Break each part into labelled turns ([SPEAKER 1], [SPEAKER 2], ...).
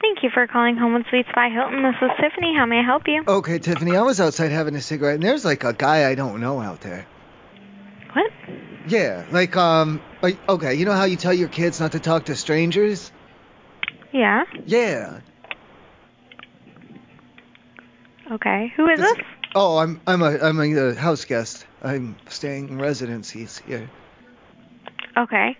[SPEAKER 1] Thank you for calling Homewood Suites by Hilton. This is Tiffany. How may I help you?
[SPEAKER 2] Okay, Tiffany, I was outside having a cigarette, and there's like a guy I don't know out there. Oh.
[SPEAKER 1] What?
[SPEAKER 2] Yeah, like um, like okay, you know how you tell your kids not to talk to strangers?
[SPEAKER 1] Yeah.
[SPEAKER 2] Yeah.
[SPEAKER 1] Okay. Who is
[SPEAKER 2] This-
[SPEAKER 1] this?
[SPEAKER 2] Oh, I'm I'm a I'm a uh, house guest. I'm staying in residencies here.
[SPEAKER 1] Okay.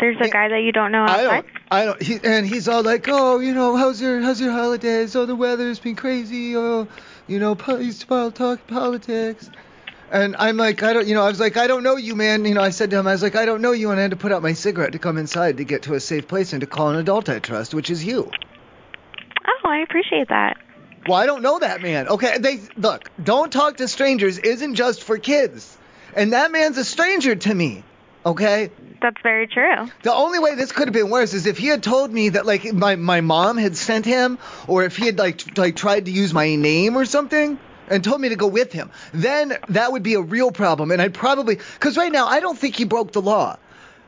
[SPEAKER 1] There's a
[SPEAKER 2] Yeah.
[SPEAKER 1] guy that you don't know
[SPEAKER 2] I
[SPEAKER 1] outside.
[SPEAKER 2] don't I don't. He, and he's all like, oh, you know, how's your how's your holidays? Oh, the weather's been crazy. Oh, you know, po- he's about talk politics. And I'm like, I don't, you know, I was like, I don't know you, man. You know, I said to him, I was like, I don't know you, and I had to put out my cigarette to come inside to get to a safe place and to call an adult I trust, which is you.
[SPEAKER 1] Oh, I appreciate that.
[SPEAKER 2] Well, I don't know that man. Okay, they look. Don't talk to strangers isn't just for kids, and that man's a stranger to me. Okay.
[SPEAKER 1] That's very true.
[SPEAKER 2] The only way this could have been worse is if he had told me that like my my mom had sent him, or if he had like t- like tried to use my name or something. And told me to go with him. Then that would be a real problem, and I'd probably, because right now I don't think he broke the law,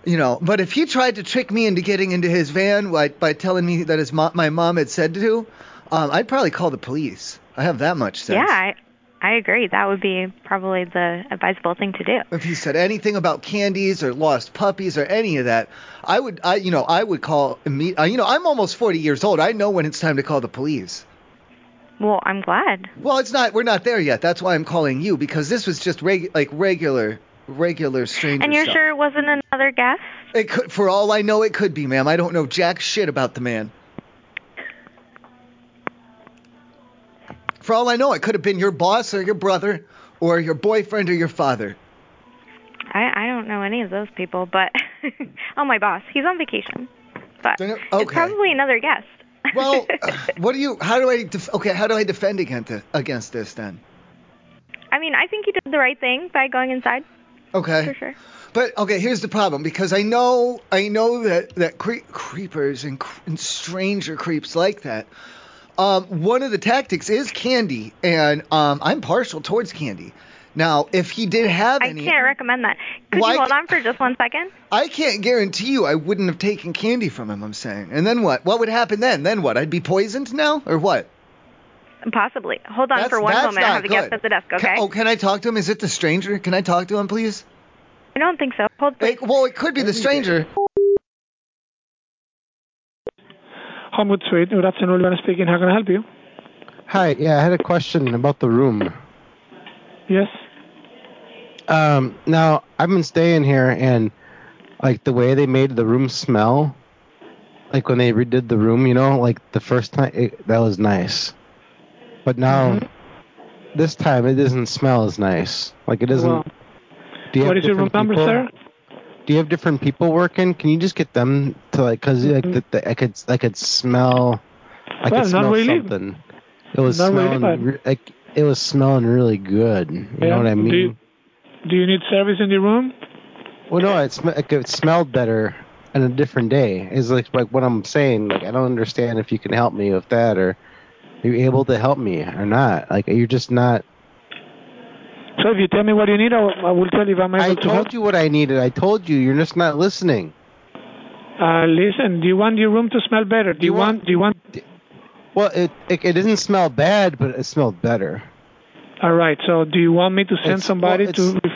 [SPEAKER 2] you know. But if he tried to trick me into getting into his van by, by telling me that his mo- my mom had said to, um, I'd probably call the police. I have that much sense.
[SPEAKER 1] Yeah, I, I agree. That would be probably the advisable thing to do.
[SPEAKER 2] if he said anything about candies or lost puppies or any of that, I would, I, you know, I would call. imme- uh, You know, I'm almost 40 years old. I know when it's time to call the police.
[SPEAKER 1] Well, I'm glad.
[SPEAKER 2] Well, it's not. We're not there yet. That's why I'm calling you because this was just reg, like regular, regular stranger
[SPEAKER 1] And you're
[SPEAKER 2] stuff.
[SPEAKER 1] sure it wasn't another guest?
[SPEAKER 2] It could, for all I know, it could be, ma'am. I don't know jack shit about the man. For all I know, it could have been your boss or your brother or your boyfriend or your father.
[SPEAKER 1] I, I don't know any of those people, but oh, my boss, he's on vacation. But
[SPEAKER 2] Then it-
[SPEAKER 1] it's
[SPEAKER 2] okay.
[SPEAKER 1] probably another guest.
[SPEAKER 2] Well, what do you? How do I? Def- okay, how do I defend against it, against this then?
[SPEAKER 1] I mean, I think you did the right thing by going inside,
[SPEAKER 2] Okay.
[SPEAKER 1] for sure.
[SPEAKER 2] But okay, here's the problem because I know I know that that cre- creepers and, cr- and stranger creeps like that. Um, one of the tactics is candy, and um, I'm partial towards candy. Now, if he did have
[SPEAKER 1] I
[SPEAKER 2] any,
[SPEAKER 1] can't recommend that. Could
[SPEAKER 2] Why-
[SPEAKER 1] you hold on for just one second?
[SPEAKER 2] I can't guarantee you I wouldn't have taken candy from him. I'm saying, and then what? What would happen then? Then what? I'd be poisoned now, or what?
[SPEAKER 1] Possibly. Hold on
[SPEAKER 2] That's-
[SPEAKER 1] for one
[SPEAKER 2] that's
[SPEAKER 1] moment. I
[SPEAKER 2] not
[SPEAKER 1] have a
[SPEAKER 2] good.
[SPEAKER 1] guest at the desk,
[SPEAKER 2] Ca-
[SPEAKER 1] okay?
[SPEAKER 2] oh, can I talk to him? Is it the stranger? Can I talk to him, please?
[SPEAKER 1] I don't think so. Hold
[SPEAKER 2] Like, well, it could be the stranger.
[SPEAKER 3] Homewood Suite, good afternoon, Luana speaking. How can I help you?
[SPEAKER 4] Hi, yeah, I had a question about the room.
[SPEAKER 3] Yes.
[SPEAKER 4] Um, now I've been staying here, and like the way they made the room smell, like when they redid the room, you know, like the first time it, that was nice, but now this time it doesn't smell as nice. Like it doesn't.
[SPEAKER 3] Mm-hmm. Well,
[SPEAKER 4] do you
[SPEAKER 3] what
[SPEAKER 4] have
[SPEAKER 3] is your room
[SPEAKER 4] different
[SPEAKER 3] number,
[SPEAKER 4] people-
[SPEAKER 3] sir?
[SPEAKER 4] Do you have different people working? Can you just get them to like, cause
[SPEAKER 3] Mm-hmm.
[SPEAKER 4] like the, the, I could I could smell, I
[SPEAKER 3] Well,
[SPEAKER 4] could
[SPEAKER 3] not
[SPEAKER 4] smell
[SPEAKER 3] really.
[SPEAKER 4] something. It was
[SPEAKER 3] Not really,
[SPEAKER 4] smelling
[SPEAKER 3] but-
[SPEAKER 4] re- like it was smelling really good. You
[SPEAKER 3] Yeah,
[SPEAKER 4] know what I
[SPEAKER 3] do
[SPEAKER 4] mean?
[SPEAKER 3] you- Do you need service in the room?
[SPEAKER 4] Well, no, it, sm- like, it smelled better on a different day. Is like like what I'm saying. Like I don't understand if you can help me with that, or are you able to help me or not? Like you're just not.
[SPEAKER 3] So if you tell me what you need, I will, I will tell you if I'm able
[SPEAKER 4] I
[SPEAKER 3] to help.
[SPEAKER 4] told you what I needed. I told you. You're just not listening.
[SPEAKER 3] Uh, listen, do you want your room to smell better? Do you,
[SPEAKER 4] you
[SPEAKER 3] want,
[SPEAKER 4] want-
[SPEAKER 3] Do you want?
[SPEAKER 4] Well, it, it it doesn't smell bad, but it smelled better.
[SPEAKER 3] All right. So do you want me to send
[SPEAKER 4] It's-
[SPEAKER 3] somebody
[SPEAKER 4] well,
[SPEAKER 3] to?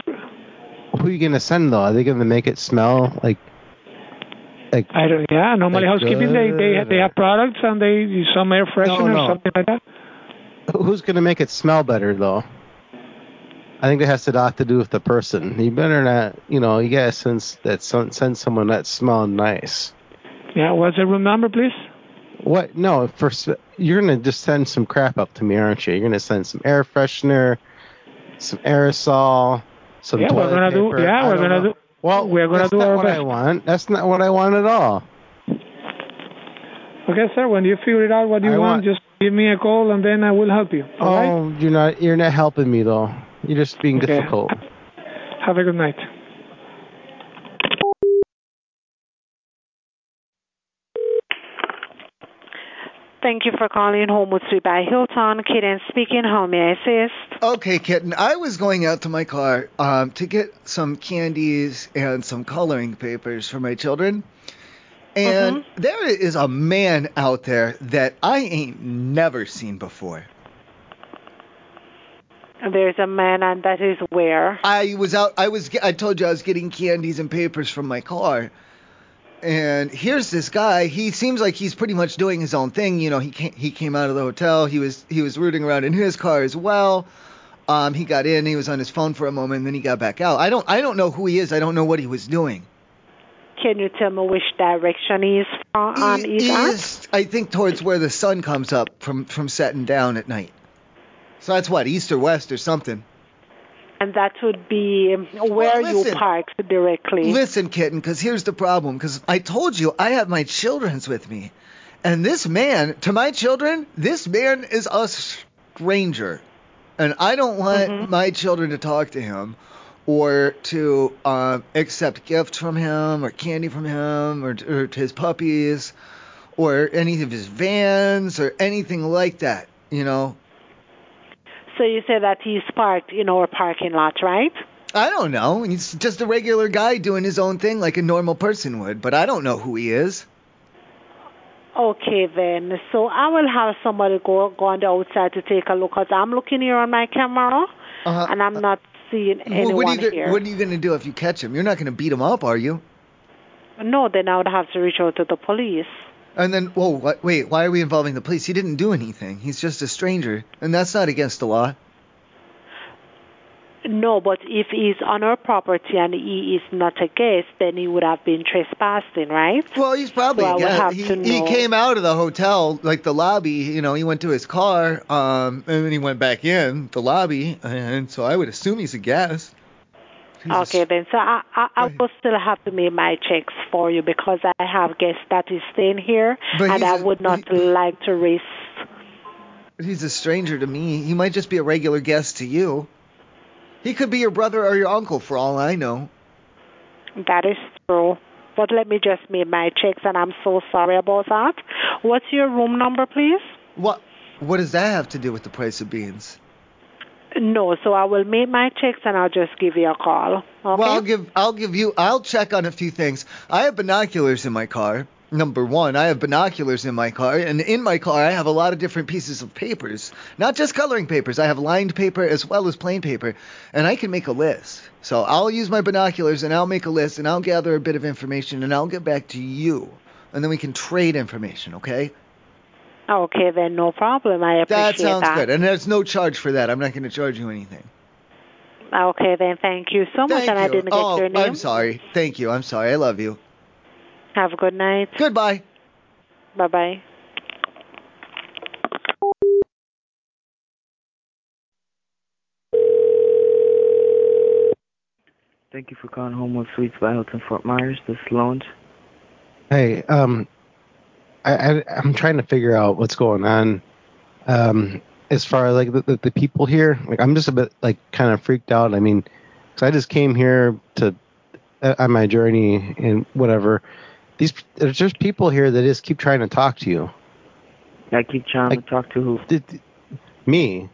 [SPEAKER 4] Who are you gonna send though? Are they gonna make it smell like like?
[SPEAKER 3] I don't. Yeah. Normally
[SPEAKER 4] Like,
[SPEAKER 3] housekeeping, they they they have products and they some air freshener
[SPEAKER 4] no.
[SPEAKER 3] or something like that.
[SPEAKER 4] Who's gonna make it smell better though? I think that has a lot to do with the person. You better not, you know, you gotta send s- that some, send someone that's smelling nice.
[SPEAKER 3] Yeah. What's the room number, please?
[SPEAKER 4] What? No, first you're gonna just send some crap up to me, aren't you? You're gonna send some air freshener, some aerosol, some
[SPEAKER 3] Yeah, we're
[SPEAKER 4] toilet
[SPEAKER 3] gonna do-
[SPEAKER 4] paper.
[SPEAKER 3] yeah,
[SPEAKER 4] I
[SPEAKER 3] we're
[SPEAKER 4] don't
[SPEAKER 3] gonna
[SPEAKER 4] know.
[SPEAKER 3] do-
[SPEAKER 4] Well,
[SPEAKER 3] we're gonna
[SPEAKER 4] that's
[SPEAKER 3] do
[SPEAKER 4] not
[SPEAKER 3] our
[SPEAKER 4] what I
[SPEAKER 3] best.
[SPEAKER 4] want. That's not what I want at all.
[SPEAKER 3] Okay, sir. When you figure it out what you
[SPEAKER 4] I
[SPEAKER 3] want,
[SPEAKER 4] want-
[SPEAKER 3] just give me a call and then I will help you. All right.
[SPEAKER 4] Oh, you're not you're not helping me though. You're just being
[SPEAKER 3] Okay.
[SPEAKER 4] difficult.
[SPEAKER 3] Have a good night.
[SPEAKER 5] Thank you for calling Homewood Suite by Hilton. Kaden speaking. How may I assist?
[SPEAKER 2] Okay, kitten. I was going out to my car um, to get some candies and some coloring papers for my children, And
[SPEAKER 1] Mm-hmm.
[SPEAKER 2] there is a man out there that I ain't never seen before.
[SPEAKER 5] There's a man, and that is where.
[SPEAKER 2] I was out. I was. ge- I told you I was getting candies and papers from my car. And here's this guy. He seems like he's pretty much doing his own thing. You know, he came, he came out of the hotel. He was he was rooting around in his car as well. Um, he got in. He was on his phone for a moment, and then he got back out. I don't I don't know who he is. I don't know what he was doing.
[SPEAKER 5] Can you tell me which direction he is from? Um,
[SPEAKER 2] He
[SPEAKER 5] he's at?
[SPEAKER 2] is, I think towards where the sun comes up from from setting down at night. So that's what east or west or something.
[SPEAKER 5] And that would be um, where you
[SPEAKER 2] listen.
[SPEAKER 5] parked directly.
[SPEAKER 2] Listen, kitten, 'cause here's the problem. 'Cause I told you I have my childrens with me, and this man, to my children, this man is a stranger, and I don't want my children to talk to him, or to uh, accept gifts from him, or candy from him, or, or to his puppies, or any of his vans, or anything like that. You know,
[SPEAKER 5] So you say that he's parked in our parking lot, right?
[SPEAKER 2] I don't know. He's just a regular guy doing his own thing like a normal person would, but I don't know who he is.
[SPEAKER 5] Okay, then. So I will have somebody go, go on the outside to take a look 'cause I'm looking here on my camera
[SPEAKER 2] Uh-huh.
[SPEAKER 5] and I'm not seeing
[SPEAKER 2] Well,
[SPEAKER 5] anyone
[SPEAKER 2] what, are you
[SPEAKER 5] here.
[SPEAKER 2] gonna, what are you going to do if you catch him? You're not going to beat him up, are you?
[SPEAKER 5] No, then I would have to reach out to the police.
[SPEAKER 2] And then, whoa, what, wait, why are we involving the police? He didn't do anything. He's just a stranger, and that's not against the law.
[SPEAKER 5] No, but if he's on our property and he is not a guest, then he would have been trespassing, right?
[SPEAKER 2] Well, he's probably
[SPEAKER 5] So I
[SPEAKER 2] a
[SPEAKER 5] would
[SPEAKER 2] guest.
[SPEAKER 5] have
[SPEAKER 2] He,
[SPEAKER 5] to
[SPEAKER 2] he
[SPEAKER 5] know-
[SPEAKER 2] came out of the hotel, like the lobby. You know, he went to his car, um, and then he went back in the lobby, and so I would assume he's a guest. He's a
[SPEAKER 5] Okay, then. So I, I, I will still have to make my checks for you because I have guests that is staying here,
[SPEAKER 2] But
[SPEAKER 5] and
[SPEAKER 2] he's
[SPEAKER 5] I
[SPEAKER 2] a-
[SPEAKER 5] would not
[SPEAKER 2] he-
[SPEAKER 5] like to risk.
[SPEAKER 2] He's a stranger to me. He might just be a regular guest to you. He could be your brother or your uncle, for all I know.
[SPEAKER 5] That is true. But let me just make my checks, and I'm so sorry about that. What's your room number, please?
[SPEAKER 2] What? What does that have to do with the price of beans?
[SPEAKER 5] No, so I will make my checks, and I'll just give you a call. Okay.
[SPEAKER 2] Well, I'll give I'll give you I'll check on a few things. I have binoculars in my car. Number one, I have binoculars in my car, and in my car I have a lot of different pieces of papers, not just coloring papers. I have lined paper as well as plain paper, and I can make a list. So I'll use my binoculars and I'll make a list and I'll gather a bit of information and I'll get back to you, and then we can trade information. Okay?
[SPEAKER 5] okay, then. No problem. I appreciate
[SPEAKER 2] That
[SPEAKER 5] that.
[SPEAKER 2] sounds good. And there's no charge for that. I'm not going to charge you anything.
[SPEAKER 5] Okay, then. Thank you so much,
[SPEAKER 2] Thank
[SPEAKER 5] and
[SPEAKER 2] you.
[SPEAKER 5] I didn't
[SPEAKER 2] oh,
[SPEAKER 5] get your name.
[SPEAKER 2] I'm sorry. Thank you. I'm sorry. I love you.
[SPEAKER 5] Have a good night.
[SPEAKER 2] Goodbye.
[SPEAKER 5] Bye bye.
[SPEAKER 6] Thank you for calling Homewood Suites by Hilton Fort Myers. This is Lounge.
[SPEAKER 4] Hey, um, I, I I'm trying to figure out what's going on. Um, as far as like the, the, the people here, like I'm just a bit like kind of freaked out. I mean, 'cause I just came here to uh, on my journey and whatever. These there's just people here that just keep trying to talk to you.
[SPEAKER 6] I keep trying to talk to who?
[SPEAKER 4] Th- th- me,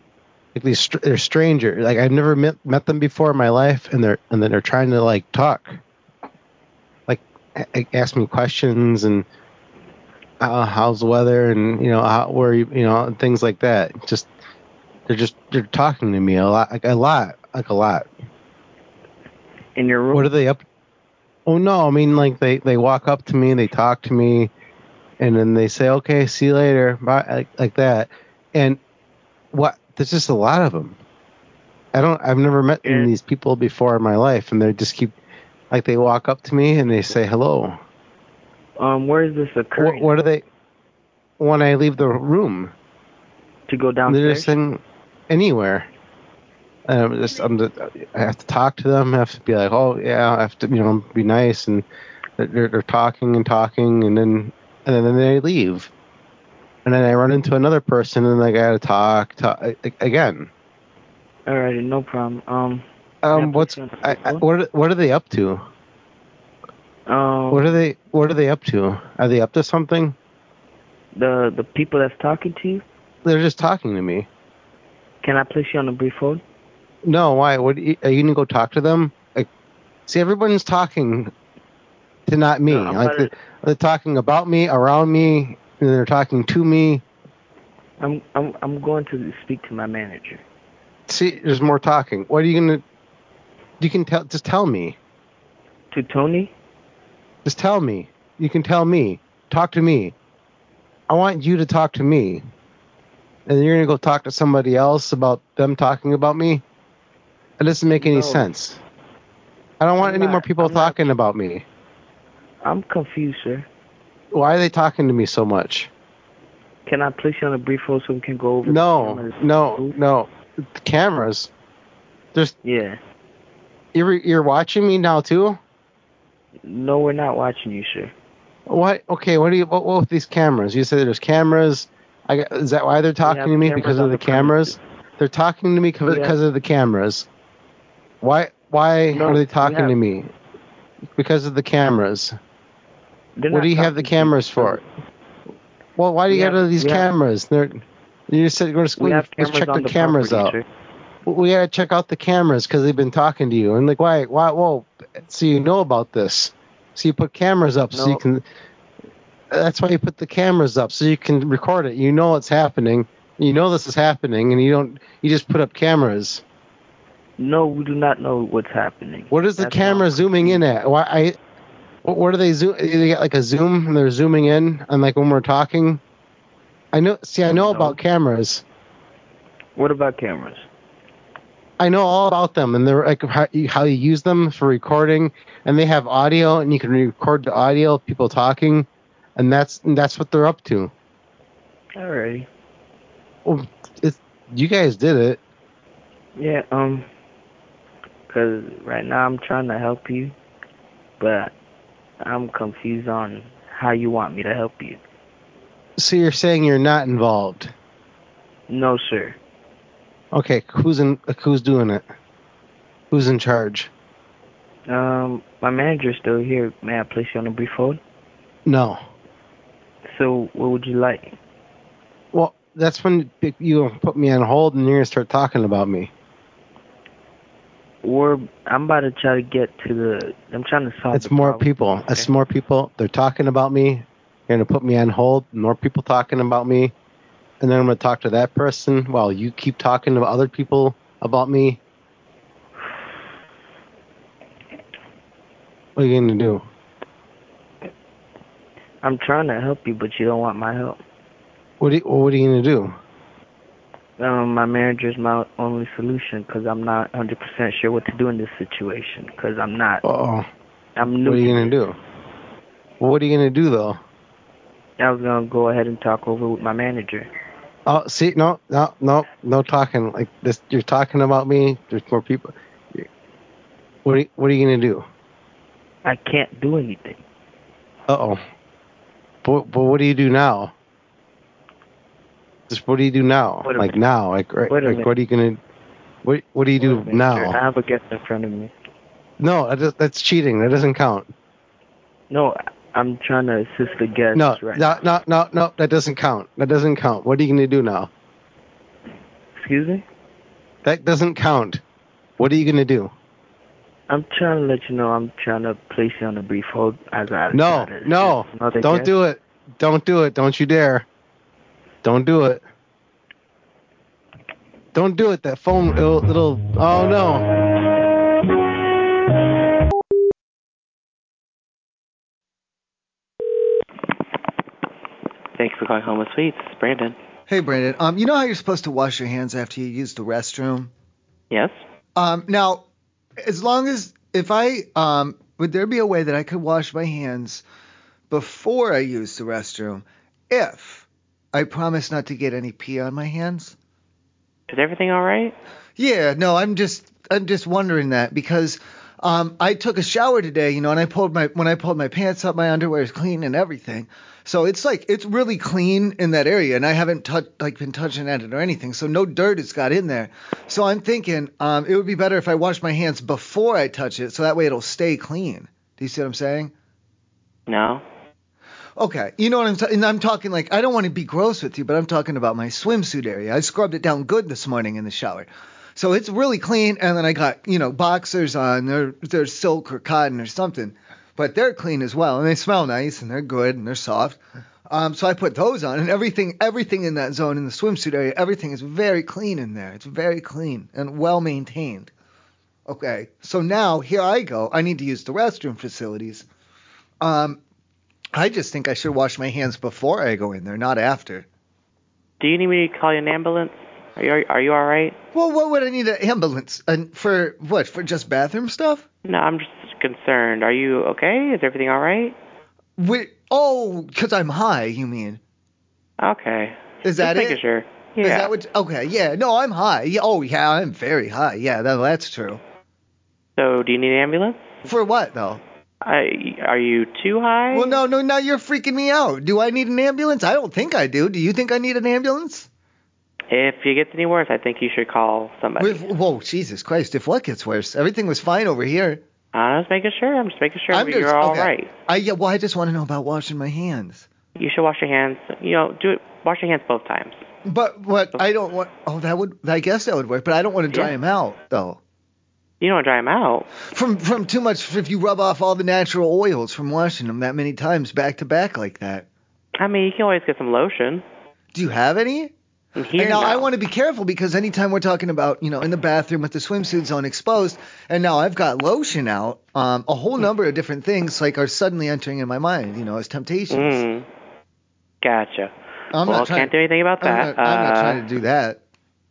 [SPEAKER 4] like these str- they're strangers. Like I've never met met them before in my life, and they're and then they're trying to like talk, like a- a- ask me questions and uh, how's the weather and you know how where you you know and things like that. Just they're just they're talking to me a lot, like a lot, like a lot.
[SPEAKER 6] In your room?
[SPEAKER 4] What are they up? Oh no, I mean like they they walk up to me, they talk to me, and then they say, "Okay, see you later," bye, like, like that. And what? There's just a lot of them. I don't. I've never met
[SPEAKER 6] Yeah.
[SPEAKER 4] these people before in my life, and they just keep like they walk up to me and they say hello.
[SPEAKER 6] um, where is this
[SPEAKER 4] What,
[SPEAKER 6] occurring?
[SPEAKER 4] what are they? When I leave the room,
[SPEAKER 6] to go
[SPEAKER 4] they're just
[SPEAKER 6] downstairs?
[SPEAKER 4] in anywhere. And I'm just, I'm just, I have to talk to them. I have to be like, oh yeah, I have to, you know, be nice. And they're- they're, they're talking and talking, and then and then they leave. And then I run into another person, and I gotta talk, talk again.
[SPEAKER 6] Alrighty, no problem. Um,
[SPEAKER 4] Um,
[SPEAKER 6] Yeah,
[SPEAKER 4] what's
[SPEAKER 6] please don't.
[SPEAKER 4] I, I, what are, what are they up to?
[SPEAKER 6] um,
[SPEAKER 4] What are they what are they up to? Are they up to something?
[SPEAKER 6] the the people that's talking to you?
[SPEAKER 4] They're just talking to me.
[SPEAKER 6] Can I place you on a brief hold?
[SPEAKER 4] No, why? What are you, are you gonna go talk to them? Like, see, everyone's talking. to not me.
[SPEAKER 6] No,
[SPEAKER 4] like
[SPEAKER 6] but-
[SPEAKER 4] they're, they're talking about me, around me, and they're talking to me.
[SPEAKER 6] I'm I'm I'm going to speak to my manager.
[SPEAKER 4] See, there's more talking. What are you gonna? You can tell. Just tell me.
[SPEAKER 6] To Tony?
[SPEAKER 4] Just tell me. You can tell me. Talk to me. I want you to talk to me. And then you're gonna go talk to somebody else about them talking about me. It doesn't make any
[SPEAKER 6] No.
[SPEAKER 4] sense. I don't want
[SPEAKER 6] I'm
[SPEAKER 4] any
[SPEAKER 6] not-
[SPEAKER 4] more people
[SPEAKER 6] I'm not-
[SPEAKER 4] talking about me.
[SPEAKER 6] I'm confused, sir.
[SPEAKER 4] Why are they talking to me so much?
[SPEAKER 6] Can I place you on a brief hold so we can go over?
[SPEAKER 4] No,
[SPEAKER 6] the cameras?
[SPEAKER 4] no, no. The cameras.
[SPEAKER 6] Yeah.
[SPEAKER 4] You're you're watching me now too.
[SPEAKER 6] No, we're not watching you, sir.
[SPEAKER 4] What? Okay. What do you? What, what with these cameras? You say there's cameras. I, got- is that why they're talking
[SPEAKER 6] have
[SPEAKER 4] to me
[SPEAKER 6] cameras
[SPEAKER 4] because
[SPEAKER 6] on
[SPEAKER 4] of the
[SPEAKER 6] the
[SPEAKER 4] cameras? They're talking to me because
[SPEAKER 6] We have-
[SPEAKER 4] of the cameras. Why? Why
[SPEAKER 6] No,
[SPEAKER 4] are
[SPEAKER 6] we
[SPEAKER 4] they talking to
[SPEAKER 6] have-
[SPEAKER 4] me? Because of the cameras.
[SPEAKER 6] They're
[SPEAKER 4] what
[SPEAKER 6] not
[SPEAKER 4] do you have the
[SPEAKER 6] talking to you.
[SPEAKER 4] cameras for? Well, why do
[SPEAKER 6] We
[SPEAKER 4] you got
[SPEAKER 6] have-
[SPEAKER 4] all these
[SPEAKER 6] we have-
[SPEAKER 4] cameras? They're. You said we're just
[SPEAKER 6] We
[SPEAKER 4] going
[SPEAKER 6] have
[SPEAKER 4] to let's
[SPEAKER 6] cameras
[SPEAKER 4] check
[SPEAKER 6] on
[SPEAKER 4] the cameras
[SPEAKER 6] property,
[SPEAKER 4] out.
[SPEAKER 6] sir.
[SPEAKER 4] Well, we gotta check out the cameras because they've been talking to you and like why why whoa so you know about this so you put cameras up so you
[SPEAKER 6] No.
[SPEAKER 4] can that's why you put the cameras up so you can record it you know it's happening you know this is happening and you don't you just put up cameras
[SPEAKER 6] No, we do not know what's happening.
[SPEAKER 4] what is the
[SPEAKER 6] That's
[SPEAKER 4] camera
[SPEAKER 6] wrong.
[SPEAKER 4] zooming in at why i what, what are they zoom they got like a zoom and they're zooming in and like when we're talking i know see i know
[SPEAKER 6] No.
[SPEAKER 4] about cameras
[SPEAKER 6] What about cameras?
[SPEAKER 4] I know all about them, and they're like how you, how you use them for recording, and they have audio, and you can record the audio of people talking, and that's and that's what they're up to.
[SPEAKER 6] Alrighty.
[SPEAKER 4] Well, it's, Oh, you guys did it.
[SPEAKER 6] Yeah. Um. Cause right now I'm trying to help you, but I'm confused on how you want me to help you.
[SPEAKER 4] So you're saying you're not involved?
[SPEAKER 6] No, sir.
[SPEAKER 4] Okay, who's in? Who's doing it? Who's in charge?
[SPEAKER 6] Um, my manager's still here. May I place you on a brief hold?
[SPEAKER 4] No.
[SPEAKER 6] So, what would you like?
[SPEAKER 4] Well, that's when you put me on hold, and you're gonna start talking about me.
[SPEAKER 6] We're I'm about to try to get to the. I'm trying to solve.
[SPEAKER 4] It's
[SPEAKER 6] the
[SPEAKER 4] more
[SPEAKER 6] problem.
[SPEAKER 4] people. It's more people. They're talking about me. They're gonna put me on hold. More people talking about me, and then I'm gonna talk to that person while you keep talking to other people about me. What are you gonna do?
[SPEAKER 6] I'm trying to help you, but you don't want my help.
[SPEAKER 4] What are you, what are you gonna do?
[SPEAKER 6] Um, my manager's my only solution because I'm not 100% sure what to do in this situation because I'm not.
[SPEAKER 4] Oh,
[SPEAKER 6] I'm new.
[SPEAKER 4] what are you
[SPEAKER 6] to
[SPEAKER 4] gonna
[SPEAKER 6] this.
[SPEAKER 4] do? Well, what are you gonna do though?
[SPEAKER 6] I was gonna go ahead and talk over with my manager.
[SPEAKER 4] Oh, see, no, no, no, no talking like this. You're talking about me. There's more people. What are you, what are you gonna do?
[SPEAKER 6] I can't do anything.
[SPEAKER 4] Uh oh. But, but what do you do now? Just what do you do now?
[SPEAKER 6] Wait a
[SPEAKER 4] like
[SPEAKER 6] minute.
[SPEAKER 4] now? Like, right,
[SPEAKER 6] Wait a
[SPEAKER 4] like
[SPEAKER 6] minute.
[SPEAKER 4] what are you gonna? What What do you do
[SPEAKER 6] Wait a minute,
[SPEAKER 4] now?
[SPEAKER 6] sir. I have a guest in front of me.
[SPEAKER 4] No, that does- that's cheating. That doesn't count.
[SPEAKER 6] No, I- I'm trying to assist the guest
[SPEAKER 4] no,
[SPEAKER 6] right
[SPEAKER 4] no, no, no, no. That doesn't count. That doesn't count. What are you gonna do now?
[SPEAKER 6] Excuse me?
[SPEAKER 4] That doesn't count. What are you gonna do?
[SPEAKER 6] I'm trying to let you know I'm trying to place you on a brief hold as I
[SPEAKER 4] No,
[SPEAKER 6] try to
[SPEAKER 4] no.
[SPEAKER 6] assist another
[SPEAKER 4] Don't
[SPEAKER 6] guest.
[SPEAKER 4] do it. Don't do it. Don't you dare. Don't do it. Don't do it. That phone, it'll, it'll oh no.
[SPEAKER 7] Thank you for calling Home with Sweets. It's Brandon.
[SPEAKER 2] Hey, Brandon. Um, you know how you're supposed to wash your hands after you use the restroom?
[SPEAKER 7] Yes?
[SPEAKER 2] Um, now, as long as if I um, would there be a way that I could wash my hands before I use the restroom if I promise not to get any pee on my hands?
[SPEAKER 7] Is everything all right?
[SPEAKER 2] Yeah, no, I'm just I'm just wondering that because um, I took a shower today, you know, and I pulled my when I pulled my pants up, my underwear is clean and everything. So it's like it's really clean in that area, and I haven't touched like been touching at it or anything, so no dirt has got in there. So I'm thinking um, it would be better if I wash my hands before I touch it, so that way it'll stay clean. Do you see what I'm saying?
[SPEAKER 7] No?
[SPEAKER 2] Okay, you know what I'm saying. I'm talking like I don't want to be gross with you, but I'm talking about my swimsuit area. I scrubbed it down good this morning in the shower, so it's really clean. And then I got you know boxers on. They're they're silk or cotton or something. but they're clean as well, and they smell nice, and they're good, and they're soft. Um, so I put those on, and everything, everything in that zone in the swimsuit area, everything is very clean in there. It's very clean and well maintained. Okay, so now here I go. I need to use the restroom facilities. Um, I just think I should wash my hands before I go in there, not after.
[SPEAKER 7] Do you need me to call you an ambulance? Are you are, you all right?
[SPEAKER 2] Well, what would I need an ambulance and for what? For just bathroom stuff?
[SPEAKER 7] No, I'm just concerned. Are you okay? Is everything all right?
[SPEAKER 2] Wait, oh, because I'm high. You mean?
[SPEAKER 7] Okay.
[SPEAKER 2] Is that
[SPEAKER 7] just making
[SPEAKER 2] it?
[SPEAKER 7] sure. Yeah.
[SPEAKER 2] Is that what? Okay, yeah. No, I'm high. Yeah, oh, yeah, I'm very high. Yeah, that, that's true.
[SPEAKER 7] so, do you need an ambulance?
[SPEAKER 2] For what though?
[SPEAKER 7] I, are you too high?
[SPEAKER 2] Well, no, no. Now you're freaking me out. Do I need an ambulance? I don't think I do. Do you think I need an ambulance?
[SPEAKER 7] If it gets any worse, I think you should call somebody.
[SPEAKER 2] With, whoa, Jesus Christ! If what gets worse, everything was fine over here.
[SPEAKER 7] I'm just Uh, making sure. I'm just making sure
[SPEAKER 2] I'm
[SPEAKER 7] that
[SPEAKER 2] just-
[SPEAKER 7] you're all
[SPEAKER 2] okay.
[SPEAKER 7] right.
[SPEAKER 2] I yeah. Well, I just want to know about washing my hands.
[SPEAKER 7] You should wash your hands. You know, do it. Wash your hands both times.
[SPEAKER 2] But what I don't want. Oh, that would. I guess that would work. But I don't want to dry
[SPEAKER 7] Yeah.
[SPEAKER 2] them out though.
[SPEAKER 7] You don't dry them out.
[SPEAKER 2] From from too much. If you rub off all the natural oils from washing them that many times back to back like that.
[SPEAKER 7] I mean, you can always get some lotion.
[SPEAKER 2] Do you have any?
[SPEAKER 7] And here
[SPEAKER 2] and now
[SPEAKER 7] no.
[SPEAKER 2] I want to be careful because anytime we're talking about, you know, in the bathroom with the swimsuits on exposed, and now I've got lotion out, um, a whole number of different things like are suddenly entering in my mind, you know, as temptations.
[SPEAKER 7] Mm. Gotcha.
[SPEAKER 2] I'm
[SPEAKER 7] well,
[SPEAKER 2] not trying.
[SPEAKER 7] can't do anything about
[SPEAKER 2] I'm,
[SPEAKER 7] that.
[SPEAKER 2] not, I'm not
[SPEAKER 7] Uh,
[SPEAKER 2] trying to do that.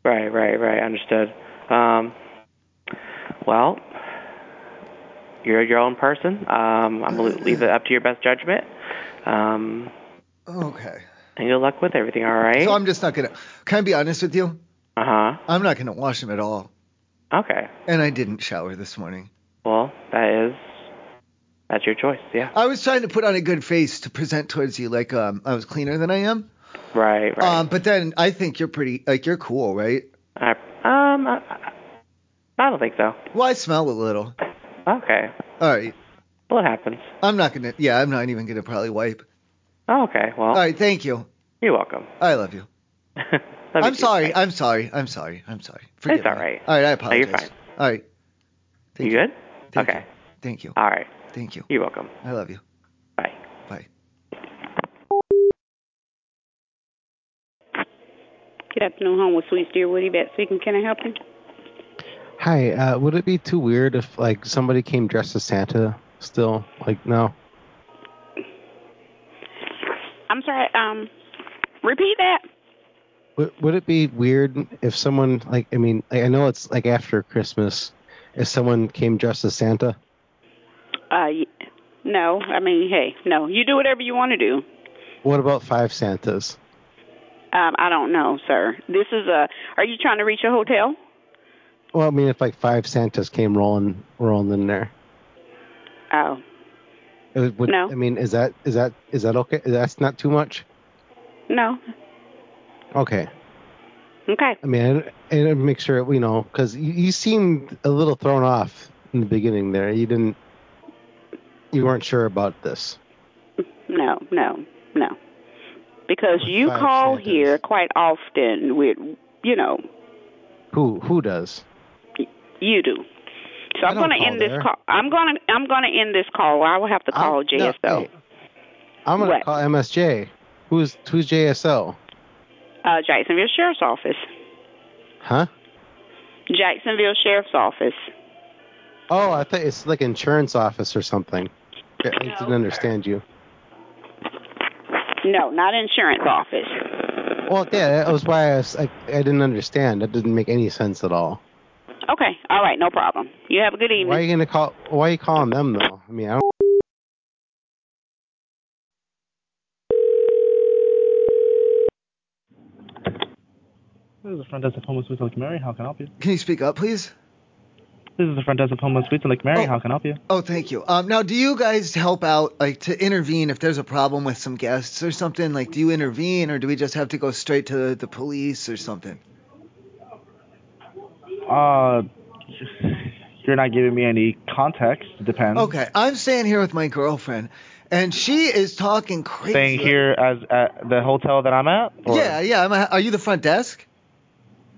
[SPEAKER 7] Right, right, right. Understood. Um, well, you're your own person. Um, I'm gonna leave it up to your best judgment. Um,
[SPEAKER 2] Okay.
[SPEAKER 7] and good luck with everything. All right.
[SPEAKER 2] So I'm just not gonna. Can I be honest with you?
[SPEAKER 7] uh
[SPEAKER 2] I'm not gonna wash them at all.
[SPEAKER 7] huh. Okay.
[SPEAKER 2] And I didn't shower this morning.
[SPEAKER 7] Well, that is that's your choice. Yeah.
[SPEAKER 2] I was trying to put on a good face to present towards you, like um, I was cleaner than I am.
[SPEAKER 7] Right, right.
[SPEAKER 2] Um, but then I think you're pretty, like you're cool, right?
[SPEAKER 7] I, um, I, I don't think so.
[SPEAKER 2] Well, I smell a little.
[SPEAKER 7] Okay.
[SPEAKER 2] All right.
[SPEAKER 7] Well, it happens.
[SPEAKER 2] I'm not gonna. Yeah, I'm not even gonna probably wipe.
[SPEAKER 7] Oh, okay. Well,
[SPEAKER 2] All right. Thank you.
[SPEAKER 7] you're welcome.
[SPEAKER 2] I love you.
[SPEAKER 7] Love you
[SPEAKER 2] I'm
[SPEAKER 7] too.
[SPEAKER 2] sorry.
[SPEAKER 7] Bye.
[SPEAKER 2] I'm sorry. I'm sorry. I'm sorry. Forgive
[SPEAKER 7] all
[SPEAKER 2] me.
[SPEAKER 7] right.
[SPEAKER 2] All right. I
[SPEAKER 7] No,
[SPEAKER 2] apologize.
[SPEAKER 7] you're fine.
[SPEAKER 2] All right. Thank
[SPEAKER 7] You good?
[SPEAKER 2] Thank
[SPEAKER 7] okay.
[SPEAKER 2] You. Thank you.
[SPEAKER 7] All right.
[SPEAKER 2] Thank you.
[SPEAKER 7] You're welcome.
[SPEAKER 2] I love you.
[SPEAKER 7] Bye.
[SPEAKER 2] Bye.
[SPEAKER 8] Good afternoon, home with Sweet Dear Woody Bat speaking. Can I help you?
[SPEAKER 4] Hi, uh, would it be too weird if like somebody came dressed as Santa still? Like no.
[SPEAKER 8] I'm sorry. Um, repeat that.
[SPEAKER 4] Would, would it be weird if someone like I mean I I know it's like after Christmas if someone came dressed as Santa?
[SPEAKER 8] Uh, y- no. I mean, hey, no. You do whatever you want to do.
[SPEAKER 4] What about five Santas?
[SPEAKER 8] Um, I don't know, sir. This is a. Are you trying to reach a hotel?
[SPEAKER 4] Well, I mean if like five Santas came rolling rolling in there.
[SPEAKER 8] Oh,
[SPEAKER 4] It would, would-
[SPEAKER 8] No.
[SPEAKER 4] I mean is that is that is that okay? That's not too much.
[SPEAKER 8] no.
[SPEAKER 4] Okay.
[SPEAKER 8] Okay.
[SPEAKER 4] I mean, and I'd make sure you know, because you, you seemed a little thrown off in the beginning. There, you didn't, you weren't sure about this.
[SPEAKER 8] No, no, no. Because
[SPEAKER 4] With
[SPEAKER 8] you
[SPEAKER 4] five
[SPEAKER 8] call
[SPEAKER 4] Santas.
[SPEAKER 8] here quite often with, you know,
[SPEAKER 4] Who who does?
[SPEAKER 8] you do. So
[SPEAKER 4] I
[SPEAKER 8] I'm
[SPEAKER 4] don't
[SPEAKER 8] gonna
[SPEAKER 4] call
[SPEAKER 8] end
[SPEAKER 4] there.
[SPEAKER 8] this call. I'm gonna I'm gonna end this call. I will have to call
[SPEAKER 4] I'm- no,
[SPEAKER 8] JSO.
[SPEAKER 4] hey, I'm gonna
[SPEAKER 8] What?
[SPEAKER 4] call MSJ. Who's who's JSO?
[SPEAKER 8] uh, Jacksonville Sheriff's Office.
[SPEAKER 4] Huh?
[SPEAKER 8] Jacksonville Sheriff's Office.
[SPEAKER 4] Oh, I thought it's like insurance office or something. I I
[SPEAKER 8] No.
[SPEAKER 4] didn't understand you.
[SPEAKER 8] No, not insurance office.
[SPEAKER 4] Well, yeah, that was why I was like, I didn't understand. That didn't make any sense at all.
[SPEAKER 8] Okay, all right, no problem. You have a good
[SPEAKER 4] Why are
[SPEAKER 8] evening.
[SPEAKER 4] you gonna call? Why are you calling them though? I mean, I don't.
[SPEAKER 9] This is the front desk of Homeless Suites in Lake Mary. How can I help you?
[SPEAKER 2] Can you speak up, please?
[SPEAKER 9] This is the front desk of Homeless Suites in Lake Mary.
[SPEAKER 2] Oh.
[SPEAKER 9] How can I help you?
[SPEAKER 2] Oh, thank you. Um, now, do you guys help out, like, to intervene if there's a problem with some guests or something? Like, do you intervene, or do we just have to go straight to the, the police or something?
[SPEAKER 9] Uh, you're not giving me any context. Depends.
[SPEAKER 2] Okay, I'm staying here with my girlfriend, and she is talking crazy.
[SPEAKER 9] Staying here as at the hotel that I'm at. Or?
[SPEAKER 2] Yeah, yeah. I'm a, are you the front desk?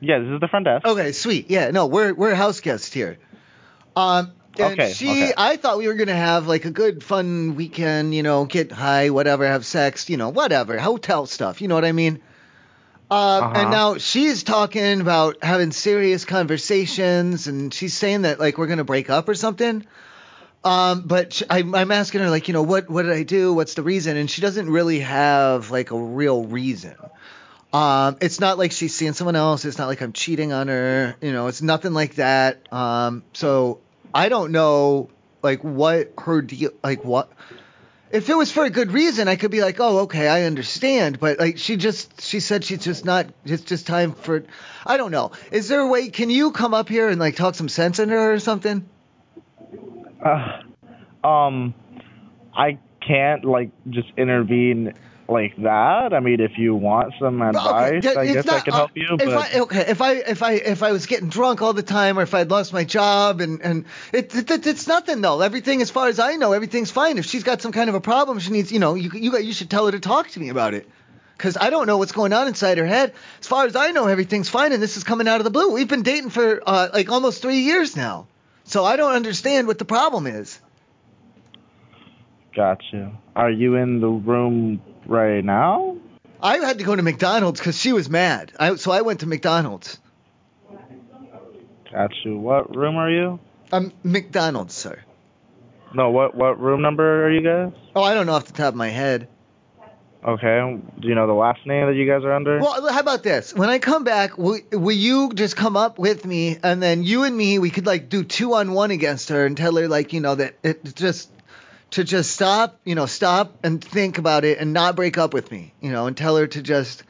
[SPEAKER 9] Yeah. This is the front desk.
[SPEAKER 2] Okay, sweet. Yeah, no, we're we're house guests here. Um, And
[SPEAKER 9] Okay,
[SPEAKER 2] she,
[SPEAKER 9] okay.
[SPEAKER 2] I thought we were gonna have like a good, fun weekend, you know, get high, whatever, have sex, you know, whatever, hotel stuff, you know what I mean? Uh,
[SPEAKER 10] Uh-huh.
[SPEAKER 2] And now she's talking about having serious conversations, and she's saying that like we're gonna break up or something. Um, but sh I, I'm asking her like, you know, what what did I do? What's the reason? And she doesn't really have like a real reason. Um, it's not like she's seeing someone else. It's not like I'm cheating on her. You know, it's nothing like that. Um, so I don't know, like what her deal, like what. If it was for a good reason, I could be like, oh, okay, I understand. But like, she just, she said she's just not. It's just time for. I don't know. Is there a way? Can you come up here and like talk some sense into her or something?
[SPEAKER 9] Uh, um, I can't like just intervene like that. I mean, if you want some advice,
[SPEAKER 2] Yeah,
[SPEAKER 9] I
[SPEAKER 2] it's
[SPEAKER 9] guess I
[SPEAKER 2] not-
[SPEAKER 9] can
[SPEAKER 2] uh,
[SPEAKER 9] help you.
[SPEAKER 2] If
[SPEAKER 9] but
[SPEAKER 2] I, okay, if I if I if I was getting drunk all the time, or if I'd lost my job, and and it, it, it- it's nothing though. Everything, as far as I know, everything's fine. If she's got some kind of a problem, she needs you know you you got- you should tell her to talk to me about it. Cause I don't know what's going on inside her head. As far as I know, everything's fine, and this is coming out of the blue. We've been dating for uh, like almost three years now, so I don't understand what the problem is.
[SPEAKER 9] Gotcha. Are you in the room right now?
[SPEAKER 2] I had to go to McDonald's because she was mad. I, so I went to McDonald's.
[SPEAKER 9] Gotcha. What room are you?
[SPEAKER 2] Um, McDonald's, sir.
[SPEAKER 9] No, what what room number are you guys?
[SPEAKER 2] Oh, I don't know off the top of my head.
[SPEAKER 9] Okay. Do you know the last name that you guys are under?
[SPEAKER 2] Well, how about this? When I come back, will, will you just come up with me, and then you and me, we could like do two on one against her and tell her like you know that it just to just stop, you know, stop and think about it and not break up with me, you know, and tell her to just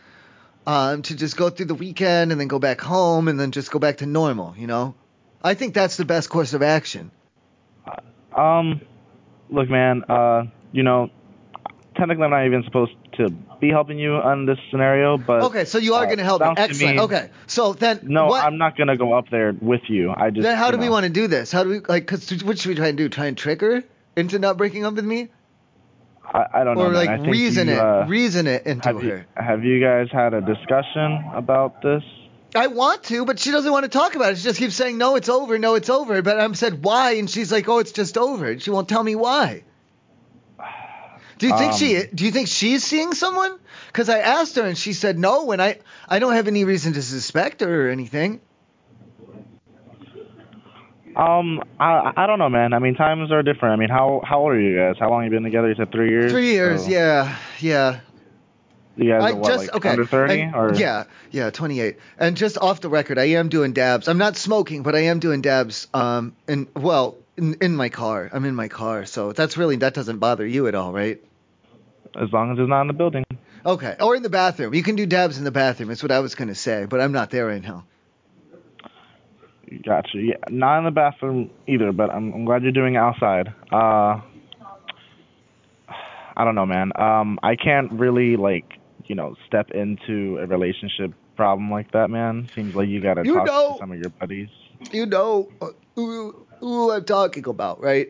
[SPEAKER 2] um to just go through the weekend and then go back home and then just go back to normal, you know. I think that's the best course of action.
[SPEAKER 9] Um, look, man. Uh, you know, technically I'm not even supposed to be helping you on this scenario, but
[SPEAKER 2] okay, so you are
[SPEAKER 9] uh,
[SPEAKER 2] going to help me.
[SPEAKER 9] sounds to
[SPEAKER 2] Excellent.
[SPEAKER 9] me-
[SPEAKER 2] okay, so then
[SPEAKER 9] No,
[SPEAKER 2] what?
[SPEAKER 9] I'm not gonna go up there with you. I just.
[SPEAKER 2] then how
[SPEAKER 9] you
[SPEAKER 2] do we
[SPEAKER 9] know.
[SPEAKER 2] want to do this? How do we like? Cause what should we try and do? Try and trick her into not breaking up with me,
[SPEAKER 9] I, I don't know.
[SPEAKER 2] or
[SPEAKER 9] man.
[SPEAKER 2] like
[SPEAKER 9] I think
[SPEAKER 2] reason
[SPEAKER 9] you,
[SPEAKER 2] it,
[SPEAKER 9] uh,
[SPEAKER 2] reason it into
[SPEAKER 9] have
[SPEAKER 2] her.
[SPEAKER 9] you, have you guys had a discussion about this?
[SPEAKER 2] I want to, but she doesn't want to talk about it. She just keeps saying, "No, it's over. No, it's over." But I'm said why, and she's like, "Oh, it's just over." And she won't tell me why. Do you think
[SPEAKER 9] Um,
[SPEAKER 2] she? Do you think she's seeing someone? Because I asked her, and she said no. And I, I don't have any reason to suspect her or anything.
[SPEAKER 9] Um, I I don't know, man. I mean, times are different. I mean, how how old are you guys? How long you been together? You said three years.
[SPEAKER 2] Three years,
[SPEAKER 9] So
[SPEAKER 2] yeah, yeah.
[SPEAKER 9] You guys
[SPEAKER 2] I
[SPEAKER 9] are what,
[SPEAKER 2] just
[SPEAKER 9] like
[SPEAKER 2] okay.
[SPEAKER 9] under thirty
[SPEAKER 2] and-
[SPEAKER 9] or?
[SPEAKER 2] Yeah, yeah, 28. And just off the record, I am doing dabs. I'm not smoking, but I am doing dabs. Um, and well, in, in my car. I'm in my car, so that's really that doesn't bother you at all, right?
[SPEAKER 9] As long as it's not in the building.
[SPEAKER 2] Okay, or in the bathroom. You can do dabs in the bathroom. Is what I was gonna say, but I'm not there right now.
[SPEAKER 9] Gotcha. Yeah, not in the bathroom either, but I'm, I'm glad you're doing it outside. Uh, I don't know, man. Um, I can't really like you know step into a relationship problem like that, man. Seems like you gotta
[SPEAKER 2] You
[SPEAKER 9] talk
[SPEAKER 2] know-
[SPEAKER 9] to some of your buddies.
[SPEAKER 2] You know uh, who, who I'm talking about, right?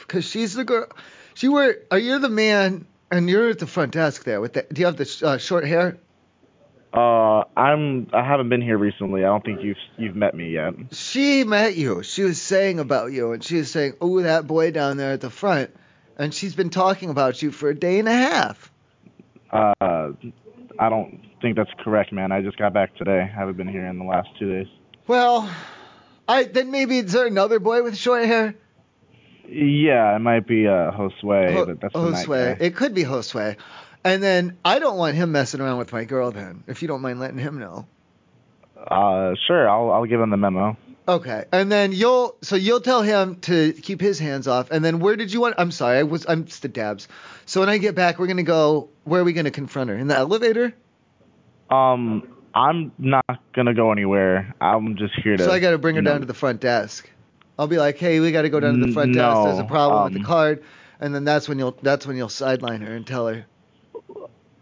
[SPEAKER 2] Because she's the girl. She were. Are you the man? And you're at the front desk there with the. Do you have the sh- uh, short hair?
[SPEAKER 9] Uh, I'm I haven't been here recently. I don't think you've you've met me yet.
[SPEAKER 2] she met you. She was saying about you, and she was saying, "Oh, that boy down there at the front," and she's been talking about you for a day and a half.
[SPEAKER 9] Uh, I don't think that's correct, man. I just got back today. I haven't been here in the last two days.
[SPEAKER 2] Well, I then maybe is there another boy with short hair?
[SPEAKER 9] Yeah, it might be uh Josue, but that's the night guy.
[SPEAKER 2] Josue. It could be Josue. And then I don't want him messing around with my girl. Then, if you don't mind letting him know.
[SPEAKER 9] Uh, sure, I'll I'll give him the memo.
[SPEAKER 2] Okay. And then you'll so you'll tell him to keep his hands off. And then where did you want? I'm sorry, I was I'm just the dabs. So when I get back, we're gonna go. Where are we gonna confront her? In the elevator?
[SPEAKER 9] Um, I'm not gonna go anywhere. I'm just here to.
[SPEAKER 2] So I got to bring her
[SPEAKER 9] you know,
[SPEAKER 2] down to the front desk. I'll be like, hey, we got to go down to the front desk. There's a
[SPEAKER 9] No,
[SPEAKER 2] problem with
[SPEAKER 9] um,
[SPEAKER 2] the card, and then that's when you'll that's when you'll sideline her and tell her.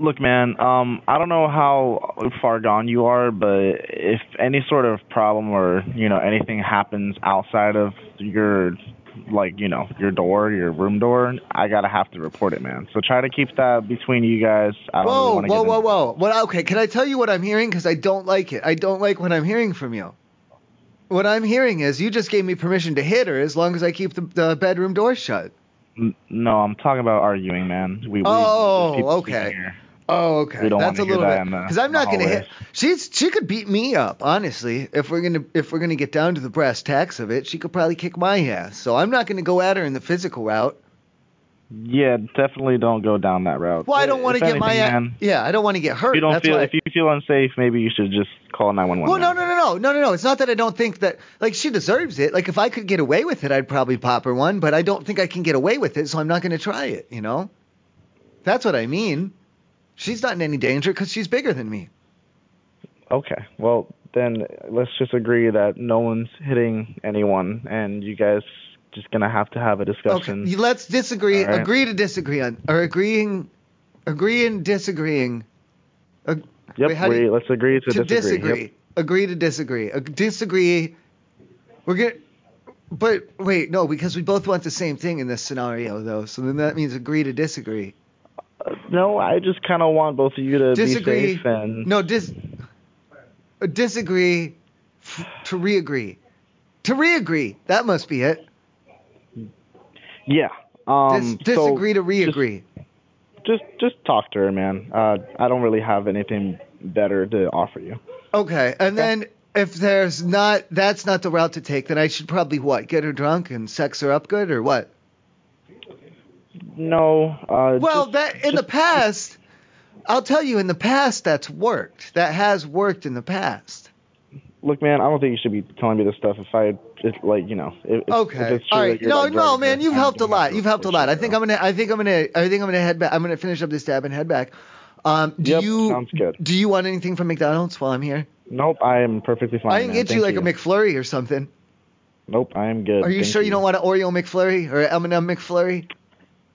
[SPEAKER 9] Look, man. Um, I don't know how far gone you are, but if any sort of problem or you know anything happens outside of your, like you know your door, your room door, I gotta have to report it, man. So try to keep that between you guys. I don't
[SPEAKER 2] Whoa,
[SPEAKER 9] really want to
[SPEAKER 2] whoa,
[SPEAKER 9] get
[SPEAKER 2] whoa, whoa! What? Okay, can I tell you what I'm hearing? Because I don't like it. I don't like what I'm hearing from you. what I'm hearing is you just gave me permission to hit her as long as I keep the, the bedroom door shut.
[SPEAKER 9] N- No, I'm talking about arguing, man. We, we
[SPEAKER 2] Oh,
[SPEAKER 9] there's people
[SPEAKER 2] okay.
[SPEAKER 9] speaking here.
[SPEAKER 2] Oh, okay.
[SPEAKER 9] We don't
[SPEAKER 2] That's a
[SPEAKER 9] wanna hear uh,
[SPEAKER 2] little
[SPEAKER 9] that
[SPEAKER 2] bit
[SPEAKER 9] in the-
[SPEAKER 2] because I'm not
[SPEAKER 9] the
[SPEAKER 2] gonna hit.
[SPEAKER 9] hallways.
[SPEAKER 2] She's she could beat me up honestly. If we're gonna if we're gonna get down to the brass tacks of it, she could probably kick my ass. So I'm not gonna go at her in the physical route.
[SPEAKER 9] Yeah, definitely don't go down that route.
[SPEAKER 2] Well, I don't want to
[SPEAKER 9] If
[SPEAKER 2] get my
[SPEAKER 9] anything,
[SPEAKER 2] ass.
[SPEAKER 9] man,
[SPEAKER 2] Yeah, I don't want to get hurt.
[SPEAKER 9] If you don't
[SPEAKER 2] That's
[SPEAKER 9] feel
[SPEAKER 2] why-
[SPEAKER 9] if you feel unsafe, maybe you should just call 911.
[SPEAKER 2] Well, no, no, no, no, no, no, no. It's not that I don't think that like she deserves it. Like if I could get away with it, I'd probably pop her one. But I don't think I can get away with it, so I'm not going to try it. You know, that's what I mean. She's not in any danger because she's bigger than me.
[SPEAKER 9] Okay. Well, then let's just agree that no one's hitting anyone, and you guys just gonna have to have a discussion.
[SPEAKER 2] You- Let's disagree.
[SPEAKER 9] All right.
[SPEAKER 2] Agree to disagree on or agreeing, agreeing, disagreeing. Ag-
[SPEAKER 9] Yep.
[SPEAKER 2] wait, how do
[SPEAKER 9] we,
[SPEAKER 2] you-
[SPEAKER 9] let's agree to,
[SPEAKER 2] to
[SPEAKER 9] disagree.
[SPEAKER 2] disagree.
[SPEAKER 9] Yep.
[SPEAKER 2] Agree to disagree. Ag- disagree. We're gonna. But wait, no, because we both want the same thing in this scenario, though. So then that means agree to disagree.
[SPEAKER 9] Uh, No, I just kind of want both of you to be
[SPEAKER 2] Disagree.
[SPEAKER 9] safe and
[SPEAKER 2] No, dis. uh, Disagree. f- To reagree. To reagree. That must be it.
[SPEAKER 9] yeah. Um,
[SPEAKER 2] Dis- disagree to reagree.
[SPEAKER 9] So just just talk to her, man. Uh, I don't really have anything better to offer you.
[SPEAKER 2] Okay, and then if there's not, that's not the route to take. Then I should probably what? Get her drunk and sex her up good, or what?
[SPEAKER 9] No. Uh,
[SPEAKER 2] well,
[SPEAKER 9] just-
[SPEAKER 2] that in the past, I'll tell you, in the past that's worked. That has worked in the past.
[SPEAKER 9] Look, man, I don't think you should be telling me this stuff. If I, it, like, you know, if, if-
[SPEAKER 2] Okay.
[SPEAKER 9] if it's true
[SPEAKER 2] All
[SPEAKER 9] that
[SPEAKER 2] right.
[SPEAKER 9] you're,
[SPEAKER 2] No,
[SPEAKER 9] like,
[SPEAKER 2] no,
[SPEAKER 9] drugging
[SPEAKER 2] man,
[SPEAKER 9] her,
[SPEAKER 2] you've
[SPEAKER 9] I'm
[SPEAKER 2] helped a
[SPEAKER 9] gonna have
[SPEAKER 2] lot.
[SPEAKER 9] to
[SPEAKER 2] You've helped a
[SPEAKER 9] approach
[SPEAKER 2] lot.
[SPEAKER 9] you,
[SPEAKER 2] I think
[SPEAKER 9] bro.
[SPEAKER 2] I'm gonna. I think I'm gonna. I think I'm gonna head back. I'm gonna finish up this stab and head back. Um, do
[SPEAKER 9] Yep,
[SPEAKER 2] you
[SPEAKER 9] sounds good.
[SPEAKER 2] do you want anything from McDonald's while I'm here?
[SPEAKER 9] Nope, I am perfectly fine.
[SPEAKER 2] I can
[SPEAKER 9] man.
[SPEAKER 2] get you like
[SPEAKER 9] Thank
[SPEAKER 2] a McFlurry or something.
[SPEAKER 9] Nope, I am good.
[SPEAKER 2] Are you
[SPEAKER 9] Thank
[SPEAKER 2] sure you don't want an Oreo McFlurry or an M&M McFlurry?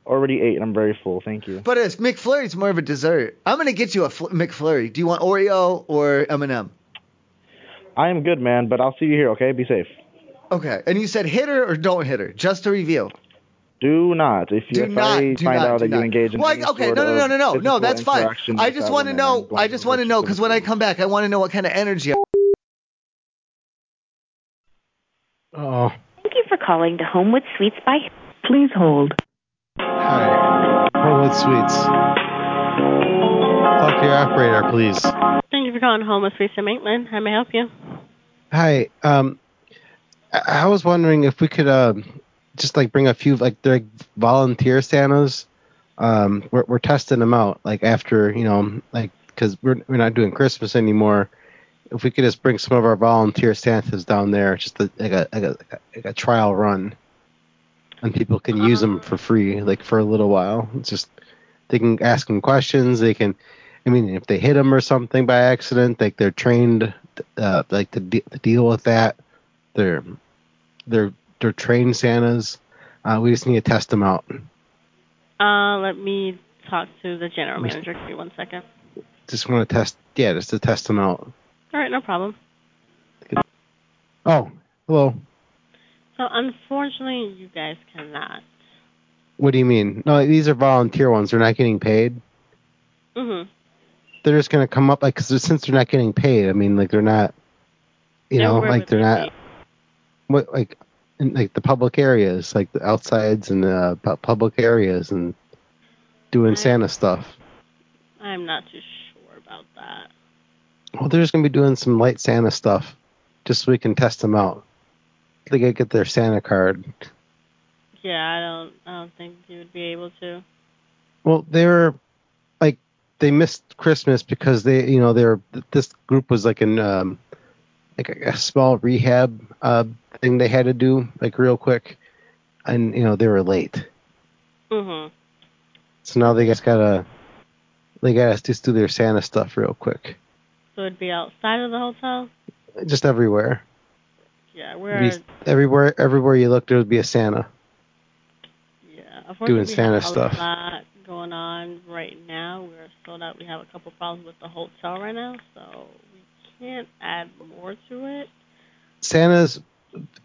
[SPEAKER 9] Already ate, and I'm very full. Thank you.
[SPEAKER 2] But it's McFlurry's more of a dessert. I'm gonna get you a fl- McFlurry. Do you want Oreo or M&M?
[SPEAKER 9] I am good, man. But I'll see you here. Okay, be safe.
[SPEAKER 2] Okay. And you said hit her or don't hit her, just to reveal.
[SPEAKER 9] Do not. If you
[SPEAKER 2] Do
[SPEAKER 9] if
[SPEAKER 2] not.
[SPEAKER 9] I
[SPEAKER 2] do
[SPEAKER 9] find
[SPEAKER 2] not.
[SPEAKER 9] out
[SPEAKER 2] do
[SPEAKER 9] that you
[SPEAKER 2] not.
[SPEAKER 9] engage in
[SPEAKER 2] Well,
[SPEAKER 9] any
[SPEAKER 2] okay.
[SPEAKER 9] sort
[SPEAKER 2] No, no, no,
[SPEAKER 9] of
[SPEAKER 2] no, no, no.
[SPEAKER 9] physical
[SPEAKER 2] That's fine.
[SPEAKER 9] interaction
[SPEAKER 2] I
[SPEAKER 9] with
[SPEAKER 2] just
[SPEAKER 9] that
[SPEAKER 2] want to
[SPEAKER 9] woman, I'm
[SPEAKER 2] know.
[SPEAKER 9] going
[SPEAKER 2] I just want to
[SPEAKER 9] report
[SPEAKER 2] know
[SPEAKER 9] you
[SPEAKER 2] because
[SPEAKER 9] the
[SPEAKER 2] when I
[SPEAKER 9] police.
[SPEAKER 2] come back, I want to know what kind of energy. I-
[SPEAKER 4] Oh.
[SPEAKER 10] Thank you for calling the Homewood Suites by. Please hold.
[SPEAKER 4] Hi. Homewood Oh, Suites. Talk to your operator, please.
[SPEAKER 11] Thank you for calling Home of Suites in Maitland. How may I help you?
[SPEAKER 4] Hi. Um, I, I was wondering if we could um, just like bring a few like they're like volunteer Santas. Um, we're we're testing them out like after you know like because we're we're not doing Christmas anymore. If we could just bring some of our volunteer Santas down there, just to, like a like a like a trial run, and people can use them for free like for a little while. It's just they can ask them questions. They can I mean, if they hit them or something by accident, like they're trained, uh, like to, de- to deal with that. They're they're they're trained Santas. Uh, we just need to test them out.
[SPEAKER 11] Uh, let me talk to the general manager. Give me one second.
[SPEAKER 4] Just want to test, yeah, just to test them out.
[SPEAKER 11] All right, no problem.
[SPEAKER 4] Oh, hello.
[SPEAKER 11] So unfortunately, you guys cannot.
[SPEAKER 4] What do you mean? No, these are volunteer ones. They're not getting paid.
[SPEAKER 11] Mhm.
[SPEAKER 4] They're just gonna come up like 'cause since they're not getting paid. I mean, like they're not, you
[SPEAKER 11] They're
[SPEAKER 4] know,
[SPEAKER 11] where
[SPEAKER 4] like
[SPEAKER 11] would
[SPEAKER 4] they're not. What like, in, like the public areas, like the outsides and the uh, pu- public areas and doing Santa stuff.
[SPEAKER 11] I'm not too sure about that.
[SPEAKER 4] Well, they're just gonna be doing some light Santa stuff, just so we can test them out. They gotta get their Santa card.
[SPEAKER 11] Yeah, I don't. I don't think you would be able to.
[SPEAKER 4] Well, they were like they missed Christmas because they, you know, they're this group was like an um, like a, a small rehab uh thing they had to do like real quick, and you know they were late.
[SPEAKER 11] Mhm.
[SPEAKER 4] So now they just gotta they gotta just do their Santa stuff real quick,
[SPEAKER 11] So it'd be outside of the hotel.
[SPEAKER 4] just everywhere.
[SPEAKER 11] Yeah,
[SPEAKER 4] It'd
[SPEAKER 11] we're.
[SPEAKER 4] be- Everywhere, everywhere you look, there would be a Santa.
[SPEAKER 11] Yeah, unfortunately, we
[SPEAKER 4] Santa
[SPEAKER 11] have
[SPEAKER 4] stuff.
[SPEAKER 11] A lot going on right now. We're sold out. We have a couple problems with the hotel right now, so we can't add more to it.
[SPEAKER 4] Santa's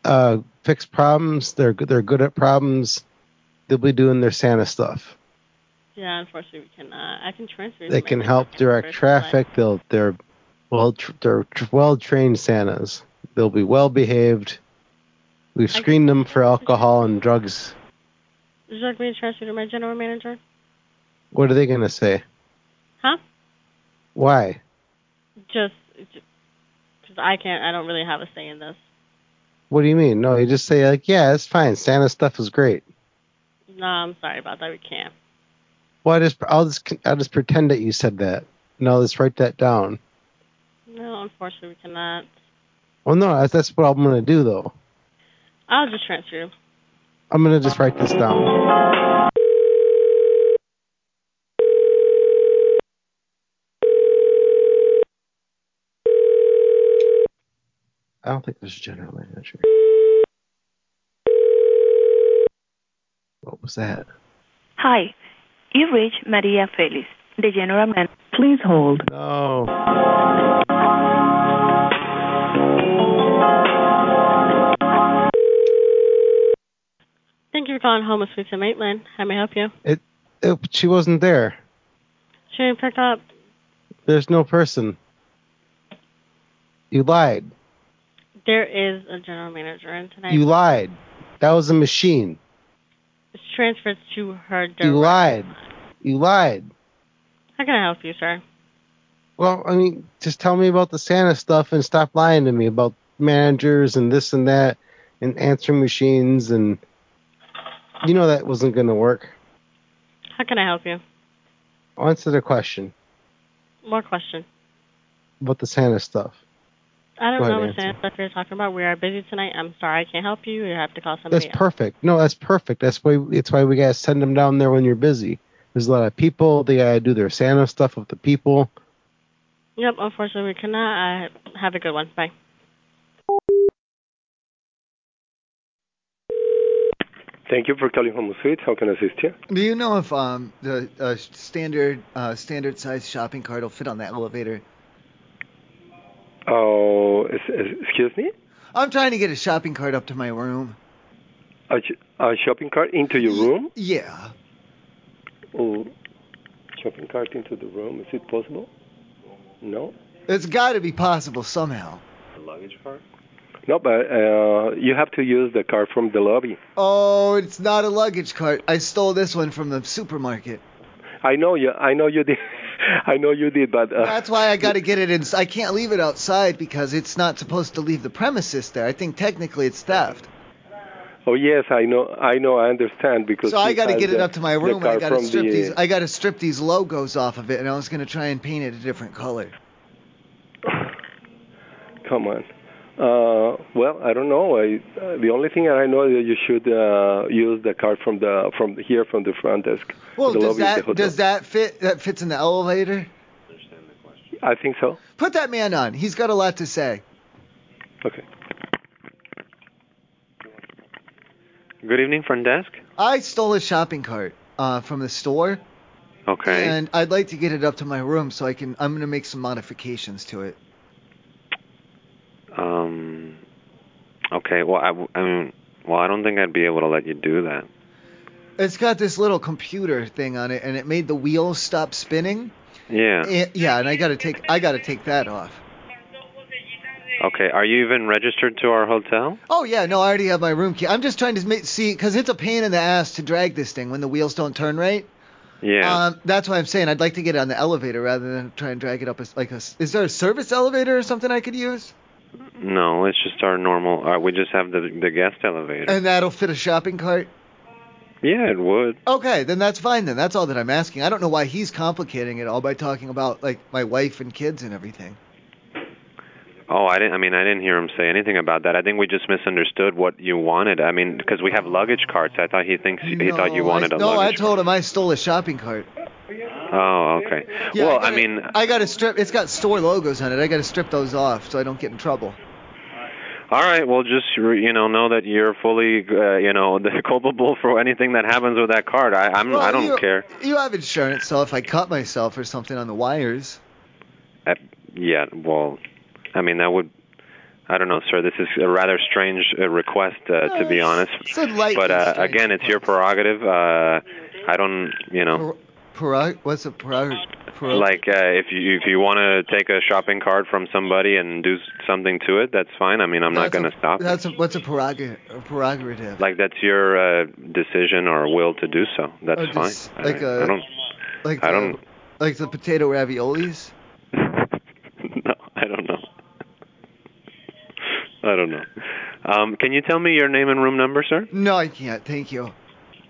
[SPEAKER 4] uh, fix problems. They're good- they're good at problems. They'll be doing their Santa stuff.
[SPEAKER 11] Yeah, unfortunately, we cannot. I can transfer. you to
[SPEAKER 4] They
[SPEAKER 11] my
[SPEAKER 4] can
[SPEAKER 11] email
[SPEAKER 4] help
[SPEAKER 11] account
[SPEAKER 4] direct
[SPEAKER 11] first, but-
[SPEAKER 4] traffic. They'll they're well tr- they're well trained Santas. They'll be well behaved. We've screened them for alcohol and drugs.
[SPEAKER 12] Would you like me to transfer to my general manager?
[SPEAKER 4] What are they gonna say?
[SPEAKER 12] Huh?
[SPEAKER 4] Why?
[SPEAKER 12] Just, because I can't. I don't really have a say in this.
[SPEAKER 4] What do you mean? No, you just say like, yeah, it's fine. Santa's stuff is great.
[SPEAKER 12] No, I'm sorry about that. We can't.
[SPEAKER 4] Well, I just I'll just I'll just pretend that you said that, and I'll just write that down.
[SPEAKER 12] No, unfortunately, we cannot.
[SPEAKER 4] Well, no, that's, that's what I'm gonna do though.
[SPEAKER 12] I'll just transfer you.
[SPEAKER 4] I'm gonna just write this down. I don't think there's a general manager. What was that?
[SPEAKER 1] Hi, you reached Maria Félix, the general manager. Please hold.
[SPEAKER 4] No.
[SPEAKER 12] Thank you for calling Home of Sweets and Maitland. How may I help you?
[SPEAKER 4] It, she wasn't there.
[SPEAKER 12] She didn't pick up.
[SPEAKER 4] There's no person. You lied.
[SPEAKER 12] There is a general manager in tonight.
[SPEAKER 4] You lied. That was a machine.
[SPEAKER 12] It's transferred to her. Direct.
[SPEAKER 4] You lied. You lied.
[SPEAKER 12] How can I help you, sir?
[SPEAKER 4] Well, I mean, just tell me about the Santa stuff and stop lying to me about managers and this and that and answering machines and you know that wasn't going to work.
[SPEAKER 12] How can I help you?
[SPEAKER 4] Answer the question
[SPEAKER 12] More question.
[SPEAKER 4] about the Santa stuff.
[SPEAKER 12] I don't
[SPEAKER 4] Go ahead,
[SPEAKER 12] know what
[SPEAKER 4] answer.
[SPEAKER 12] Santa stuff you're talking about. We are busy tonight. I'm sorry, I can't help you. You have to call somebody
[SPEAKER 4] That's perfect. No, that's perfect. That's why it's why we gotta send them down there when you're busy. There's a lot of people. They gotta do their Santa stuff with the people.
[SPEAKER 12] Yep, unfortunately, we cannot. Uh, have a good one. Bye.
[SPEAKER 13] Thank you for calling Home Suite. How can I assist you?
[SPEAKER 2] Do you know if um the uh, standard uh, standard size shopping cart will fit on that elevator?
[SPEAKER 13] Oh, es- es- excuse me?
[SPEAKER 2] I'm trying to get a shopping cart up to my room.
[SPEAKER 13] A, sh- a shopping cart into your room?
[SPEAKER 2] Yeah.
[SPEAKER 13] Oh, shopping cart into the room. Is it possible? No.
[SPEAKER 2] It's got to be possible somehow.
[SPEAKER 13] A luggage cart? No, but uh, you have to use the cart from the lobby.
[SPEAKER 2] Oh, it's not a luggage cart. I stole this one from the supermarket.
[SPEAKER 13] I know you. I know you did. I know you did, but uh,
[SPEAKER 2] That's why I got to get it in. I can't leave it outside because it's not supposed to leave the premises there. I think technically it's theft.
[SPEAKER 13] oh yes, I know. I know. I understand because.
[SPEAKER 2] So I got to
[SPEAKER 13] sometimes
[SPEAKER 2] get it
[SPEAKER 13] the-
[SPEAKER 2] up to my
[SPEAKER 13] the
[SPEAKER 2] room. and I
[SPEAKER 13] cart
[SPEAKER 2] got to
[SPEAKER 13] from
[SPEAKER 2] strip
[SPEAKER 13] the-
[SPEAKER 2] these. I got to strip these logos off of it, and I was gonna try and paint it a different color.
[SPEAKER 13] Come on. Uh, well, I don't know. I, uh, the only thing that I know is that you should uh, use the card from the from here from the front desk.
[SPEAKER 2] Well,
[SPEAKER 13] the
[SPEAKER 2] does
[SPEAKER 13] lobby of the
[SPEAKER 2] that
[SPEAKER 13] hotel.
[SPEAKER 2] does that fit? That fits in the elevator.
[SPEAKER 13] I think so.
[SPEAKER 2] Put that man on. He's got a lot to say.
[SPEAKER 13] Okay.
[SPEAKER 14] Good evening, front desk.
[SPEAKER 2] I stole a shopping cart uh, from the store,
[SPEAKER 14] Okay.
[SPEAKER 2] and I'd like to get it up to my room so I can. I'm gonna make some modifications to it.
[SPEAKER 14] Um. Okay. Well, I, w- I mean, well, I don't think I'd be able to let you do that.
[SPEAKER 2] It's got this little computer thing on it, and it made the wheels stop spinning.
[SPEAKER 14] Yeah.
[SPEAKER 2] Eh, yeah, and I gotta take I gotta take that off.
[SPEAKER 14] Okay. Are you even registered to our hotel?
[SPEAKER 2] Oh yeah, no, I already have my room key. I'm just trying to ma- see because it's a pain in the ass to drag this thing when the wheels don't turn right.
[SPEAKER 14] Yeah.
[SPEAKER 2] Um, that's why I'm saying I'd like to get it on the elevator rather than try and drag it up as like a. s- Is there a service elevator or something I could use? Um,
[SPEAKER 14] no, it's just our normal. Uh, we just have the the guest elevator.
[SPEAKER 2] And that'll fit a shopping cart.
[SPEAKER 14] yeah, it would.
[SPEAKER 2] Okay, then that's fine. Then that's all that I'm asking. I don't know why he's complicating it all by talking about like my wife and kids and everything.
[SPEAKER 14] Oh, I didn't. I mean, I didn't hear him say anything about that. I think we just misunderstood what you wanted. I mean, because we have luggage carts. I thought he thinks he thought you
[SPEAKER 2] No, I-
[SPEAKER 14] wanted a
[SPEAKER 2] no, I
[SPEAKER 14] luggage.
[SPEAKER 2] told him I stole a shopping cart.
[SPEAKER 14] Oh, okay.
[SPEAKER 2] Yeah,
[SPEAKER 14] well,
[SPEAKER 2] I gotta-
[SPEAKER 14] I mean,
[SPEAKER 2] I gotta strip. It's got store logos on it. I gotta strip those off so I don't get in trouble.
[SPEAKER 14] All right. Well, just you know, know that you're fully uh, you know culpable for anything that happens with that card. I I'm,
[SPEAKER 2] Well,
[SPEAKER 14] I don't
[SPEAKER 2] you-
[SPEAKER 14] care.
[SPEAKER 2] You have insurance, so if I cut myself or something on the wires,
[SPEAKER 14] Uh, yeah. Well, I mean that would. I don't know, sir. This is a rather strange uh, request, uh, to be honest.
[SPEAKER 2] it's a light.
[SPEAKER 14] But uh, again, it's your prerogative. Uh, I don't, you know.
[SPEAKER 2] Prerog- what's a prerog-
[SPEAKER 14] Like uh, if you if you want to take a shopping cart from somebody and do s- something to it, that's fine. I mean, I'm not going to stop.
[SPEAKER 2] That's a, what's a prerogative. A prerogative.
[SPEAKER 14] Like that's your uh, decision or will to do so. That's
[SPEAKER 2] Oh,
[SPEAKER 14] fine.
[SPEAKER 2] just
[SPEAKER 14] I-
[SPEAKER 2] like
[SPEAKER 14] I
[SPEAKER 2] a-
[SPEAKER 14] don't.
[SPEAKER 2] Like
[SPEAKER 14] I
[SPEAKER 2] the-
[SPEAKER 14] don't.
[SPEAKER 2] Like the potato raviolis.
[SPEAKER 14] No, I don't know. I don't know. Um, can you tell me your name and room number, sir?
[SPEAKER 2] No, I can't. Thank you.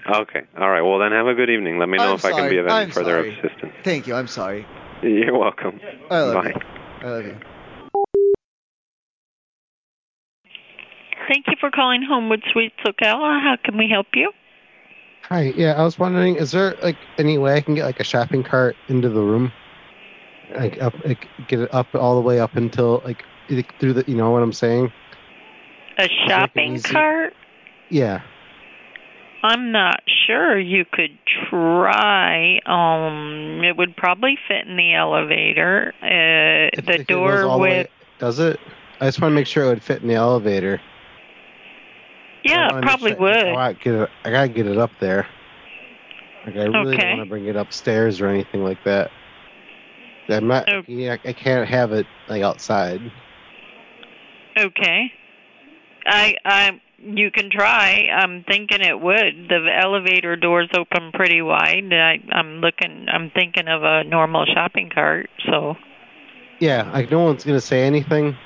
[SPEAKER 14] Okay. All right. Well, then have a good evening. Let me know
[SPEAKER 2] I'm
[SPEAKER 14] if I can be
[SPEAKER 2] sorry.
[SPEAKER 14] of any
[SPEAKER 2] I'm
[SPEAKER 14] further
[SPEAKER 2] sorry.
[SPEAKER 14] assistance.
[SPEAKER 2] Thank you. I'm sorry.
[SPEAKER 14] You're welcome.
[SPEAKER 2] I love
[SPEAKER 14] Bye.
[SPEAKER 2] you. I love you.
[SPEAKER 15] Thank you for calling Homewood Suites Ocala. How can we help you?
[SPEAKER 4] Hi. Yeah, I was wondering, is there like any way I can get like a shopping cart into the room, like up, like get it up all the way up until like it- through the, you know what I'm saying?
[SPEAKER 15] A shopping
[SPEAKER 4] easy-
[SPEAKER 15] cart?
[SPEAKER 4] Yeah.
[SPEAKER 15] I'm not sure. You could try. Um, it would probably fit in the elevator. Uh, the
[SPEAKER 4] It goes
[SPEAKER 15] door
[SPEAKER 4] all the way-
[SPEAKER 15] with
[SPEAKER 4] does it? I just want to make sure it would fit in the elevator.
[SPEAKER 15] yeah, it probably would.
[SPEAKER 4] Oh, I get it. I gotta get it up there. Like I really
[SPEAKER 15] Okay.
[SPEAKER 4] don't want to bring it upstairs or anything like that. I'm not. Yeah, I can't have it like outside.
[SPEAKER 15] Okay. I I you can try. I'm thinking it would. The elevator doors open pretty wide. I I'm looking I'm thinking of a normal shopping cart, so
[SPEAKER 4] Yeah, like no one's gonna say anything.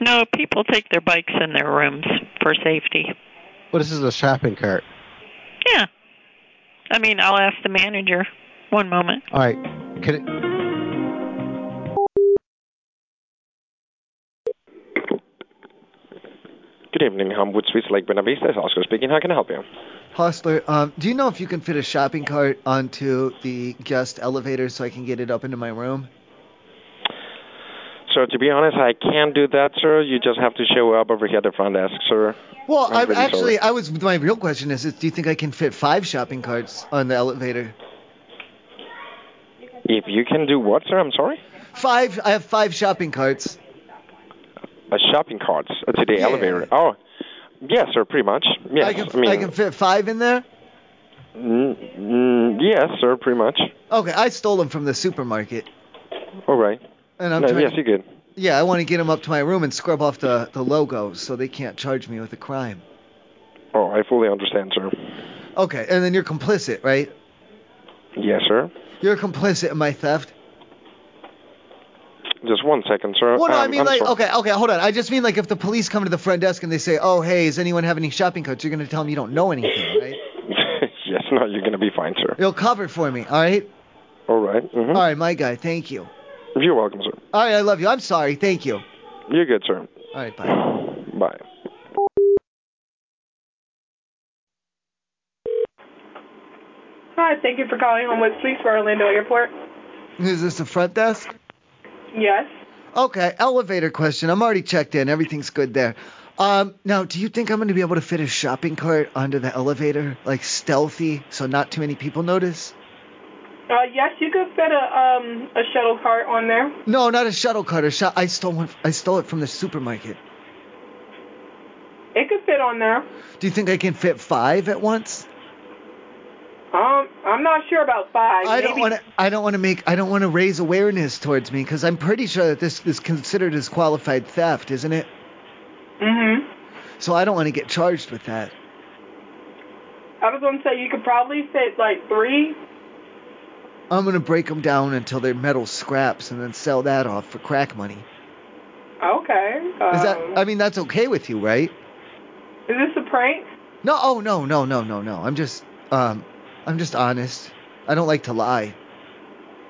[SPEAKER 15] no, people take their bikes in their rooms for safety.
[SPEAKER 4] But this is a shopping cart.
[SPEAKER 15] Yeah. I mean, I'll ask the manager. One moment.
[SPEAKER 4] All right. Could it,
[SPEAKER 13] Good evening, Homewood Suites Lake Buena Vista. It's Oscar speaking. How can I help you?
[SPEAKER 2] Hostler, um, do you know if you can fit a shopping cart onto the guest elevator so I can get it up into my room?
[SPEAKER 13] So to be honest, I can't do that, sir. You just have to show up over here at the front desk, sir.
[SPEAKER 2] Well,
[SPEAKER 13] I'm
[SPEAKER 2] I
[SPEAKER 13] really
[SPEAKER 2] actually,
[SPEAKER 13] sorry.
[SPEAKER 2] I was. My real question is, is, do you think I can fit five shopping carts on the elevator?
[SPEAKER 13] If you can do what, sir? I'm sorry.
[SPEAKER 2] Five. I have five shopping carts.
[SPEAKER 13] A shopping cart to the
[SPEAKER 2] Yeah.
[SPEAKER 13] elevator. Oh, yes, sir. Pretty much. Yes. I,
[SPEAKER 2] can-
[SPEAKER 13] mean,
[SPEAKER 2] I can fit five in there.
[SPEAKER 13] mm, mm, yes, sir. Pretty much.
[SPEAKER 2] Okay, I stole them from the supermarket,
[SPEAKER 13] All right.
[SPEAKER 2] and I'm
[SPEAKER 13] No,
[SPEAKER 2] trying.
[SPEAKER 13] yes, you good.
[SPEAKER 2] yeah, I want to get them up to my room and scrub off the the logos so they can't charge me with a crime.
[SPEAKER 13] Oh, I fully understand, sir.
[SPEAKER 2] Okay, and then you're complicit, right?
[SPEAKER 13] Yes, sir.
[SPEAKER 2] You're complicit in my theft.
[SPEAKER 13] Just one second, sir.
[SPEAKER 2] Well, no, I
[SPEAKER 13] Um,
[SPEAKER 2] mean
[SPEAKER 13] I'm
[SPEAKER 2] like,
[SPEAKER 13] sorry.
[SPEAKER 2] okay, okay, hold on. I just mean like if the police come to the front desk and they say, "Oh, hey, does anyone have any shopping carts?" You're gonna tell them you don't know anything, right?
[SPEAKER 13] yes, no, you're gonna be fine, sir.
[SPEAKER 2] You'll cover for me, all right?
[SPEAKER 13] All right. mm-hmm.
[SPEAKER 2] All right, my guy. Thank you.
[SPEAKER 13] You're welcome, sir.
[SPEAKER 2] All right, I love you. I'm sorry. Thank you.
[SPEAKER 13] You're good, sir.
[SPEAKER 2] All right, bye.
[SPEAKER 13] Bye.
[SPEAKER 16] Hi, thank you for calling Homewood Suites for Orlando Airport.
[SPEAKER 2] Is this the front desk?
[SPEAKER 16] Yes.
[SPEAKER 2] Okay, elevator question. I'm already checked in. Everything's good there. Um, now, do you think I'm going to be able to fit a shopping cart onto the elevator, like stealthy, so not too many people notice?
[SPEAKER 16] Uh, yes, you could fit a um a shuttle cart on there.
[SPEAKER 2] No, not a shuttle cart. A sho- I stole one. I stole it from the supermarket.
[SPEAKER 16] It could fit on there.
[SPEAKER 2] Do you think I can fit five at once?
[SPEAKER 16] Um, I'm not sure about five.
[SPEAKER 2] I don't
[SPEAKER 16] Maybe-
[SPEAKER 2] want to. I don't want to make. I don't want to raise awareness towards me because I'm pretty sure that this is considered as qualified theft, isn't it?
[SPEAKER 16] Mhm.
[SPEAKER 2] So I don't want to get charged with that.
[SPEAKER 16] I was gonna say you could probably fit like three.
[SPEAKER 2] I'm gonna break them down until they're metal scraps and then sell that off for crack money.
[SPEAKER 16] Okay. Um,
[SPEAKER 2] Is that? I mean, that's okay with you, right?
[SPEAKER 16] is this a prank?
[SPEAKER 2] No. Oh no no no no no. I'm just um, I'm just honest. I don't like to lie.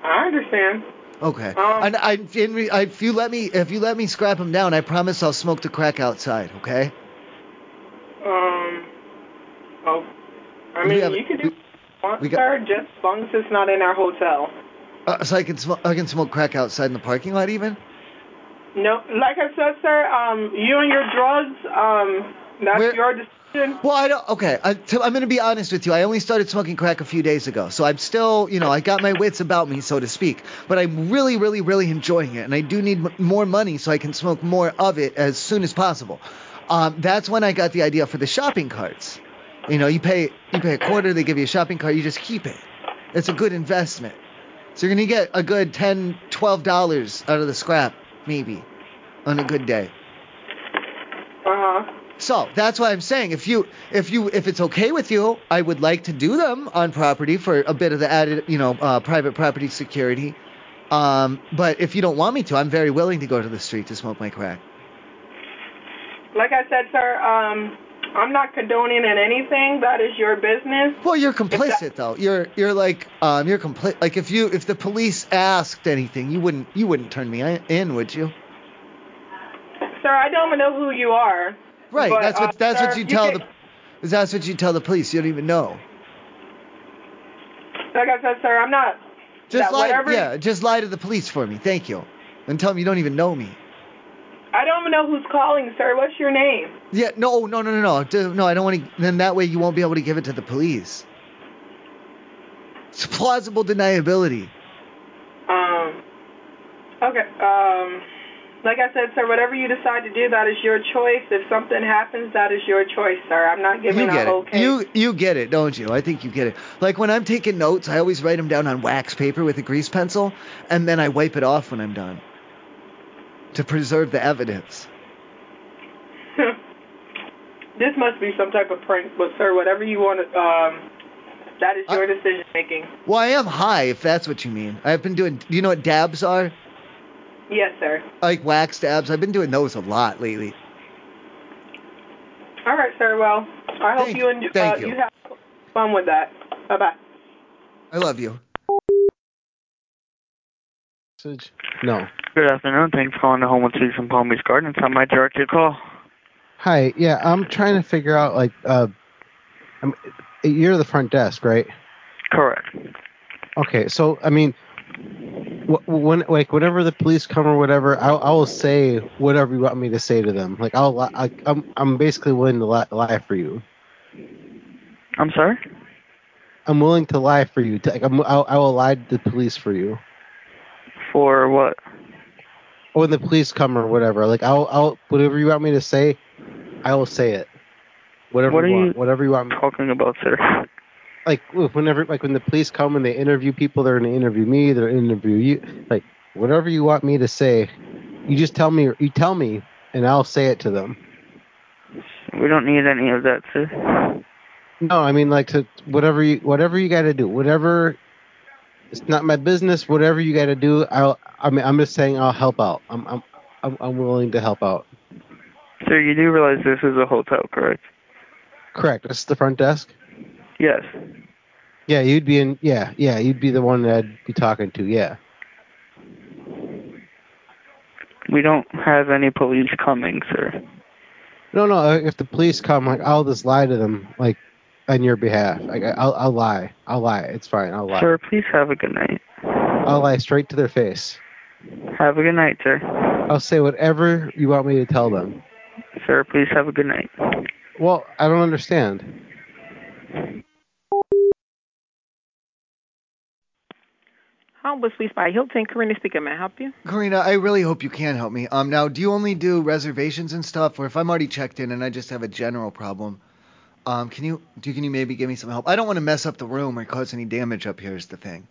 [SPEAKER 16] Uh, I understand.
[SPEAKER 2] Okay.
[SPEAKER 16] Oh.
[SPEAKER 2] and I, in re, I, if you let me, if you let me scrap them down, I promise I'll smoke the crack outside. Okay?
[SPEAKER 16] Um. Oh. I mean,
[SPEAKER 2] Yeah, but
[SPEAKER 16] you could do one,
[SPEAKER 2] we got-
[SPEAKER 16] sir, just as long as it's not in our hotel.
[SPEAKER 2] Uh, so I can smoke. I can smoke crack outside in the parking lot, even.
[SPEAKER 16] No, like I said, sir. Um, you and your drugs. Um, that's your decision.
[SPEAKER 2] Well, I don't. Okay, I, t- I'm going to be honest with you. I only started smoking crack a few days ago, so I'm still, you know, I got my wits about me, so to speak. But I'm really, really, really enjoying it, and I do need m- more money so I can smoke more of it as soon as possible. Um, that's when I got the idea for the shopping carts. You know, you pay you pay a quarter, they give you a shopping cart, you just keep it. It's a good investment. So you're gonna get a good 10 dollars out of the scrap, maybe, on a good day.
[SPEAKER 16] Uh-huh.
[SPEAKER 2] So that's why I'm saying if you if you if it's okay with you, I would like to do them on property for a bit of the added you know uh, private property security. Um, but if you don't want me to, I'm very willing to go to the street to smoke my crack.
[SPEAKER 16] Like I said, sir, um, I'm not condoning in anything. That is your business.
[SPEAKER 2] Well, you're complicit though. You're you're like um you're compli like if you if the police asked anything, you wouldn't you wouldn't turn me i- in, would you?
[SPEAKER 16] Sir, I don't know who you are.
[SPEAKER 2] Right.
[SPEAKER 16] but,
[SPEAKER 2] that's
[SPEAKER 16] uh,
[SPEAKER 2] what that's
[SPEAKER 16] sir,
[SPEAKER 2] what you tell
[SPEAKER 16] can-
[SPEAKER 2] the that's what you tell the police. You don't even know.
[SPEAKER 16] Like I said, sir, I'm not.
[SPEAKER 2] Just
[SPEAKER 16] that
[SPEAKER 2] lie.
[SPEAKER 16] whatever-
[SPEAKER 2] Yeah. Just lie to the police for me. Thank you. And tell them you don't even know me.
[SPEAKER 16] I don't know who's calling, sir. What's your name?
[SPEAKER 2] Yeah. No. No. No. No. No. D- No. I don't want to. Then that way you won't be able to give it to the police. It's plausible deniability.
[SPEAKER 16] Um. Okay. Um. Like I said, sir, whatever you decide to do, that is your choice. If something happens, that is your choice, sir. I'm not giving
[SPEAKER 2] you get
[SPEAKER 16] up.
[SPEAKER 2] it.
[SPEAKER 16] Okay.
[SPEAKER 2] You you get it, don't you? I think you get it. Like when I'm taking notes, I always write them down on wax paper with a grease pencil, and then I wipe it off when I'm done to preserve the evidence.
[SPEAKER 16] This must be some type of prank, but sir, whatever you want to. Um. That is your decision making.
[SPEAKER 2] Well, I am high, if that's what you mean. I've been doing. Do you know what dabs are?
[SPEAKER 16] Yes, sir.
[SPEAKER 2] Like wax dabs. I've been doing those a lot lately.
[SPEAKER 16] All right, sir. Well, I hope you and
[SPEAKER 2] thank
[SPEAKER 16] uh,
[SPEAKER 2] you.
[SPEAKER 16] you have fun with that. Bye bye.
[SPEAKER 2] I love you.
[SPEAKER 4] No.
[SPEAKER 17] Good afternoon. Thanks for calling the Home of Trees and Palm Beach Gardens. How may I direct your call?
[SPEAKER 4] Hi. Yeah, I'm trying to figure out like uh, I'm, you're the front desk, right?
[SPEAKER 17] Correct.
[SPEAKER 4] Okay. So I mean, wh- when like whenever the police come or whatever, I, I will say whatever you want me to say to them. Like I'll li- I, I'm I'm basically willing to li- lie for you.
[SPEAKER 17] I'm sorry.
[SPEAKER 4] I'm willing to lie for you. To, like, I'm, I'll, I will lie to the police for you.
[SPEAKER 17] For what?
[SPEAKER 4] When the police come or whatever. Like I'll I'll whatever you want me to say, I will say it. Whatever
[SPEAKER 17] What
[SPEAKER 4] you
[SPEAKER 17] are
[SPEAKER 4] want.
[SPEAKER 17] you
[SPEAKER 4] whatever you want.
[SPEAKER 17] Talking about, sir.
[SPEAKER 4] like whenever like when the police come and they interview people they're going to interview me they're going to interview you like whatever you want me to say you just tell me you tell me and i'll say it to them
[SPEAKER 17] We don't need any of that, sir.
[SPEAKER 4] no i mean like to whatever you whatever you got to do whatever it's not my business whatever you got to do i'll i mean i'm just saying i'll help out i'm i'm i'm, I'm willing to help out
[SPEAKER 17] Sir, you do realize this is a hotel, correct?
[SPEAKER 4] correct this is the front desk
[SPEAKER 17] Yes.
[SPEAKER 4] yeah you'd be in yeah yeah you'd be the one that i'd be talking to yeah
[SPEAKER 17] We don't have any police coming, sir.
[SPEAKER 4] No, no. uh, If the police come, like I'll just lie to them, like on your behalf. Like I- I'll, I'll lie. I'll lie. It's fine. I'll lie.
[SPEAKER 17] Sir, please have a good night.
[SPEAKER 4] I'll lie straight to their face.
[SPEAKER 17] Have a good night, sir.
[SPEAKER 4] I'll say whatever you want me to tell them.
[SPEAKER 17] Sir, please have a good night.
[SPEAKER 4] Well, I don't understand.
[SPEAKER 18] Homeless Suites by Hilton. Karina speaking. May I help you?
[SPEAKER 2] Karina, I really hope you can help me. Um, now, do you only do reservations and stuff, or if I'm already checked in and I just have a general problem, um, can you do? Can you maybe give me some help? I don't want to mess up the room or cause any damage up here. Is the thing.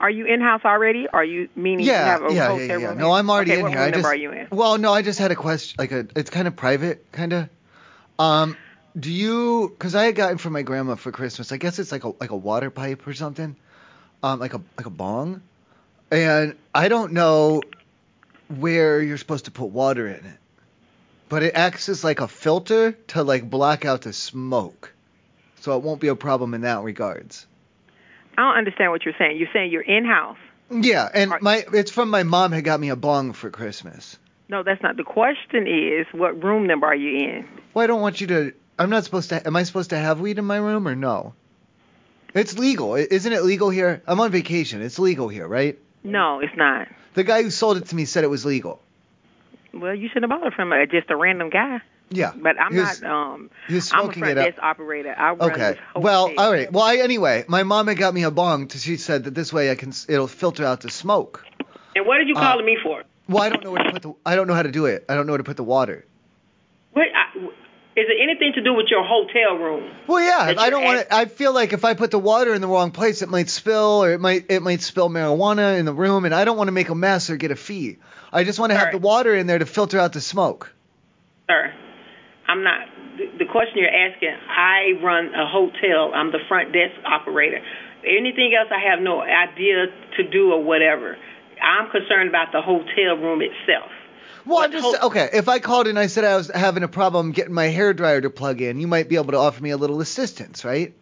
[SPEAKER 18] Are you in house already? Are you meaning you
[SPEAKER 2] yeah,
[SPEAKER 18] have a
[SPEAKER 2] yeah,
[SPEAKER 18] hotel
[SPEAKER 2] yeah, yeah.
[SPEAKER 18] room?
[SPEAKER 2] No, I'm already
[SPEAKER 18] okay,
[SPEAKER 2] in
[SPEAKER 18] what
[SPEAKER 2] here.
[SPEAKER 18] room
[SPEAKER 2] I
[SPEAKER 18] number
[SPEAKER 2] just,
[SPEAKER 18] are you in?
[SPEAKER 2] Well, no, I just had a question. Like a, it's kind of private, kind of. Um, do you? Because I had gotten from my grandma for Christmas. I guess it's like a like a water pipe or something, um, like a like a bong, and I don't know where you're supposed to put water in it, but it acts as like a filter to like block out the smoke, so it won't be a problem in that regards.
[SPEAKER 18] I don't understand what you're saying. You're saying you're in house.
[SPEAKER 2] Yeah, and my it's from my mom had got me a bong for Christmas.
[SPEAKER 18] No, that's not. The question is, what room number are you in?
[SPEAKER 2] Well, I don't want you to. I'm not supposed to. Am I supposed to have weed in my room or no? It's legal, I- isn't it legal here? I'm on vacation. It's legal here, right?
[SPEAKER 18] No, it's not.
[SPEAKER 2] The guy who sold it to me said it was legal.
[SPEAKER 18] Well, you should have bought it from a, just a random guy.
[SPEAKER 2] Yeah.
[SPEAKER 18] But I'm
[SPEAKER 2] He was-
[SPEAKER 18] not. Um,
[SPEAKER 2] he was
[SPEAKER 18] I'm a
[SPEAKER 2] smoking
[SPEAKER 18] front
[SPEAKER 2] it up.
[SPEAKER 18] desk operator. I run
[SPEAKER 2] Okay.
[SPEAKER 18] this
[SPEAKER 2] Well, all right. Well, I, anyway, my mom had got me a bong. To, she said that this way I can. s- It'll filter out the smoke.
[SPEAKER 19] And what are you
[SPEAKER 2] Uh,
[SPEAKER 19] calling me for?
[SPEAKER 2] Well, I don't know where to put the. I don't know how to do it. I don't know where to put the water.
[SPEAKER 19] What? I, Is it anything to do with your hotel room?
[SPEAKER 2] Well, yeah,
[SPEAKER 19] That
[SPEAKER 2] I
[SPEAKER 19] you're
[SPEAKER 2] don't want to. I feel like if I put the water in the wrong place, it might spill, or it might it might spill marijuana in the room, and I don't want to make a mess or get a fee. I just want to have the water in there to filter out the smoke.
[SPEAKER 19] Sir, I'm not. The, the question you're asking, I run a hotel. I'm the front desk operator. Anything else, I have no idea to do or whatever. I'm concerned about the hotel room itself.
[SPEAKER 2] Well, I'm just okay. If I called and I said I was having a problem getting my hair dryer to plug in, you might be able to offer me a little assistance, right?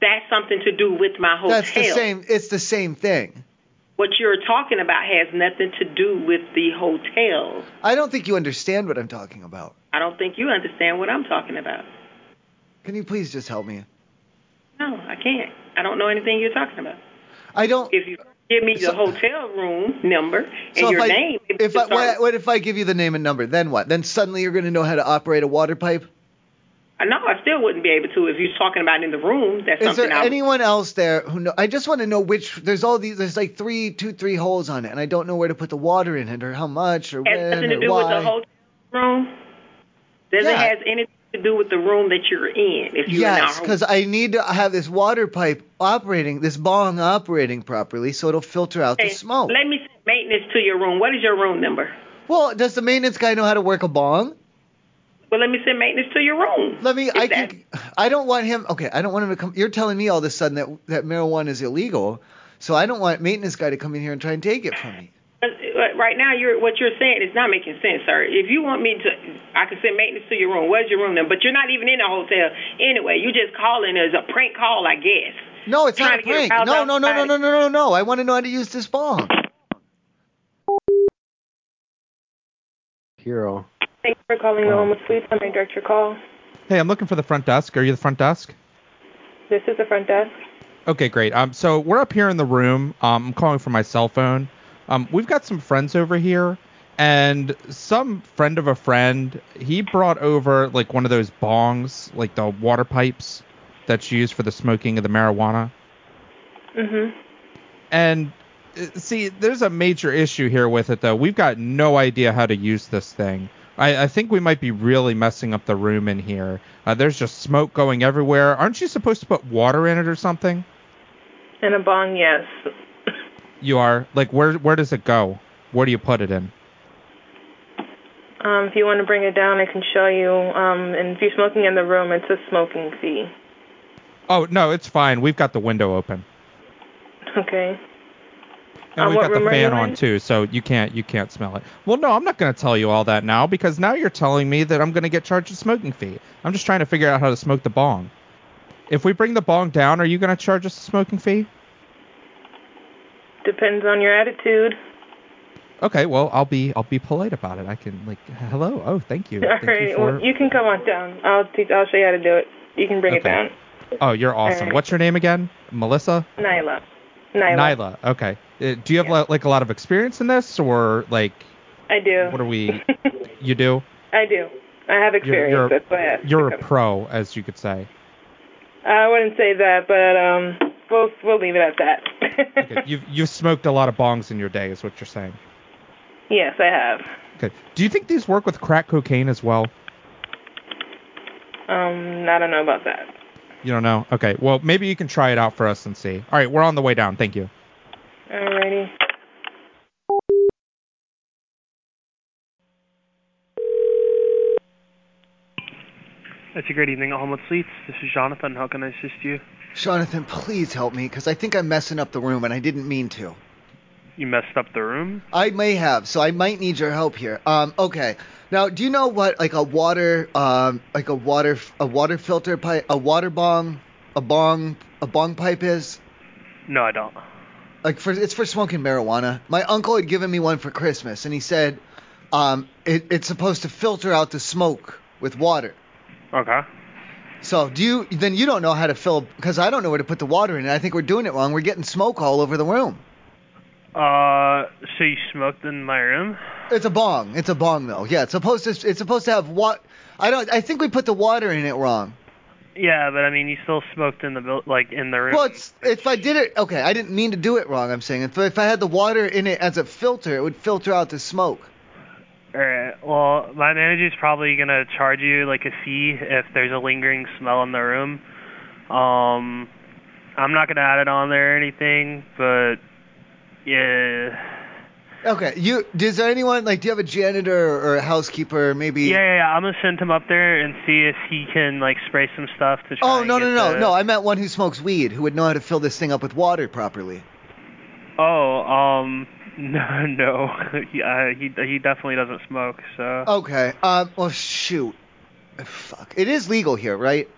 [SPEAKER 19] That's something to do with my hotel.
[SPEAKER 2] That's the same. It's the same thing.
[SPEAKER 19] What you're talking about has nothing to do with the hotel.
[SPEAKER 2] I don't think you understand what I'm talking about.
[SPEAKER 19] I don't think you understand what I'm talking about.
[SPEAKER 2] Can you please just help me?
[SPEAKER 19] No, I can't. I don't know anything you're talking about.
[SPEAKER 2] I don't.
[SPEAKER 19] If you give me the hotel room number and
[SPEAKER 2] So if
[SPEAKER 19] your
[SPEAKER 2] I,
[SPEAKER 19] name, it's
[SPEAKER 2] if I,
[SPEAKER 19] just
[SPEAKER 2] what,
[SPEAKER 19] all-
[SPEAKER 2] what if I give you the name and number? Then what? Then suddenly you're going to know how to operate a water pipe?
[SPEAKER 19] Uh, no, I still wouldn't be able to if you're talking about in the room. That's
[SPEAKER 2] Is
[SPEAKER 19] something
[SPEAKER 2] there
[SPEAKER 19] I would-
[SPEAKER 2] anyone else there who know? I just want to know which. There's all these. There's like three, two, three holes on it, and I don't know where to put the water in it, or how much, or
[SPEAKER 19] has
[SPEAKER 2] when,
[SPEAKER 19] nothing
[SPEAKER 2] or
[SPEAKER 19] to do
[SPEAKER 2] why.
[SPEAKER 19] with the hotel room. Does it
[SPEAKER 2] Yeah.
[SPEAKER 19] has anything to do with the room that you're in? If you're
[SPEAKER 2] yes,
[SPEAKER 19] in our
[SPEAKER 2] because I need to have this water pipe operating, this bong operating properly, so it'll filter out
[SPEAKER 19] Okay,
[SPEAKER 2] the smoke.
[SPEAKER 19] Let me send maintenance to your room. What is your room number?
[SPEAKER 2] Well, does the maintenance guy know how to work a bong?
[SPEAKER 19] Well, let me send maintenance to your room.
[SPEAKER 2] Let me. I can. I don't want him. Okay, I don't want him to come. You're telling me all of a sudden that that marijuana is illegal, so I don't want maintenance guy to come in here and try and take it from me.
[SPEAKER 19] But but Uh, right now, you're what you're saying is not making sense, sir. If you want me to, I can send maintenance to your room. Where's your room number? But you're not even in a hotel anyway. You just calling as a prank call, I guess.
[SPEAKER 2] No, it's not
[SPEAKER 19] Trying
[SPEAKER 2] a
[SPEAKER 19] to get
[SPEAKER 2] prank.
[SPEAKER 19] aroused
[SPEAKER 2] No, no, no, no,
[SPEAKER 19] outside.
[SPEAKER 2] no, no, no, no. I want to know how to use this bong.
[SPEAKER 4] Hero.
[SPEAKER 20] Thanks for calling the Homeless Suites. How may I direct your call?
[SPEAKER 21] Hey, I'm looking for the front desk. Are you the front desk?
[SPEAKER 20] This is the front desk.
[SPEAKER 21] Okay, great. Um, so we're up here in the room. Um, I'm calling from my cell phone. Um, we've got some friends over here, and some friend of a friend, he brought over like one of those bongs, like the water pipes that's used for the smoking of the marijuana.
[SPEAKER 2] Mm-hmm.
[SPEAKER 20] Mhm.
[SPEAKER 21] And uh, see, there's a major issue here with it, though. We've got no idea how to use this thing. I, I think we might be really messing up the room in here. Uh, there's just smoke going everywhere. Aren't you supposed to put water in it or something?
[SPEAKER 20] And a bong, yes.
[SPEAKER 21] You are. Like, where where does it go? Where do you put it in?
[SPEAKER 20] Um, if you want to bring it down, I can show you. Um, and if you're smoking in the room, it's a smoking fee.
[SPEAKER 21] Oh no, it's fine. We've got the window open
[SPEAKER 20] Okay.
[SPEAKER 21] and
[SPEAKER 20] Um,
[SPEAKER 21] we've
[SPEAKER 20] what
[SPEAKER 21] got the
[SPEAKER 20] room are you
[SPEAKER 21] fan on
[SPEAKER 20] in?
[SPEAKER 21] too, so you can't you can't smell it. Well, no, I'm not going to tell you all that now because now you're telling me that I'm going to get charged a smoking fee. I'm just trying to figure out how to smoke the bong. If we bring the bong down, are you going to charge us a smoking fee?
[SPEAKER 20] Depends on your attitude.
[SPEAKER 21] Okay, well, I'll be I'll be polite about it. I can like, hello, oh, thank you.
[SPEAKER 20] All right.
[SPEAKER 21] Thank you for-
[SPEAKER 20] well, you can come on down. I'll teach. I'll show you how to do it. You can bring it down.
[SPEAKER 21] oh, you're awesome.
[SPEAKER 20] Alright.
[SPEAKER 21] What's your name again? Melissa.
[SPEAKER 20] Nyla. Nyla.
[SPEAKER 21] Okay. Uh, do you have li- like a lot of experience in this, or like
[SPEAKER 20] I do.
[SPEAKER 21] what are we? you do.
[SPEAKER 20] I do. I have
[SPEAKER 21] You're,
[SPEAKER 20] experience.
[SPEAKER 21] you're,
[SPEAKER 20] that's why I asked.
[SPEAKER 21] you're a pro, as you could say.
[SPEAKER 20] I wouldn't say that, but um, we'll we'll leave it at that.
[SPEAKER 21] Okay. you've you've smoked a lot of bongs in your day, is what you're saying.
[SPEAKER 20] yes, I have.
[SPEAKER 21] Okay. Do you think these work with crack cocaine as well?
[SPEAKER 20] Um, I don't know about that.
[SPEAKER 21] You don't know. Okay. Well, maybe you can try it out for us and see. All right, we're on the way down. Thank you.
[SPEAKER 20] Alrighty.
[SPEAKER 22] It's a great evening at Homewood Suites. This is Jonathan. How can I assist you?
[SPEAKER 2] Jonathan, please help me, because I think I'm messing up the room, and I didn't mean to.
[SPEAKER 22] You messed up the room.
[SPEAKER 2] I may have, so I might need your help here. Um, okay. Now, do you know what like a water, um, like a water, a water filter pipe, a water bong, a bong, a bong pipe is?
[SPEAKER 22] No, I don't.
[SPEAKER 2] Like for it's for smoking marijuana. My uncle had given me one for Christmas, and he said, um, it, it's supposed to filter out the smoke with water.
[SPEAKER 22] Okay.
[SPEAKER 2] So do you? Then you don't know how to fill because I don't know where to put the water in. And I think we're doing it wrong. We're getting smoke all over the room.
[SPEAKER 22] Uh, so you smoked in my room?
[SPEAKER 2] It's a bong. It's a bong though. Yeah, it's supposed to. It's supposed to have what? I don't. I think we put the water in it wrong.
[SPEAKER 22] Yeah, but I mean, you still smoked in the buil- like in the room.
[SPEAKER 2] Well, it's, if I did it, okay, I didn't mean to do it wrong. I'm saying if, if I had the water in it as a filter, it would filter out the smoke.
[SPEAKER 22] All right. Well, my manager's probably gonna charge you like a fee if there's a lingering smell in the room. Um, I'm not gonna add it on there or anything, but yeah.
[SPEAKER 2] Okay. You does there anyone like do you have a janitor or a housekeeper maybe?
[SPEAKER 22] Yeah, yeah, yeah. I'm gonna send him up there and see if he can like spray some stuff to try.
[SPEAKER 2] Oh
[SPEAKER 22] and
[SPEAKER 2] no
[SPEAKER 22] get
[SPEAKER 2] no no
[SPEAKER 22] the-
[SPEAKER 2] no! I meant one who smokes weed who would know how to fill this thing up with water properly.
[SPEAKER 22] Oh, um, no, no. he, uh, he he definitely doesn't smoke, so.
[SPEAKER 2] Okay. Um. Well, shoot. Oh, Fuck. It is legal here, right?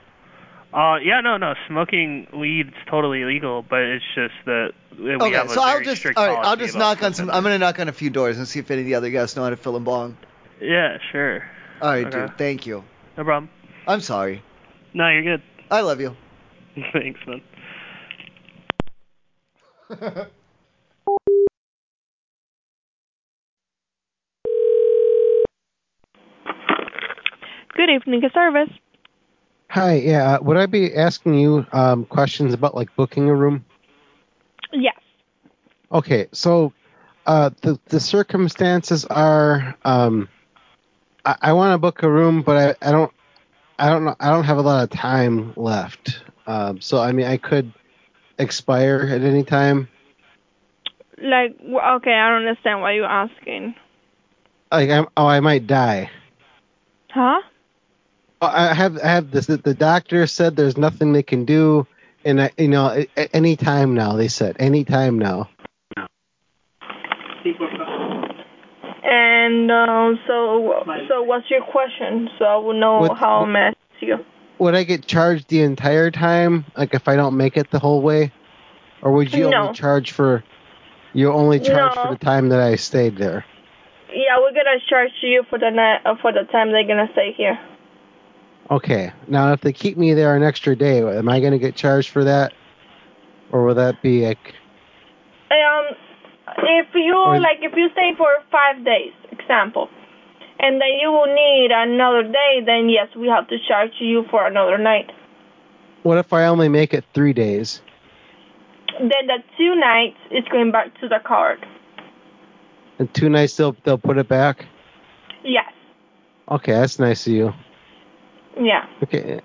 [SPEAKER 22] Uh, yeah, no, no. Smoking weed's totally illegal, but it's just that we
[SPEAKER 2] okay.
[SPEAKER 22] have a
[SPEAKER 2] so
[SPEAKER 22] very
[SPEAKER 2] I'll just
[SPEAKER 22] strict
[SPEAKER 2] all right. I'll
[SPEAKER 22] policy
[SPEAKER 2] just
[SPEAKER 22] about-
[SPEAKER 2] knock on some. I'm gonna knock on a few doors and see if any of the other guys know how to fill a bong.
[SPEAKER 22] Yeah, sure.
[SPEAKER 2] All right,
[SPEAKER 22] Okay.
[SPEAKER 2] dude. Thank you.
[SPEAKER 22] No problem.
[SPEAKER 2] I'm sorry.
[SPEAKER 22] No, you're good.
[SPEAKER 2] I love you.
[SPEAKER 22] Thanks, man.
[SPEAKER 10] Good evening, service.
[SPEAKER 4] Hi, yeah. uh, Would I be asking you um, questions about like booking a room?
[SPEAKER 10] Yes.
[SPEAKER 4] Okay, so uh, the the circumstances are um, I, I want to book a room, but I, I don't I don't know I don't have a lot of time left. Um, so I mean I could expire at any time.
[SPEAKER 1] Like, w- okay, I don't understand why you're asking.
[SPEAKER 4] Like I'm oh I might die.
[SPEAKER 1] Huh?
[SPEAKER 4] Oh, I have I have this. The doctor said there's nothing they can do, and I, you know a- a- any time now they said any time now.
[SPEAKER 1] And um, so, so what's your question? So I will know
[SPEAKER 4] What-
[SPEAKER 1] how I'm asking you.
[SPEAKER 4] Would I get charged the entire time, like if I don't make it the whole way, or would you
[SPEAKER 1] No.
[SPEAKER 4] only charge for? You only charge
[SPEAKER 1] No.
[SPEAKER 4] for the time that I stayed there.
[SPEAKER 1] Yeah, we're gonna charge you for the night uh, for the time they're gonna stay here.
[SPEAKER 4] Okay. Now, if they keep me there an extra day, am I going to get charged for that, or will that be like?
[SPEAKER 1] Um, if you
[SPEAKER 4] Or-
[SPEAKER 1] like, if you stay for five days, example, and then you will need another day, then yes, we have to charge you for another night.
[SPEAKER 4] What if I only make it three days?
[SPEAKER 1] Then the two nights is going back to the card.
[SPEAKER 4] And two nights they'll they'll put it back.
[SPEAKER 1] Yes.
[SPEAKER 4] Okay, that's nice of you.
[SPEAKER 1] Yeah.
[SPEAKER 4] Okay.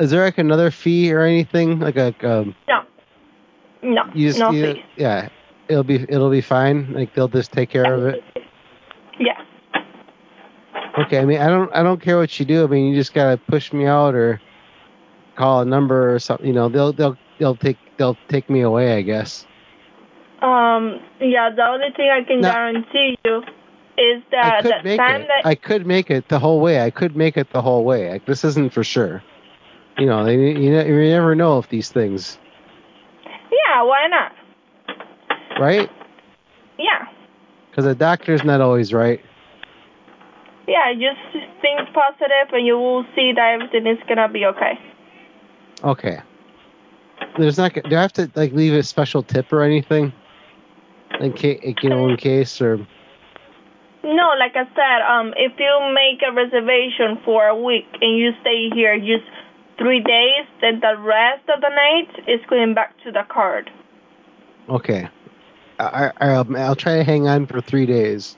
[SPEAKER 4] Is there like another fee or anything? Like a um,
[SPEAKER 1] No. No.
[SPEAKER 4] you just
[SPEAKER 1] no
[SPEAKER 4] you-
[SPEAKER 1] fee.
[SPEAKER 4] yeah, it'll be it'll be fine. Like they'll just take care of it.
[SPEAKER 1] Yeah.
[SPEAKER 4] Okay. I mean, I don't I don't care what you do. I mean, you just gotta push me out or call a number or something. You know, they'll they'll they'll take they'll take me away. I guess.
[SPEAKER 1] Um. Yeah. The only thing I can guarantee you is
[SPEAKER 4] I
[SPEAKER 1] that
[SPEAKER 4] could
[SPEAKER 1] the
[SPEAKER 4] make
[SPEAKER 1] time
[SPEAKER 4] it.
[SPEAKER 1] that
[SPEAKER 4] I could make it the whole way. I could make it the whole way. Like this isn't for sure. You know, they, you, ne- you never know if these things,
[SPEAKER 1] yeah. Why not?
[SPEAKER 4] right?
[SPEAKER 1] Yeah.
[SPEAKER 4] Because the doctor's not always right.
[SPEAKER 1] Yeah. Just think positive, and you will see that everything is gonna be okay.
[SPEAKER 4] Okay. There's not. Do I have to like leave a special tip or anything? In case, you know, in case or
[SPEAKER 1] No, like I said, um, if you make a reservation for a week and you stay here just three days, then the rest of the night is going back to the card.
[SPEAKER 4] okay. I, I I'll, I'll try to hang on for three days,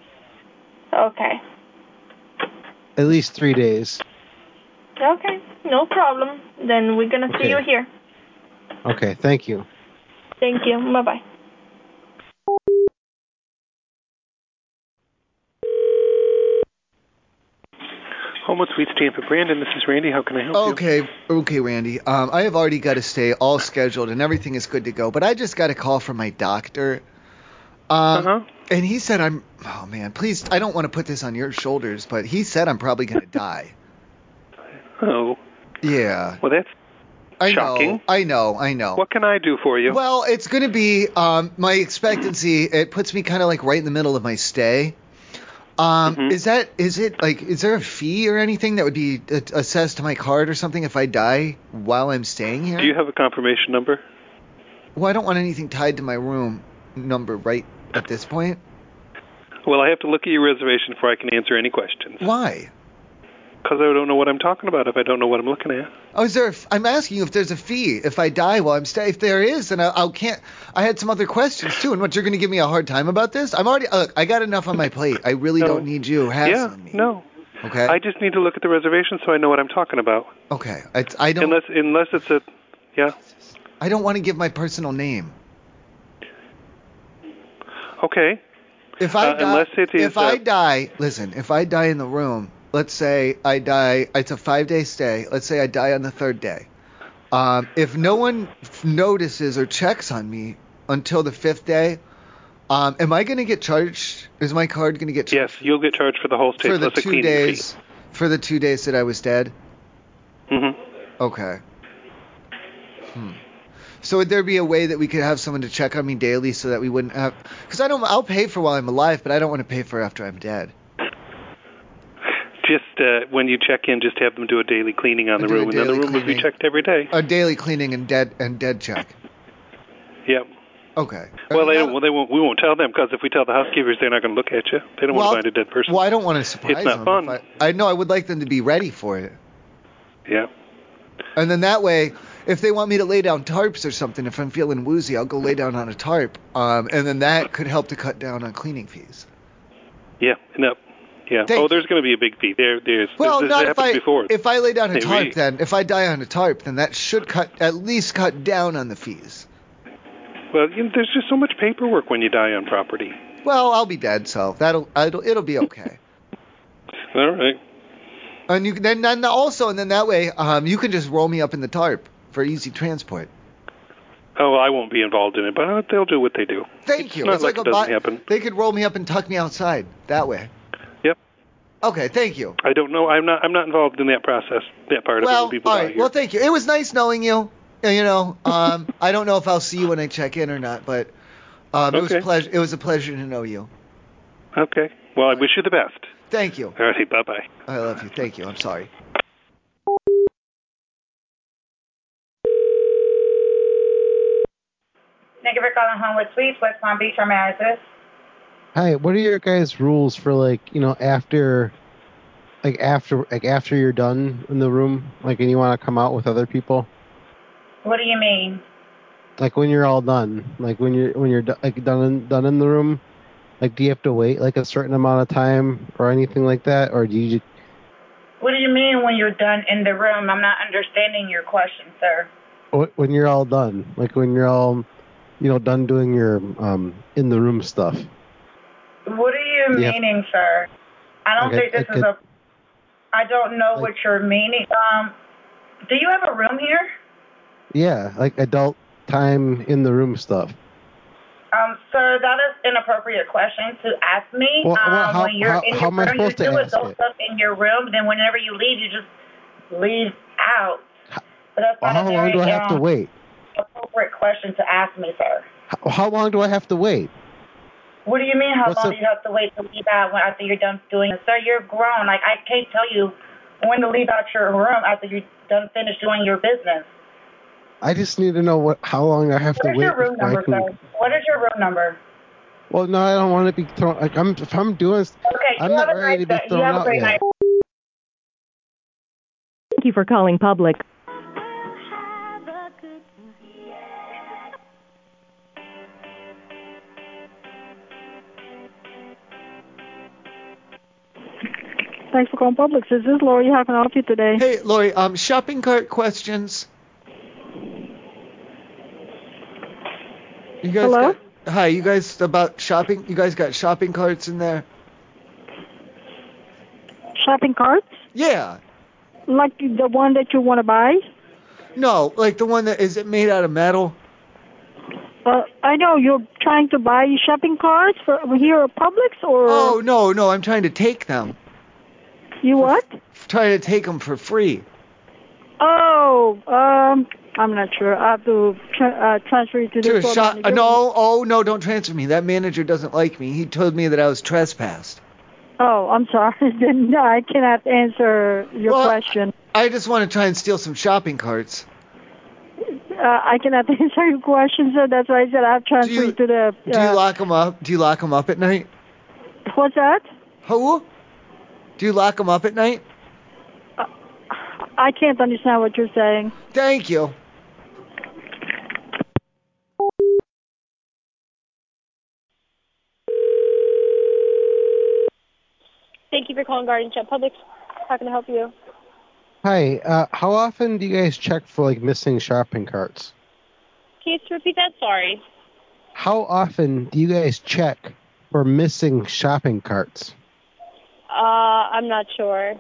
[SPEAKER 1] Okay.
[SPEAKER 4] at least three days.
[SPEAKER 1] Okay. No problem. Then we're gonna see
[SPEAKER 4] Okay.
[SPEAKER 1] you here.
[SPEAKER 4] Okay, thank you.
[SPEAKER 1] Thank you. Bye bye.
[SPEAKER 3] Homewood Suites Tampa. Brandon, this is Randy. How can I help
[SPEAKER 2] Okay, okay, Randy. Um, I have already got to stay all scheduled and everything is good to go, but I just got a call from my doctor. Um,
[SPEAKER 3] Uh-huh.
[SPEAKER 2] And he said I'm. Oh man, please. I don't want to put this on your shoulders, but he said I'm probably gonna die.
[SPEAKER 3] you? Oh,
[SPEAKER 2] Yeah.
[SPEAKER 3] well, that's
[SPEAKER 2] I
[SPEAKER 3] shocking.
[SPEAKER 2] know. I know. I know.
[SPEAKER 3] What can I do for you?
[SPEAKER 2] Well, it's going to be um, my expectancy. It puts me kind of like right in the middle of my stay. Um,
[SPEAKER 3] Mm-hmm.
[SPEAKER 2] Is that is it like is there a fee or anything that would be uh, assessed to my card or something if I die while I'm staying here?
[SPEAKER 3] do you have a confirmation number?
[SPEAKER 2] well, I don't want anything tied to my room number right at this point.
[SPEAKER 3] Well, I have to look at your reservation before I can answer any questions.
[SPEAKER 2] Why?
[SPEAKER 3] Because I don't know what I'm talking about if I don't know what I'm looking at.
[SPEAKER 2] Oh, is there? A f- I'm asking you if there's a fee if I die while I'm staying. If there is, then I, I can't. I had some other questions too. And what you're going to give me a hard time about this? I'm already. Look, I got enough on my plate. I really
[SPEAKER 3] No.
[SPEAKER 2] don't need you
[SPEAKER 3] yeah,
[SPEAKER 2] hassling me.
[SPEAKER 3] no.
[SPEAKER 2] Okay.
[SPEAKER 3] I just need to look at the reservation so I know what I'm talking about.
[SPEAKER 2] Okay. It's, I don't.
[SPEAKER 3] Unless unless it's a yeah.
[SPEAKER 2] I don't want to give my personal name.
[SPEAKER 3] Okay.
[SPEAKER 2] If I
[SPEAKER 3] Uh,
[SPEAKER 2] die,
[SPEAKER 3] unless it is,
[SPEAKER 2] if I
[SPEAKER 3] uh,
[SPEAKER 2] die, listen. If I die in the room, let's say I die. It's a five-day stay. Let's say I die on the third day. Um, if no one f- notices or checks on me until the fifth day, um, am I going to get charged? Is my card going to get
[SPEAKER 3] Yes, you'll get charged for the whole stay
[SPEAKER 2] for the
[SPEAKER 3] plus a
[SPEAKER 2] two
[SPEAKER 3] cleaning
[SPEAKER 2] days for the two days that I was dead?
[SPEAKER 3] fee. Mm-hmm.
[SPEAKER 2] Okay. Hmm. So would there be a way that we could have someone to check on me daily so that we wouldn't have? Because I don't, I'll pay for while I'm alive, but I don't want to pay for after I'm dead.
[SPEAKER 3] Just uh, when you check in, just have them do a daily cleaning on the
[SPEAKER 2] Do a
[SPEAKER 3] room, and then the
[SPEAKER 2] daily
[SPEAKER 3] room will be
[SPEAKER 2] cleaning.
[SPEAKER 3] checked every day.
[SPEAKER 2] A daily cleaning and dead and dead check.
[SPEAKER 3] Yep.
[SPEAKER 2] Okay.
[SPEAKER 3] Well, they don't, well, they won't. We won't tell them because if we tell the housekeepers, they're not going to look at you. They don't
[SPEAKER 2] Well,
[SPEAKER 3] want to find a dead person.
[SPEAKER 2] Well, I don't want to surprise
[SPEAKER 3] It's not
[SPEAKER 2] them.
[SPEAKER 3] fun.
[SPEAKER 2] if I, I know I would like them to be ready for it,
[SPEAKER 3] yeah.
[SPEAKER 2] and then that way, if they want me to lay down tarps or something, if I'm feeling woozy, I'll go lay down on a tarp, um, and then that could help to cut down on cleaning fees.
[SPEAKER 3] Yeah. No. Yeah.
[SPEAKER 2] Thank
[SPEAKER 3] oh, there's going to be a big fee. There. There's.
[SPEAKER 2] Well,
[SPEAKER 3] this, this
[SPEAKER 2] not if
[SPEAKER 3] happened
[SPEAKER 2] I
[SPEAKER 3] before.
[SPEAKER 2] if I lay down a
[SPEAKER 3] Hey,
[SPEAKER 2] tarp,
[SPEAKER 3] we-
[SPEAKER 2] then if I die on a tarp, then that should cut at least cut down on the fees.
[SPEAKER 3] Well, you know, there's just so much paperwork when you die on property.
[SPEAKER 2] Well, I'll be dead, so that'll it'll, it'll be okay.
[SPEAKER 3] All right.
[SPEAKER 2] and you can- then then also and then that way, um, you can just roll me up in the tarp for easy transport.
[SPEAKER 3] Oh, well, I won't be involved in it, but uh, they'll do what they do.
[SPEAKER 2] Thank
[SPEAKER 3] It's
[SPEAKER 2] you.
[SPEAKER 3] Not
[SPEAKER 2] It's
[SPEAKER 3] like,
[SPEAKER 2] like
[SPEAKER 3] it
[SPEAKER 2] a
[SPEAKER 3] doesn't
[SPEAKER 2] bi-
[SPEAKER 3] happen.
[SPEAKER 2] They could roll me up and tuck me outside that way.
[SPEAKER 3] Yep.
[SPEAKER 2] Okay, thank you.
[SPEAKER 3] I don't know. I'm not. I'm not involved in that process. That part
[SPEAKER 2] well,
[SPEAKER 3] of it. When people
[SPEAKER 2] all
[SPEAKER 3] die
[SPEAKER 2] right.
[SPEAKER 3] here.
[SPEAKER 2] Well, thank you. It was nice knowing you. Uh, You know, um, I don't know if I'll see you when I check in or not, but um, it was
[SPEAKER 3] Okay.
[SPEAKER 2] pleasure. It was a pleasure to know you.
[SPEAKER 3] okay. Well, I wish you the best.
[SPEAKER 2] Thank you.
[SPEAKER 3] All right. Bye bye.
[SPEAKER 2] I love you. Thank you. I'm sorry.
[SPEAKER 10] Thank you for calling Homewood Suites, West Palm Beach. How may I assist?
[SPEAKER 4] Hi, what are your guys' rules for like you know after, like after like after you're done in the room, like and you want to come out with other people,
[SPEAKER 10] What do you mean?
[SPEAKER 4] like when you're all done, like when you're when you're do- like done in, done in the room, like do you have to wait like a certain amount of time or anything like that, or do you?
[SPEAKER 10] What do you mean when you're done in the room? I'm not understanding your question, sir.
[SPEAKER 4] wh- when you're all done, like when you're all, you know, done doing your um in the room stuff.
[SPEAKER 10] What are you
[SPEAKER 4] Yeah.
[SPEAKER 10] meaning, sir? I don't
[SPEAKER 4] Okay,
[SPEAKER 10] think this
[SPEAKER 4] I
[SPEAKER 10] is
[SPEAKER 4] could-
[SPEAKER 10] a. I don't know what you're meaning. Um, do you have a room here?
[SPEAKER 4] Yeah, like adult time in the room stuff.
[SPEAKER 10] Um, sir, that is an appropriate question to ask me.
[SPEAKER 4] Well,
[SPEAKER 10] um,
[SPEAKER 4] well, how-
[SPEAKER 10] when you're
[SPEAKER 4] how-
[SPEAKER 10] in
[SPEAKER 4] how
[SPEAKER 10] your
[SPEAKER 4] am I
[SPEAKER 10] room, you
[SPEAKER 4] supposed to
[SPEAKER 10] do
[SPEAKER 4] ask
[SPEAKER 10] adult
[SPEAKER 4] it?
[SPEAKER 10] stuff in your room. Then whenever you leave, you just leave out. But that's
[SPEAKER 4] Well,
[SPEAKER 10] not
[SPEAKER 4] how
[SPEAKER 10] a
[SPEAKER 4] long
[SPEAKER 10] very
[SPEAKER 4] do I have to
[SPEAKER 10] um,
[SPEAKER 4] wait?
[SPEAKER 10] appropriate question to ask me, sir.
[SPEAKER 4] How, how long do I have to wait?
[SPEAKER 10] What do you mean? How
[SPEAKER 4] What's
[SPEAKER 10] long
[SPEAKER 4] the-
[SPEAKER 10] do you have to wait to leave out when after you're done doing it? Sir, you're grown. Like I can't tell you when to leave out your room after you're done finished doing your business.
[SPEAKER 4] I just need to know what how long I have to
[SPEAKER 10] What is
[SPEAKER 4] wait.
[SPEAKER 10] your room
[SPEAKER 4] before I
[SPEAKER 10] number,
[SPEAKER 4] can-
[SPEAKER 10] sir? What is your room number?
[SPEAKER 4] Well, no, I don't want to be thrown. Like I'm, if I'm doing, s-
[SPEAKER 10] Okay,
[SPEAKER 4] I'm
[SPEAKER 10] you
[SPEAKER 4] not
[SPEAKER 10] have a
[SPEAKER 4] ready to
[SPEAKER 10] great
[SPEAKER 4] be
[SPEAKER 10] day. You
[SPEAKER 4] thrown
[SPEAKER 10] have a
[SPEAKER 4] out
[SPEAKER 10] great
[SPEAKER 4] yet.
[SPEAKER 10] night.
[SPEAKER 17] Thank you for calling Public.
[SPEAKER 5] Thanks for calling Publix. This is Lori. How can I help you today?
[SPEAKER 2] Hey, Lori. Um, shopping cart questions. You guys
[SPEAKER 5] Hello?
[SPEAKER 2] Got, hi. You guys about shopping? You guys got shopping carts in there?
[SPEAKER 5] Shopping carts?
[SPEAKER 2] Yeah.
[SPEAKER 5] Like the one that you want to buy?
[SPEAKER 2] No, like the one that is it made out of metal?
[SPEAKER 5] Uh, I know you're trying to buy shopping carts for here at Publix, or
[SPEAKER 2] Oh no, no. I'm trying to take them.
[SPEAKER 5] You what?
[SPEAKER 2] Trying to take them for free.
[SPEAKER 5] oh, um, I'm not sure. I have to tra- uh, transfer you to
[SPEAKER 2] To a
[SPEAKER 5] this one
[SPEAKER 2] shop?
[SPEAKER 5] manager.
[SPEAKER 2] No. Oh no, don't transfer me. That manager doesn't like me. He told me that I was trespassed.
[SPEAKER 5] Oh, I'm sorry. Then no, I cannot answer your
[SPEAKER 2] Well,
[SPEAKER 5] question.
[SPEAKER 2] I just want to try and steal some shopping carts.
[SPEAKER 5] Uh, I cannot answer your question, so that's why I said I'll transfer you, to the.
[SPEAKER 2] Do you lock them up? Do you lock them up at night?
[SPEAKER 5] What's that?
[SPEAKER 2] Who? Do you lock them up at night?
[SPEAKER 10] I can't understand what you're saying.
[SPEAKER 2] Thank you.
[SPEAKER 17] Thank you for calling Garden Shed Public. How can I help you?
[SPEAKER 4] Hi. Uh, how often do you guys check for like missing shopping carts?
[SPEAKER 17] Can you just repeat that? Sorry.
[SPEAKER 4] How often do you guys check for missing shopping carts?
[SPEAKER 17] Uh, I'm not sure.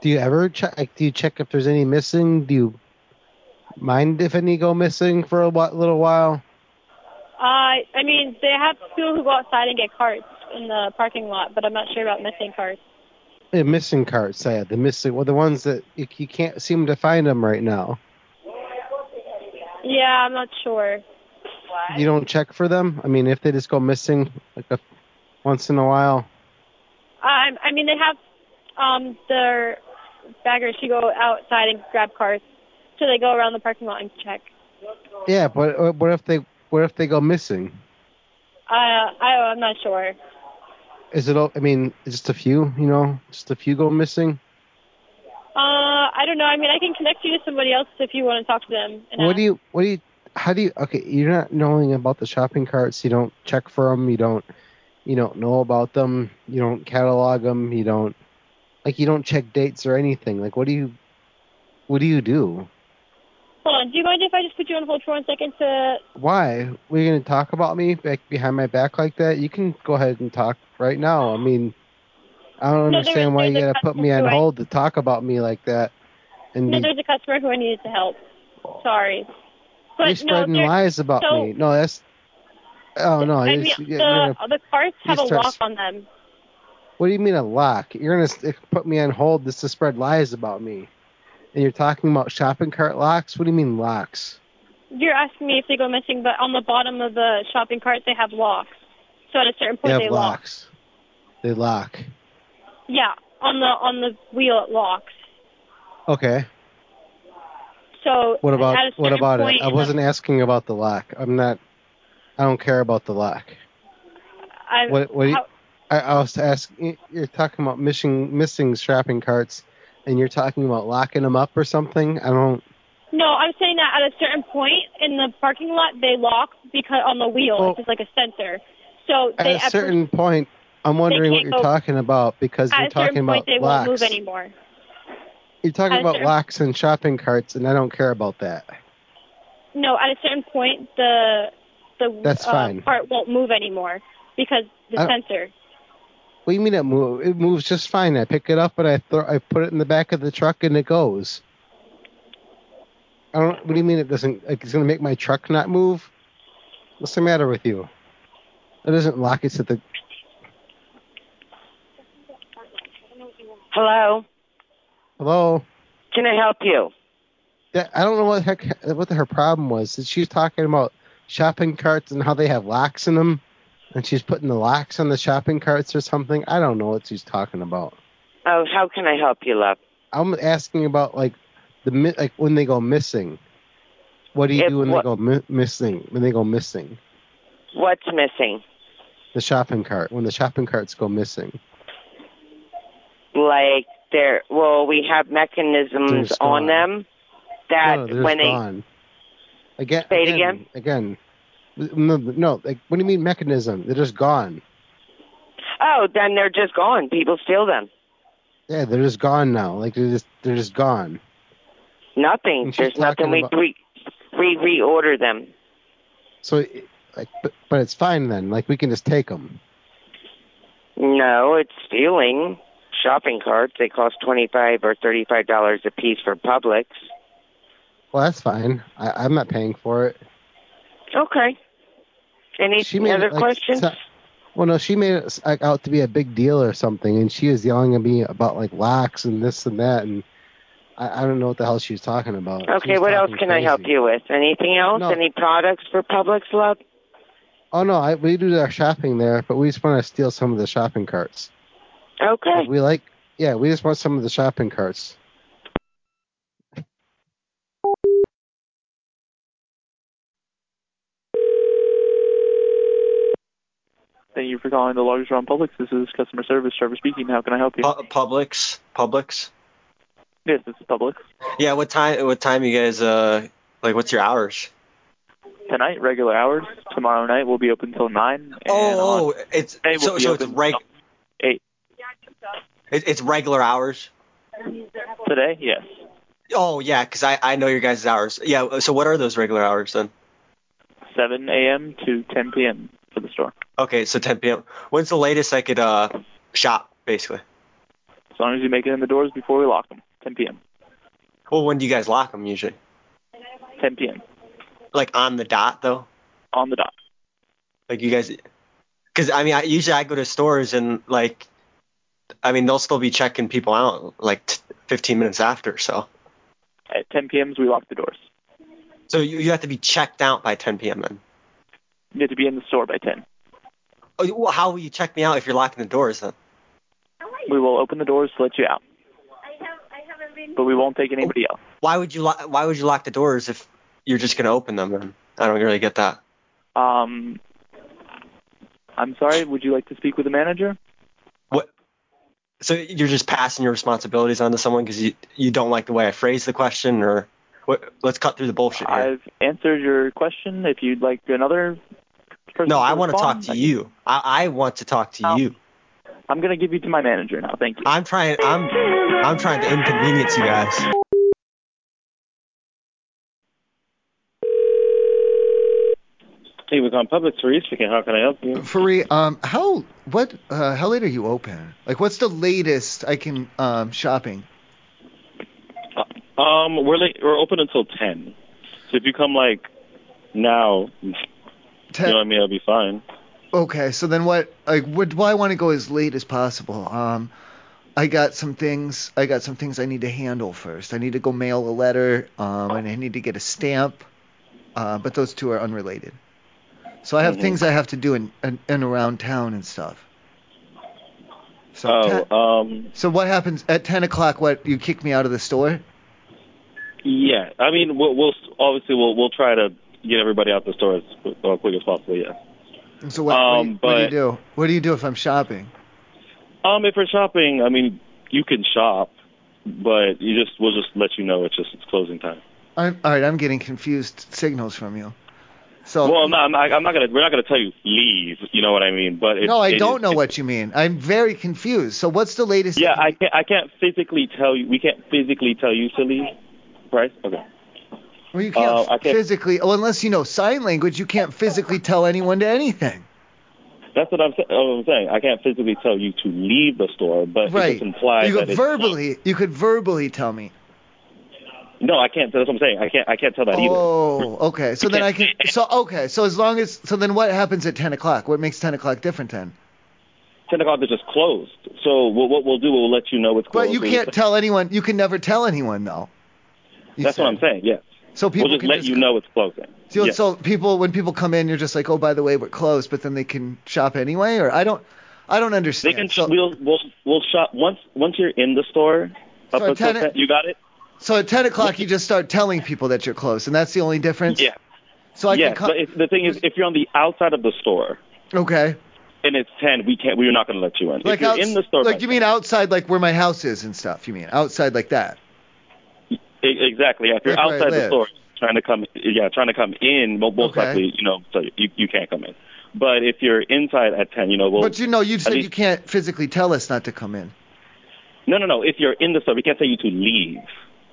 [SPEAKER 4] Do you ever check? Like, do you check if there's any missing? Do you mind if any go missing for a wh- little while?
[SPEAKER 17] Uh, I mean, they have people who go outside and get carts in the parking lot, but I'm not sure about missing carts.
[SPEAKER 4] The missing carts, yeah, the missing, well, the ones that you, you can't seem to find them right now.
[SPEAKER 17] Yeah, I'm not sure.
[SPEAKER 4] You don't check for them. I mean, if they just go missing like a, once in a while.
[SPEAKER 17] Um, I mean, they have um their baggers. She go outside and grab cars, so they go around the parking lot and check.
[SPEAKER 4] Yeah, but uh, what if they what if they go missing?
[SPEAKER 17] Uh, I, I'm not sure.
[SPEAKER 4] Is it? all I mean, just a few, you know, just a few go missing.
[SPEAKER 17] Uh, I don't know. I mean, I can connect you to somebody else if you want to talk to them. And
[SPEAKER 4] What do you? What do you? How do you? Okay, you're not knowing about the shopping carts. You don't check for them. You don't. You don't know about them. You don't catalog them. You don't. Like you don't check dates or anything. Like what do you? What do you do?
[SPEAKER 17] Hold on. Do you mind if I just put you on hold for one second to?
[SPEAKER 4] Why? We're gonna talk about me like behind my back like that? You can go ahead and talk right now. I mean, I
[SPEAKER 17] No,
[SPEAKER 4] don't
[SPEAKER 17] there
[SPEAKER 4] understand why you gotta put me on
[SPEAKER 17] who I-
[SPEAKER 4] hold to talk about me like that. And
[SPEAKER 17] No,
[SPEAKER 4] you-
[SPEAKER 17] there's a customer who I needed to help. Sorry. But
[SPEAKER 4] You're spreading
[SPEAKER 17] no, they're-
[SPEAKER 4] lies about
[SPEAKER 17] so,
[SPEAKER 4] me. No, that's. Oh no!
[SPEAKER 17] I
[SPEAKER 4] You're,
[SPEAKER 17] mean,
[SPEAKER 4] just- you're,
[SPEAKER 17] the,
[SPEAKER 4] gonna-
[SPEAKER 17] the carts
[SPEAKER 4] you
[SPEAKER 17] have a
[SPEAKER 4] start
[SPEAKER 17] lock
[SPEAKER 4] sp-
[SPEAKER 17] on them.
[SPEAKER 4] what do you mean a lock? You're gonna st- put me on hold just to spread lies about me, and you're talking about shopping cart locks. What do you mean locks?
[SPEAKER 17] You're asking me if they go missing, but on the bottom of the shopping cart they have locks. So at a certain
[SPEAKER 4] They
[SPEAKER 17] point
[SPEAKER 4] have
[SPEAKER 17] they lock.
[SPEAKER 4] locks. They lock.
[SPEAKER 17] Yeah, on the on the wheel it locks.
[SPEAKER 4] Okay.
[SPEAKER 17] So
[SPEAKER 4] What
[SPEAKER 17] at a
[SPEAKER 4] about what
[SPEAKER 17] certain
[SPEAKER 4] about
[SPEAKER 17] point
[SPEAKER 4] it? I
[SPEAKER 17] in the-
[SPEAKER 4] wasn't asking about the lock. I'm not. I don't care about the lock.
[SPEAKER 17] I,
[SPEAKER 4] What what? do you,
[SPEAKER 17] how-
[SPEAKER 4] I, I was asking. You're talking about missing missing shopping carts, and you're talking about locking them up or something. I don't.
[SPEAKER 17] no, I'm saying that at a certain point in the parking lot they lock because on the wheel
[SPEAKER 4] Well-
[SPEAKER 17] it's just like a sensor. So
[SPEAKER 4] At
[SPEAKER 17] they
[SPEAKER 4] a certain point, I'm wondering what
[SPEAKER 17] can't
[SPEAKER 4] you're
[SPEAKER 17] go-
[SPEAKER 4] talking about because
[SPEAKER 17] at
[SPEAKER 4] you're
[SPEAKER 17] a certain
[SPEAKER 4] talking
[SPEAKER 17] point
[SPEAKER 4] about
[SPEAKER 17] they
[SPEAKER 4] locks.
[SPEAKER 17] won't move anymore.
[SPEAKER 4] You're talking
[SPEAKER 17] at a
[SPEAKER 4] about
[SPEAKER 17] certain-
[SPEAKER 4] locks and shopping carts, and I don't care about that.
[SPEAKER 17] No, at a certain point the the
[SPEAKER 4] That's
[SPEAKER 17] uh,
[SPEAKER 4] fine.
[SPEAKER 17] cart won't move anymore because the
[SPEAKER 4] I don't-
[SPEAKER 17] sensor.
[SPEAKER 4] What do you mean it moves? It moves just fine. I pick it up and I throw, I put it in the back of the truck and it goes. I don't. What do you mean it doesn't? Like it's gonna make my truck not move? What's the matter with you? It doesn't lock it to the.
[SPEAKER 23] Hello.
[SPEAKER 4] Hello.
[SPEAKER 23] Can I help you?
[SPEAKER 4] Yeah, I don't know what the heck what her problem was. That She was talking about shopping carts and how they have locks in them, and she's putting the locks on the shopping carts or something. I don't know what she's talking about.
[SPEAKER 23] Oh, how can I help you, love?
[SPEAKER 4] I'm asking about like the mi- like when they go missing. What do you do when they go mi- missing? When they go missing,
[SPEAKER 23] What's missing?
[SPEAKER 4] the shopping cart. When the shopping carts go missing,
[SPEAKER 23] Like there well, we have
[SPEAKER 4] They're
[SPEAKER 23] mechanisms
[SPEAKER 4] just
[SPEAKER 23] on
[SPEAKER 4] gone.
[SPEAKER 23] them that
[SPEAKER 4] no, they're
[SPEAKER 23] when
[SPEAKER 4] just
[SPEAKER 23] they
[SPEAKER 4] gone. Again,
[SPEAKER 23] Say it
[SPEAKER 4] again, again. No, no, like what do you mean mechanism? They're just gone.
[SPEAKER 23] Oh, then they're just gone. People steal them.
[SPEAKER 4] Yeah, they're just gone now. Like they're just they're just gone.
[SPEAKER 23] Nothing.
[SPEAKER 4] And she's
[SPEAKER 23] There's nothing
[SPEAKER 4] talking
[SPEAKER 23] we
[SPEAKER 4] about-
[SPEAKER 23] we we reorder them.
[SPEAKER 4] So, it- like, but, but it's fine then. Like we can just take them.
[SPEAKER 23] No, it's stealing. Shopping carts, they cost twenty five or thirty five dollars a piece for Publix.
[SPEAKER 4] Well, that's fine. I, I'm not paying for it.
[SPEAKER 23] Okay. Any
[SPEAKER 4] She made
[SPEAKER 23] other
[SPEAKER 4] it, like,
[SPEAKER 23] questions?
[SPEAKER 4] so- well, no, she made it like, out to be a big deal or something, and she was yelling at me about like locks and this and that, and I, I don't know what the hell she was talking about. She
[SPEAKER 23] Okay,
[SPEAKER 4] was
[SPEAKER 23] what else
[SPEAKER 4] talking
[SPEAKER 23] can I help
[SPEAKER 4] crazy.
[SPEAKER 23] you with? Anything else?
[SPEAKER 4] No.
[SPEAKER 23] Any products for Publix, love?
[SPEAKER 4] Oh no, I, we do our shopping there, but we just want to steal some of the shopping carts.
[SPEAKER 23] Okay.
[SPEAKER 4] We like, yeah, we just want some of the shopping carts.
[SPEAKER 24] Thank you for calling the largest round Publix. This is customer service. Trevor speaking. How can I help you?
[SPEAKER 25] Publix. Publix.
[SPEAKER 24] Yes, it's public.
[SPEAKER 7] Yeah, what time? What time you guys? Uh, like, what's your hours?
[SPEAKER 24] Tonight, regular hours. Tomorrow night, we'll be open till nine. And
[SPEAKER 7] Oh,
[SPEAKER 24] on-
[SPEAKER 7] oh, it's
[SPEAKER 24] Hey, we'll
[SPEAKER 7] so
[SPEAKER 24] be
[SPEAKER 7] so it's
[SPEAKER 24] open
[SPEAKER 7] reg.
[SPEAKER 24] Eight.
[SPEAKER 7] It, it's regular hours.
[SPEAKER 24] today. Yes.
[SPEAKER 7] Oh yeah, 'cause I I know your guys' hours. Yeah. So what are those regular hours then?
[SPEAKER 24] 7 a.m. to 10 p.m. for the store.
[SPEAKER 7] Okay, so 10 p.m. When's the latest I could uh shop basically?
[SPEAKER 24] As long as you make it in the doors before we lock them. 10 p.m.
[SPEAKER 7] Well, when do you guys lock them usually?
[SPEAKER 24] 10 p.m.
[SPEAKER 7] Like on the dot though?
[SPEAKER 24] On the dot.
[SPEAKER 7] Like you guys, because I mean, I, usually I go to stores and like, I mean, they'll still be checking people out like t- 15 minutes after. So.
[SPEAKER 24] At 10 p.m. 's we lock the doors.
[SPEAKER 7] So you, you have to be checked out by 10 p.m. then.
[SPEAKER 24] You have to be in the store by 10.
[SPEAKER 7] Oh, you- well, how will you check me out if you're locking the doors then?
[SPEAKER 24] We will open the doors to let you out, but we won't take anybody out.
[SPEAKER 7] Why would you lo- Why would you lock the doors if you're just gonna open them? Then I don't really get that.
[SPEAKER 24] Um, I'm sorry. Would you like to speak with the manager?
[SPEAKER 7] So you're just passing your responsibilities on to someone because you you don't like the way I phrased the question, or what, let's cut through the bullshit here.
[SPEAKER 24] I've answered your question. If you'd like another person,
[SPEAKER 7] no, I
[SPEAKER 24] want to
[SPEAKER 7] talk
[SPEAKER 24] respond,
[SPEAKER 7] to you. I, I want to talk to you.
[SPEAKER 24] Oh. I'm gonna give you to my manager now. Thank you.
[SPEAKER 7] I'm trying. I'm I'm trying to inconvenience you guys.
[SPEAKER 11] Hey, was on public service speaking. How can I help you?
[SPEAKER 2] Faree, um, how what uh, how late are you open? Like, what's the latest I can um shopping?
[SPEAKER 11] Um, we're late, we're open until ten. So if you come like now, you know what I mean, I'll be fine.
[SPEAKER 2] Okay, so then what? Like, what? Why I want to go as late as possible? Um, I got some things. I got some things I need to handle first. I need to go mail a letter. Um, and I need to get a stamp. Uh, but those two are unrelated. So I have
[SPEAKER 11] Mhm.
[SPEAKER 2] things I have to do in, in, in around town and stuff. So
[SPEAKER 11] oh, um,
[SPEAKER 2] So what happens at 10 o'clock? What you kick me out of the store?
[SPEAKER 11] yeah. I mean, we'll, we'll obviously we'll we'll try to get everybody out the store as qu- uh, quick as possible. Yeah.
[SPEAKER 2] So what, what, do you,
[SPEAKER 11] Um,
[SPEAKER 2] what do you
[SPEAKER 11] but-
[SPEAKER 2] do? What do you do if I'm shopping?
[SPEAKER 11] Um, if we're shopping, I mean, you can shop, but you just we'll just let you know it's just it's closing time.
[SPEAKER 2] I'm, all right, I'm getting confused signals from you. So
[SPEAKER 11] well, I'm not, I'm not. I'm not gonna. We're not gonna tell you leave. You know what I mean? But it,
[SPEAKER 2] no, I
[SPEAKER 11] it
[SPEAKER 2] don't
[SPEAKER 11] is-
[SPEAKER 2] know what you mean. I'm very confused. So what's the latest?
[SPEAKER 11] Yeah, I can't. I can't physically tell you. We can't physically tell you to leave. Right? Okay.
[SPEAKER 2] Well, you can't,
[SPEAKER 11] Uh, I can't-
[SPEAKER 2] physically, oh, unless you know sign language, you can't physically tell anyone to anything.
[SPEAKER 11] That's what I'm, sa- oh, I'm saying. I can't physically tell you to leave the store, but it
[SPEAKER 2] Right.
[SPEAKER 11] just implies
[SPEAKER 2] You
[SPEAKER 11] that
[SPEAKER 2] could
[SPEAKER 11] it's
[SPEAKER 2] verbally, you could verbally tell me.
[SPEAKER 11] no. I can't. That's what I'm saying. I can't. I can't tell that
[SPEAKER 2] Oh, okay. So then I can. So okay. So as long as, so then what happens at 10 o'clock? What makes 10 o'clock different then?
[SPEAKER 11] either. Ten o'clock is just closed. So what, what we'll do, we'll let you know it's closed.
[SPEAKER 2] But you
[SPEAKER 11] We'll-
[SPEAKER 2] can't tell anyone. You can never tell anyone though. you
[SPEAKER 11] That's what
[SPEAKER 2] said.
[SPEAKER 11] I'm saying. Yeah.
[SPEAKER 2] So people
[SPEAKER 11] we'll just
[SPEAKER 2] can
[SPEAKER 11] let
[SPEAKER 2] just
[SPEAKER 11] you know it's closing.
[SPEAKER 2] So,
[SPEAKER 11] Yeah.
[SPEAKER 2] so people, when people come in, you're just like, oh, by the way, we're closed, but then they can shop anyway, or I don't, I don't
[SPEAKER 11] they
[SPEAKER 2] understand.
[SPEAKER 11] can. we'll we'll we'll shop once once you're in the store. Up
[SPEAKER 2] So
[SPEAKER 11] until
[SPEAKER 2] ten-
[SPEAKER 11] 10 you got it.
[SPEAKER 2] So at 10 o'clock, you just start telling people that you're closed, and that's the only difference.
[SPEAKER 11] Yeah.
[SPEAKER 2] So I
[SPEAKER 11] yeah,
[SPEAKER 2] can. co-
[SPEAKER 11] but if, the thing is, if you're on the outside of the store
[SPEAKER 2] okay.
[SPEAKER 11] and it's ten, we can't. We're not going to let you in. if you're
[SPEAKER 2] outs-
[SPEAKER 11] in the store,
[SPEAKER 2] like
[SPEAKER 11] by
[SPEAKER 2] you mean outside, like where my house is and stuff. You mean outside like that?
[SPEAKER 11] E- Exactly. Yeah. If you're
[SPEAKER 2] Like where I
[SPEAKER 11] outside the
[SPEAKER 2] live.
[SPEAKER 11] store trying to come, yeah, trying to come in, mo- most
[SPEAKER 2] Okay.
[SPEAKER 11] likely, you know, so you you can't come in. But if you're inside at ten, you know, we'll.
[SPEAKER 2] but you know, you
[SPEAKER 11] at
[SPEAKER 2] said
[SPEAKER 11] least-
[SPEAKER 2] you can't physically tell us not to come in.
[SPEAKER 11] No, no, no. If you're in the store, we can't tell you to leave.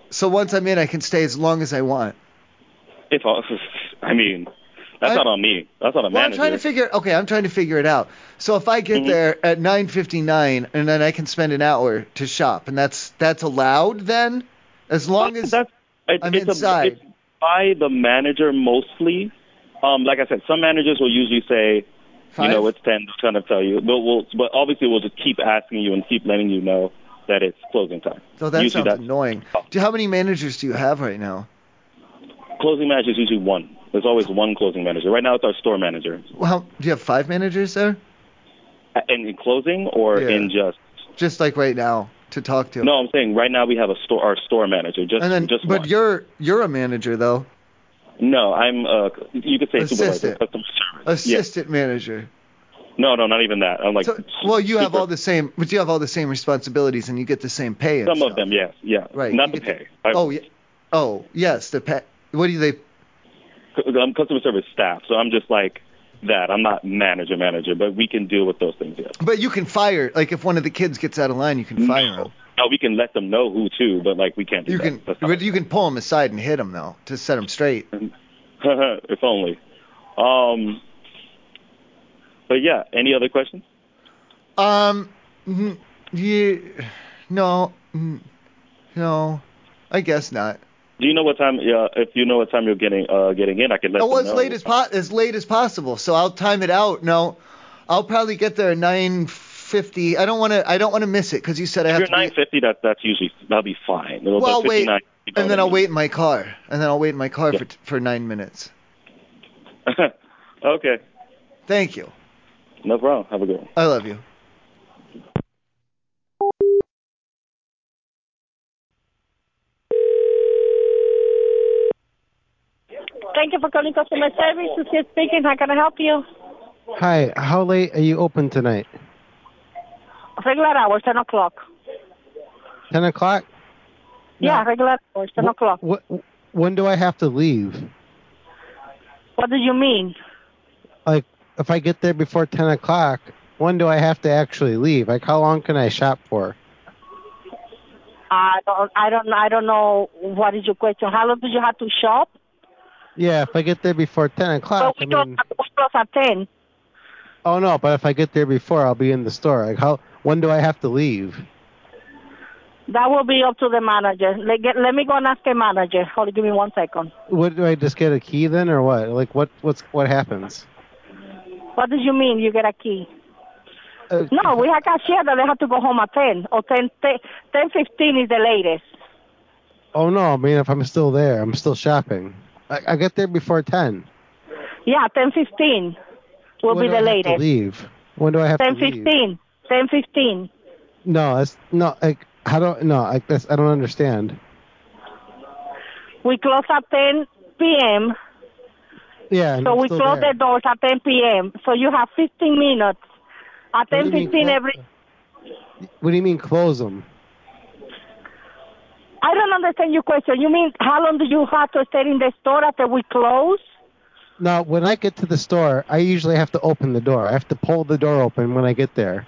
[SPEAKER 2] So once I'm in, I can stay as long as I want.
[SPEAKER 11] It's all. I mean, that's not on me. That's not
[SPEAKER 2] Well,
[SPEAKER 11] a
[SPEAKER 2] I'm
[SPEAKER 11] manager. Mm-hmm.
[SPEAKER 2] trying to figure. Okay, I'm trying to figure it out. So if I get there at 9:59 and then I can spend an hour to shop, and that's that's allowed then, as long as
[SPEAKER 11] It-
[SPEAKER 2] I'm
[SPEAKER 11] it's a-
[SPEAKER 2] inside.
[SPEAKER 11] it's by the manager mostly. Um, like I said, some managers will usually say, you know, it's ten. Just kind of tell you, but we'll, but obviously we'll just keep asking you and keep letting you know that it's closing time.
[SPEAKER 2] so Oh, that
[SPEAKER 11] usually
[SPEAKER 2] sounds annoying. Do, how many managers do you have right now?
[SPEAKER 11] that closing manager is usually one. There's always one closing manager. Right now it's our store manager.
[SPEAKER 2] Well, do you have five managers there?
[SPEAKER 11] And in closing or
[SPEAKER 2] Yeah.
[SPEAKER 11] in just
[SPEAKER 2] Just like right now to talk to.
[SPEAKER 11] no, I'm saying right now we have a store our store manager. Just
[SPEAKER 2] and then,
[SPEAKER 11] just
[SPEAKER 2] but
[SPEAKER 11] one.
[SPEAKER 2] you're you're a manager though,
[SPEAKER 11] No, I'm uh you could say supervisor,
[SPEAKER 2] Assistant.
[SPEAKER 11] customer service.
[SPEAKER 2] assistant manager.
[SPEAKER 11] No, no, not even that. I'm like
[SPEAKER 2] So, well, you have all the same, but you have all the same responsibilities, and you get the same pay. and
[SPEAKER 11] some
[SPEAKER 2] stuff.
[SPEAKER 11] of them, yes, yeah,
[SPEAKER 2] Right,
[SPEAKER 11] Not
[SPEAKER 2] you
[SPEAKER 11] the
[SPEAKER 2] get
[SPEAKER 11] pay.
[SPEAKER 2] oh, yeah. Oh, yes, the pay. What do they?
[SPEAKER 11] I, am customer service staff, so I'm just like that. I'm not manager, manager, but we can deal with those things. Yes.
[SPEAKER 2] But you can fire. Like if one of the kids gets out of line, you can fire him.
[SPEAKER 11] No, we can let them know who to, but like we can't. Do
[SPEAKER 2] You
[SPEAKER 11] that.
[SPEAKER 2] can, but you can pull him aside and hit him though to set him straight.
[SPEAKER 11] if only. Um, but yeah, any other questions?
[SPEAKER 2] Um, mm, you, no, mm, no, I guess not.
[SPEAKER 11] Do you know what time? Yeah, if you know what time you're getting uh, getting in, I can let
[SPEAKER 2] Oh, well,
[SPEAKER 11] them
[SPEAKER 2] as
[SPEAKER 11] know.
[SPEAKER 2] late as po- as late as possible. So I'll time it out. No, I'll probably get there at nine fifty. I don't want to. I don't want to miss it because you said I
[SPEAKER 11] if
[SPEAKER 2] have
[SPEAKER 11] you're
[SPEAKER 2] to. be-
[SPEAKER 11] 950, that that's usually that'll be fine. It'll-
[SPEAKER 2] well, I'll
[SPEAKER 11] that's
[SPEAKER 2] wait,
[SPEAKER 11] 59, you know
[SPEAKER 2] and then
[SPEAKER 11] what I
[SPEAKER 2] I'll
[SPEAKER 11] mean?
[SPEAKER 2] wait in my car, and then I'll wait in my car for for nine minutes.
[SPEAKER 11] okay,
[SPEAKER 2] Thank you.
[SPEAKER 11] no problem. Have a good one.
[SPEAKER 2] I love you.
[SPEAKER 8] Thank you for calling customer service. This is speaking. How can I help you?
[SPEAKER 4] Hi, how late are you open tonight?
[SPEAKER 26] Regular hours, 10 o'clock.
[SPEAKER 4] 10 o'clock?
[SPEAKER 26] Yeah, regular hours, 10 o'clock.
[SPEAKER 4] What? When do I have to leave?
[SPEAKER 26] What do you mean?
[SPEAKER 4] Like, if I get there before 10 o'clock, when do I have to actually leave? Like, how long can I shop for?
[SPEAKER 26] I don't, I don't, I don't know what is your question. How long do you have to shop?
[SPEAKER 4] Yeah, if I get there before 10 o'clock, I mean,
[SPEAKER 26] We close at 10.
[SPEAKER 4] oh no, but if I get there before, I'll be in the store. Like, how? When do I have to leave?
[SPEAKER 26] That will be up to the manager. Let, get, let me go and ask the manager. Hold, give me one second.
[SPEAKER 4] What do I just get a key then, or what? Like, what? What's what happens?
[SPEAKER 26] What do you mean you get a key?
[SPEAKER 4] Uh,
[SPEAKER 26] no, we have cashier that they have to go home at 10 or 10, 10, 15 is the latest.
[SPEAKER 4] Oh no, I mean, if I'm still there, I'm still shopping. I, I get there before 10.
[SPEAKER 26] Yeah, 10:15 will
[SPEAKER 4] when
[SPEAKER 26] be
[SPEAKER 4] do
[SPEAKER 26] the
[SPEAKER 4] I have to
[SPEAKER 26] latest.
[SPEAKER 4] leave? When do I have to leave?
[SPEAKER 26] 10:15. 10:15.
[SPEAKER 4] No, that's no. Like, how do no? I that's I don't understand.
[SPEAKER 26] We close at 10 p.m.
[SPEAKER 4] Yeah. and
[SPEAKER 26] So
[SPEAKER 4] I'm
[SPEAKER 26] we
[SPEAKER 4] still
[SPEAKER 26] close
[SPEAKER 4] there.
[SPEAKER 26] the doors at 10 p.m. So you have 15 minutes. At
[SPEAKER 4] What do you mean
[SPEAKER 26] 10:15
[SPEAKER 4] clo-
[SPEAKER 26] every.
[SPEAKER 4] What do you mean close them?
[SPEAKER 26] I don't understand your question. You mean how long do you have to stay in the store after we close?
[SPEAKER 4] No, when I get to the store, I usually have to open the door. I have to pull the door open when I get there.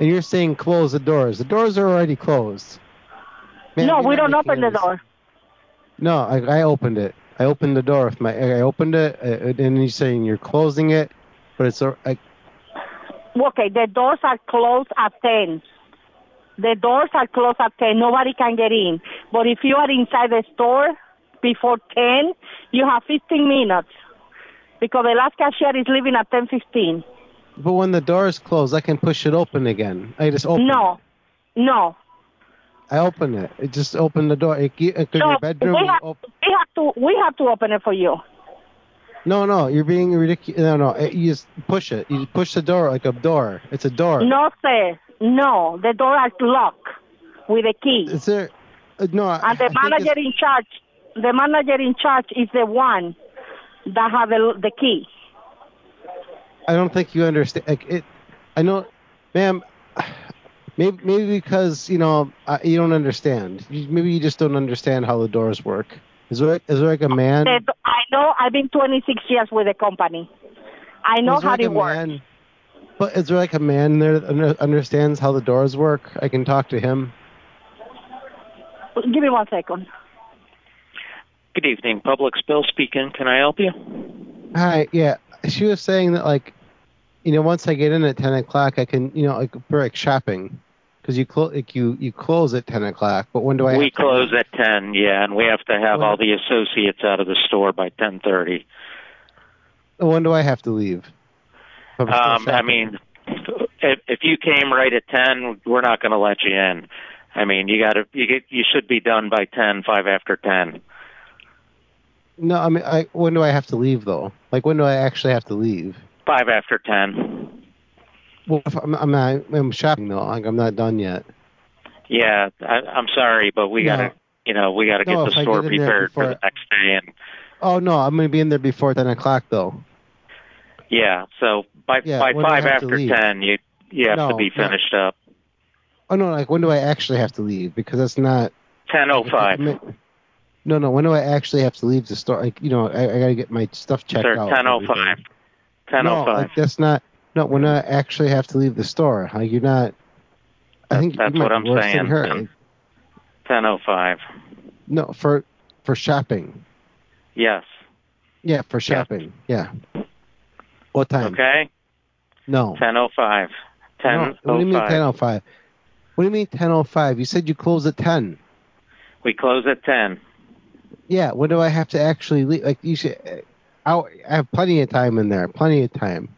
[SPEAKER 4] And you're saying close the doors. The doors are already closed. Man,
[SPEAKER 26] no,
[SPEAKER 4] you're
[SPEAKER 26] we
[SPEAKER 4] not
[SPEAKER 26] don't
[SPEAKER 4] making
[SPEAKER 26] open the
[SPEAKER 4] any
[SPEAKER 26] door.
[SPEAKER 4] No, I, I opened it. I opened the door with my. I opened it, uh, and you're saying you're closing it, but it's a- I,
[SPEAKER 26] Okay, the doors are closed at 10. The doors are closed at 10. Nobody can get in. But if you are inside the store before 10, you have 15 minutes because the last cashier is leaving at 10:15.
[SPEAKER 4] But when the door is closed, I can push it open again. I just open.
[SPEAKER 26] No, no.
[SPEAKER 4] It. I open it. It just opened the door. It, ge- it, could
[SPEAKER 26] no,
[SPEAKER 4] your bedroom.
[SPEAKER 26] we have, we have to we have to open it for you.
[SPEAKER 4] No, no, you're being ridiculous. No, no, it, you just push it. You push the door like a door. It's a door.
[SPEAKER 26] No, sir. No, the door is locked with a key.
[SPEAKER 4] Is there? uh, no.
[SPEAKER 26] And the manager in charge, the manager in charge is the one that have the, the key.
[SPEAKER 4] I don't think you understand. Like it, I know, ma'am. Maybe, maybe because you know uh, you don't understand. You, maybe you just don't understand how the doors work. Is there is there like a man?
[SPEAKER 26] The- I know. I've been 26 years with the company. I know
[SPEAKER 4] Is there
[SPEAKER 26] how
[SPEAKER 4] like a
[SPEAKER 26] it works.
[SPEAKER 4] man- but is there like a man there that under- understands how the doors work? I can talk to him.
[SPEAKER 26] Give me one second.
[SPEAKER 27] Good evening, Public Spill speaking. Can I help you?
[SPEAKER 4] Hi. Yeah. She was saying that like, you know, once I get in at ten o'clock, I can you know like for like shopping, because you close like you you close at ten o'clock. But when do I?
[SPEAKER 27] we
[SPEAKER 4] have to-
[SPEAKER 27] close at ten, yeah, and we have to have all the associates out of the store by ten thirty.
[SPEAKER 4] when do I have to leave? If I'm still
[SPEAKER 27] Um, I
[SPEAKER 4] shopping.
[SPEAKER 27] mean, if, if you came right at ten, we're not going to let you in. I mean, you got to you get you should be done by ten, five after ten.
[SPEAKER 4] No, I mean, I, when do I have to leave though? Like, when do I actually have to leave?
[SPEAKER 27] Five after ten.
[SPEAKER 4] Well, if I'm, I'm not, I'm shopping though. Like, I'm not done yet.
[SPEAKER 27] Yeah, I, I'm sorry, but we
[SPEAKER 4] No.
[SPEAKER 27] got to you know we got to
[SPEAKER 4] No,
[SPEAKER 27] get
[SPEAKER 4] if I
[SPEAKER 27] the store
[SPEAKER 4] get in there
[SPEAKER 27] prepared for
[SPEAKER 4] before-
[SPEAKER 27] the next day and
[SPEAKER 4] Oh no, I'm gonna be in there before ten o'clock though.
[SPEAKER 27] Yeah. So by
[SPEAKER 4] Yeah,
[SPEAKER 27] by
[SPEAKER 4] when do I
[SPEAKER 27] five
[SPEAKER 4] have to
[SPEAKER 27] after
[SPEAKER 4] leave?
[SPEAKER 27] ten, you you have to
[SPEAKER 4] No,
[SPEAKER 27] be
[SPEAKER 4] no.
[SPEAKER 27] finished up.
[SPEAKER 4] Oh no, like when do I actually have to leave? Because that's not.
[SPEAKER 27] Ten oh five.
[SPEAKER 4] No, no. When do I actually have to leave the store? Like, you know, I, I gotta get my stuff checked
[SPEAKER 27] They're
[SPEAKER 4] out.
[SPEAKER 27] ten oh five. Ten
[SPEAKER 4] no,
[SPEAKER 27] oh five.
[SPEAKER 4] like that's not. No, when do I actually have to leave the store? Like you're not. I think
[SPEAKER 27] That's
[SPEAKER 4] you might
[SPEAKER 27] what
[SPEAKER 4] be
[SPEAKER 27] I'm
[SPEAKER 4] worse than
[SPEAKER 27] saying.
[SPEAKER 4] her.
[SPEAKER 27] Ten oh five.
[SPEAKER 4] No, for for shopping.
[SPEAKER 27] Yes.
[SPEAKER 4] Yeah, for shopping. Yeah. What time?
[SPEAKER 27] Okay.
[SPEAKER 4] Mm. No.
[SPEAKER 27] Ten oh five.
[SPEAKER 4] No,
[SPEAKER 27] Ten
[SPEAKER 4] What do you
[SPEAKER 27] oh
[SPEAKER 4] mean ten
[SPEAKER 27] five.
[SPEAKER 4] oh five? What do you mean ten oh five? You said you close at ten.
[SPEAKER 27] We close at ten.
[SPEAKER 4] Yeah. When do I have to actually leave? Like you should. I I have plenty of time in there. Plenty of time.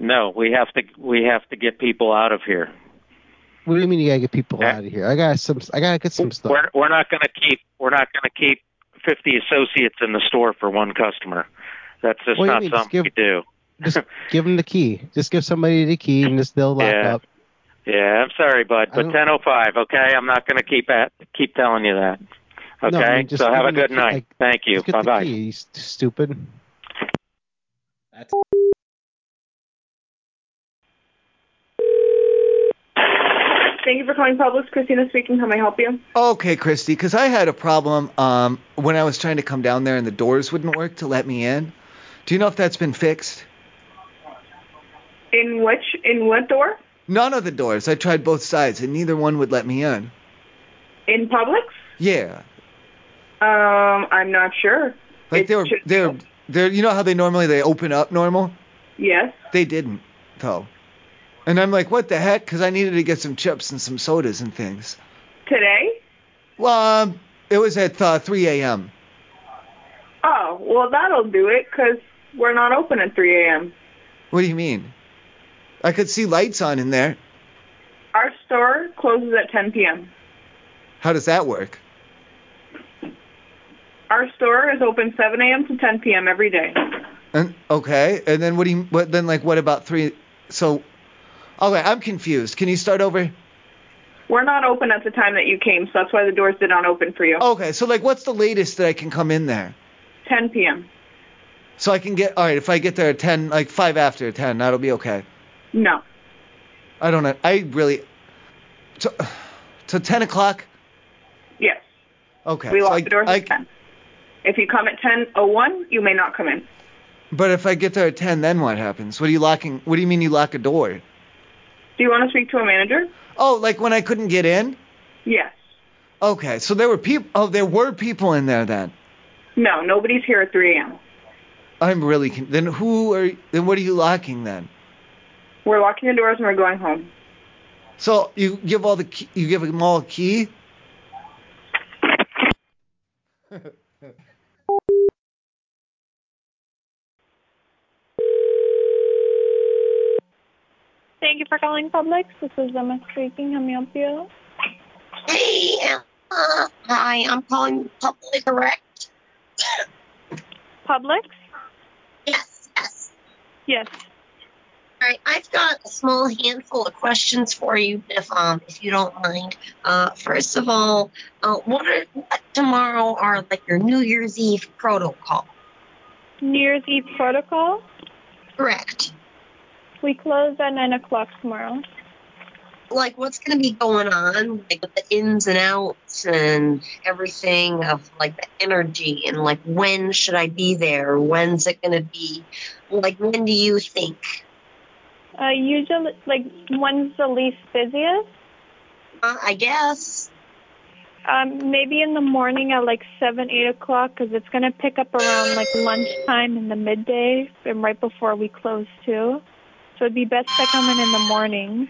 [SPEAKER 27] No, we have to we have to get people out of here.
[SPEAKER 4] What do you mean you gotta get people out of here? I got some. I gotta get some stuff.
[SPEAKER 27] We're we're not going to keep we're not going to keep 50 associates in the store for one customer. That's just
[SPEAKER 4] What do you
[SPEAKER 27] not
[SPEAKER 4] mean? Just
[SPEAKER 27] something we do.
[SPEAKER 4] Just give them the key. Just give somebody the key, and just they'll lock
[SPEAKER 27] Yeah.
[SPEAKER 4] up.
[SPEAKER 27] Yeah, I'm sorry, bud, but
[SPEAKER 4] don't-
[SPEAKER 27] 10:05. Okay, I'm not going to keep at keep telling you that.
[SPEAKER 4] No, I
[SPEAKER 27] Okay,
[SPEAKER 4] mean, just
[SPEAKER 27] so have a
[SPEAKER 4] give them
[SPEAKER 27] good
[SPEAKER 4] the key,
[SPEAKER 27] night.
[SPEAKER 4] like,
[SPEAKER 27] Thank you.
[SPEAKER 4] Just get
[SPEAKER 27] Bye
[SPEAKER 4] the
[SPEAKER 27] bye.
[SPEAKER 4] key. You st- stupid.
[SPEAKER 16] Thank you for calling Publix. Christina speaking. How may I help you?
[SPEAKER 2] Okay, Christy, because I had a problem um, when I was trying to come down there and the doors wouldn't work to let me in. Do you know if that's been fixed?
[SPEAKER 16] In which in what door?
[SPEAKER 2] None of the doors. I tried both sides and neither one would let me in.
[SPEAKER 16] In Publix?
[SPEAKER 2] Yeah,
[SPEAKER 16] Um, I'm not sure.
[SPEAKER 2] like they were they were they're you know how they normally they open up normal.
[SPEAKER 16] Yes.
[SPEAKER 2] They didn't though, and I'm like, what the heck? Because I needed to get some chips and some sodas and things.
[SPEAKER 16] Today?
[SPEAKER 2] Well, um, it was at uh, 3 a.m.
[SPEAKER 16] Oh, well, that'll do it 'cause we're not open at 3 a.m.
[SPEAKER 2] What do you mean? I could see lights on in there.
[SPEAKER 16] Our store closes at 10 p.m.
[SPEAKER 2] How does that work?
[SPEAKER 16] Our store is open 7 a.m. to 10 p.m. every day.
[SPEAKER 2] And okay, and then what do you? What then? Like what about three? So, okay, I'm confused. Can you start over?
[SPEAKER 16] We're not open at the time that you came, so that's why the doors did not open for you.
[SPEAKER 2] Okay, so like what's the latest that I can come in there?
[SPEAKER 16] 10 p.m.
[SPEAKER 2] So I can get all right. If I get there at ten, like five after ten, that'll be okay.
[SPEAKER 16] No.
[SPEAKER 2] I don't know. I really. So, so ten o'clock.
[SPEAKER 16] Yes.
[SPEAKER 2] Okay.
[SPEAKER 16] we
[SPEAKER 2] so
[SPEAKER 16] lock
[SPEAKER 2] I-
[SPEAKER 16] the doors
[SPEAKER 2] I-
[SPEAKER 16] at 10. If you come at 10:01, you may not come in.
[SPEAKER 2] but if I get there at ten, then what happens? What are you locking? What do you mean you lock a door?
[SPEAKER 16] Do you want to speak to a manager?
[SPEAKER 2] Oh, like when I couldn't get in?
[SPEAKER 16] Yes.
[SPEAKER 2] Okay, so there were people. Oh, there were people in there then.
[SPEAKER 16] No, nobody's here at 3 a.m.
[SPEAKER 2] I'm really con- then who are then what are you locking then?
[SPEAKER 16] We're locking the doors and we're going home.
[SPEAKER 2] So you give all the key, you give them all a key.
[SPEAKER 17] Thank you for calling Publix. This is Emma speaking. How may I help you?
[SPEAKER 28] Uh, hi, I'm calling public, correct?
[SPEAKER 17] Publix?
[SPEAKER 28] Yes, yes.
[SPEAKER 17] Yes.
[SPEAKER 28] All right, I've got a small handful of questions for you, if um, if you don't mind. Uh, first of all, uh, what are what tomorrow are like your New Year's Eve protocol?
[SPEAKER 17] New Year's Eve protocol.
[SPEAKER 28] Correct.
[SPEAKER 17] We close at nine o'clock tomorrow.
[SPEAKER 28] Like, what's going to be going on, like with the ins and outs and everything of like the energy and like when should I be there? When's it going to be? Like, when do you think?
[SPEAKER 17] Uh, usually, like when's the least busiest?
[SPEAKER 28] Uh, I guess.
[SPEAKER 17] Um, maybe in the morning at like seven, eight o'clock, 'cause it's gonna pick up around like lunchtime in the midday and right before we close too. So it'd be best to come in in the morning.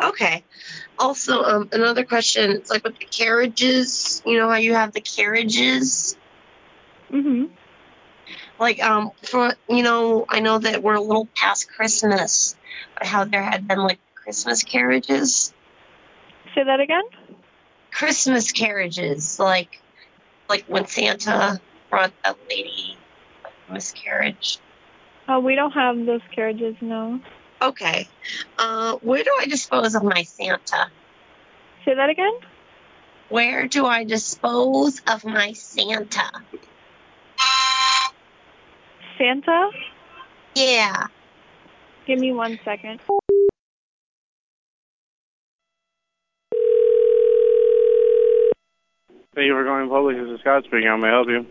[SPEAKER 28] Okay. Also, um, another question. It's like with the carriages. You know how you have the carriages.
[SPEAKER 17] Mhm.
[SPEAKER 28] Like, um, for you know, I know that we're a little past Christmas, but how there had been like Christmas carriages.
[SPEAKER 17] Say that again.
[SPEAKER 28] Christmas carriages, like, like when Santa brought that lady like, miscarriage.
[SPEAKER 17] Uh, we don't have those carriages, no.
[SPEAKER 28] Okay. Uh, where do I dispose of my Santa?
[SPEAKER 17] Say that again.
[SPEAKER 28] Where do I dispose of my Santa?
[SPEAKER 17] Santa?
[SPEAKER 28] Yeah.
[SPEAKER 8] Give me one second.
[SPEAKER 29] Thank you for calling public. This is Scott speaking. How may I help you?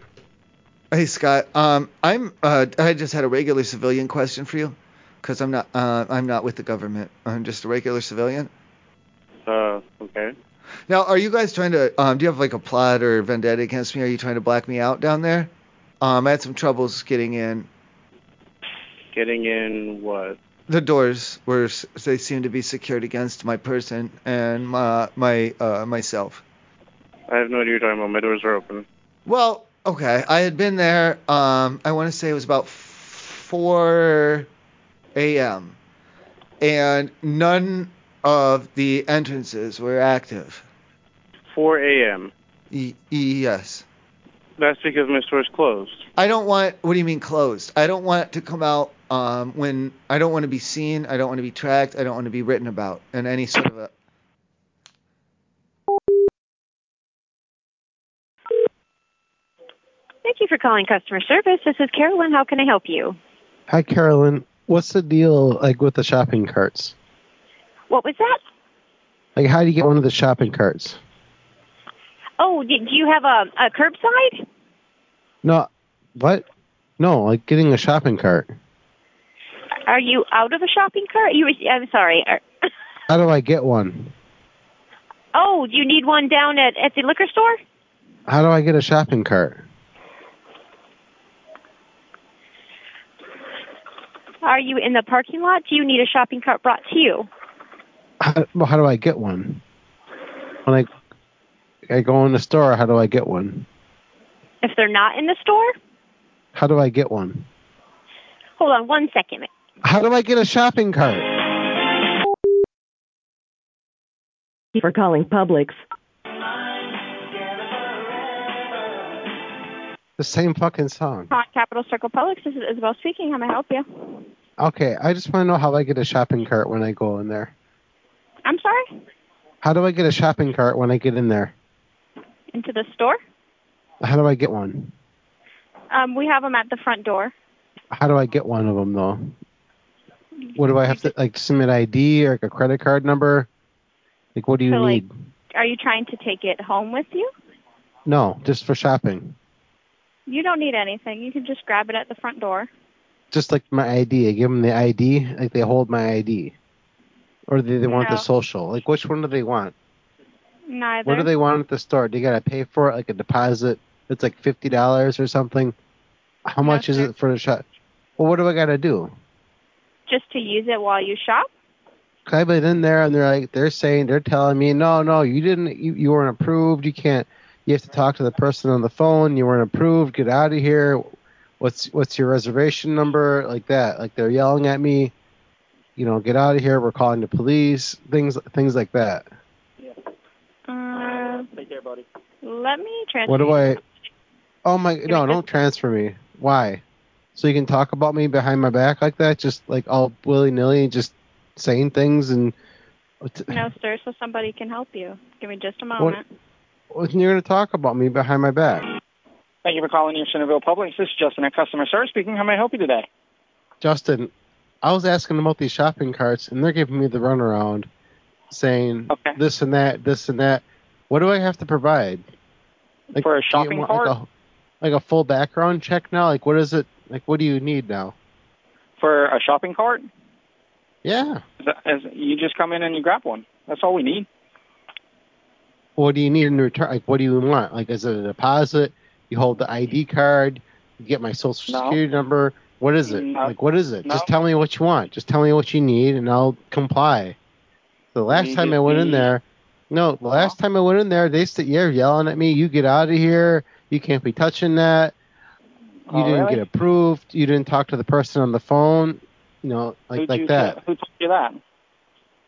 [SPEAKER 2] Hey Scott, um, I'm uh, I just had a regular civilian question for you, because I'm not uh, I'm not with the government. I'm just a regular civilian.
[SPEAKER 29] Uh, okay.
[SPEAKER 2] Now, are you guys trying to? Um, do you have like a plot or vendetta against me? Are you trying to black me out down there? Um, I had some troubles getting in.
[SPEAKER 29] Getting in what?
[SPEAKER 2] The doors were s- they seemed to be secured against my person and my my uh, myself.
[SPEAKER 29] I have no idea what you're talking about. My doors are open.
[SPEAKER 2] Well, okay. I had been there. Um, I want to say it was about 4 a.m. and none of the entrances were active.
[SPEAKER 29] 4 a.m.
[SPEAKER 2] E- yes.
[SPEAKER 29] That's because my store's closed.
[SPEAKER 2] I don't want. What do you mean closed? I don't want to come out um, when I don't want to be seen. I don't want to be tracked. I don't want to be written about in any sort of a.
[SPEAKER 16] Thank you for calling customer service. This is Carolyn. How can I help you?
[SPEAKER 4] Hi, Carolyn. What's the deal like with the shopping carts?
[SPEAKER 16] What was that?
[SPEAKER 4] Like, how do you get one of the shopping carts?
[SPEAKER 16] Oh, d- do you have a, a curbside?
[SPEAKER 4] No, what? No, like getting a shopping cart.
[SPEAKER 16] Are you out of a shopping cart? You, I'm sorry. Are,
[SPEAKER 4] How do I get one?
[SPEAKER 16] oh, you need one down at, at the liquor store?
[SPEAKER 4] How do I get a shopping cart?
[SPEAKER 16] Are you in the parking lot? Do you need a shopping cart brought to you?
[SPEAKER 4] How, well, how do I get one? When I, I go in the store, how do I get one?
[SPEAKER 16] If they're not in the store,
[SPEAKER 4] How do I get one?
[SPEAKER 16] hold on one second.
[SPEAKER 4] How do I get a shopping cart?
[SPEAKER 17] For calling Publix.
[SPEAKER 4] The same fucking song.
[SPEAKER 17] Hi, Capital Circle Publix. This is Isabel speaking. How may I help you?
[SPEAKER 4] Okay, I just want to know how I get a shopping cart when I go in there.
[SPEAKER 17] I'm sorry.
[SPEAKER 4] How do I get a shopping cart when I get in there?
[SPEAKER 17] Into the store.
[SPEAKER 4] How do I get one?
[SPEAKER 17] Um, we have them at the front door.
[SPEAKER 4] How do I get one of them though? What do I have to like submit ID or like a credit card number? Like what do you
[SPEAKER 17] So, like-
[SPEAKER 4] need?
[SPEAKER 17] Are you trying to take it home with you?
[SPEAKER 4] No, just for shopping.
[SPEAKER 17] You don't need anything. You can just grab it at the front door.
[SPEAKER 4] Just like my ID. I give them the ID, like they hold my ID. Or do they want the
[SPEAKER 17] No.
[SPEAKER 4] social? Like which one do they want?
[SPEAKER 17] Neither.
[SPEAKER 4] What do they want at the store? Do you gotta pay for it like a deposit? It's like fifty dollars or something. How much is it for the shop? Well, what do I gotta do?
[SPEAKER 17] Just to use it while you shop.
[SPEAKER 4] Cause I've been in there and they're like they're saying they're telling me no no you didn't you, you weren't approved you can't you have to talk to the person on the phone you weren't approved get out of here what's what's your reservation number like that like they're yelling at me you know get out of here we're calling the police things things like that
[SPEAKER 17] Uh, Take care, buddy. Let me transfer.
[SPEAKER 4] what do
[SPEAKER 17] you.
[SPEAKER 4] I oh my no don't transfer me why so you can talk about me behind my back like that just like all willy nilly just saying things and
[SPEAKER 17] No, sir. So somebody can help you. Give me just a
[SPEAKER 4] what,
[SPEAKER 17] moment.
[SPEAKER 4] what you're gonna talk about me behind my back.
[SPEAKER 30] Thank you for calling Andersonville Public. This is Justin at Customer Service speaking. How may I help you today?
[SPEAKER 4] Justin, I was asking about these shopping carts, and they're giving me the runaround, saying this and that, this and that. What do I have to provide? Like,
[SPEAKER 30] For a
[SPEAKER 4] do you
[SPEAKER 30] shopping
[SPEAKER 4] want,
[SPEAKER 30] cart?
[SPEAKER 4] Like a, like a full background check now? Like, what is it? Like, what do you need now?
[SPEAKER 30] For a shopping cart?
[SPEAKER 4] Yeah.
[SPEAKER 30] Is that- is- You just come in and you grab one. That's all we need.
[SPEAKER 4] What do you need in return? Like, what do you want? Like, is it a deposit? You hold the ID card. You get my social
[SPEAKER 30] No.
[SPEAKER 4] security number. What is it? Like, what is it? Just tell me what you want. Just tell me what you need, and I'll comply. The last
[SPEAKER 30] You
[SPEAKER 4] time I
[SPEAKER 30] just
[SPEAKER 4] went in
[SPEAKER 30] need-
[SPEAKER 4] there, no, the last time I went in there, they said, "You're yelling at me. You get out of here. You can't be touching that. You
[SPEAKER 30] Oh,
[SPEAKER 4] didn't
[SPEAKER 30] really?
[SPEAKER 4] get approved. You didn't talk to the person on the phone. You know, like
[SPEAKER 30] Who'd
[SPEAKER 4] like
[SPEAKER 30] you-
[SPEAKER 4] that."
[SPEAKER 30] Who told you that?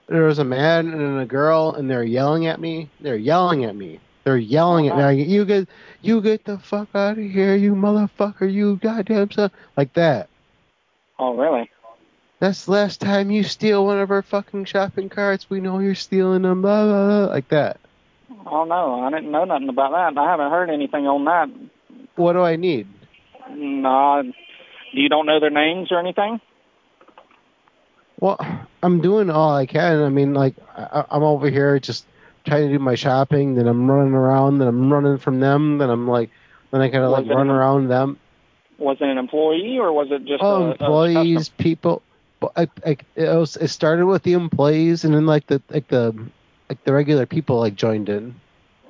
[SPEAKER 4] there was a man and a girl and they're yelling at me. They're yelling at me. They're yelling at me. Like, you get you get the fuck out of here, you motherfucker, you goddamn son like that.
[SPEAKER 30] Oh, really?
[SPEAKER 4] That's the last time you steal one of our fucking shopping carts. We know you're stealing them, blah blah, blah like that.
[SPEAKER 30] Oh, no. I didn't know nothing about that. I haven't heard anything on that.
[SPEAKER 4] What do I need?
[SPEAKER 30] No, You don't know their names or anything?
[SPEAKER 4] Well, I'm doing all I can. I mean, like I, I'm over here just trying to do my shopping. Then I'm running around. Then I'm running from them. Then I'm like, then I gotta like
[SPEAKER 30] Wasn't
[SPEAKER 4] run
[SPEAKER 30] it-
[SPEAKER 4] around them.
[SPEAKER 30] Was it an employee or was it just
[SPEAKER 4] Oh,
[SPEAKER 30] a,
[SPEAKER 4] employees, people. But I, I, it, was, it started with the employees, and then like the like the like the regular people like joined in.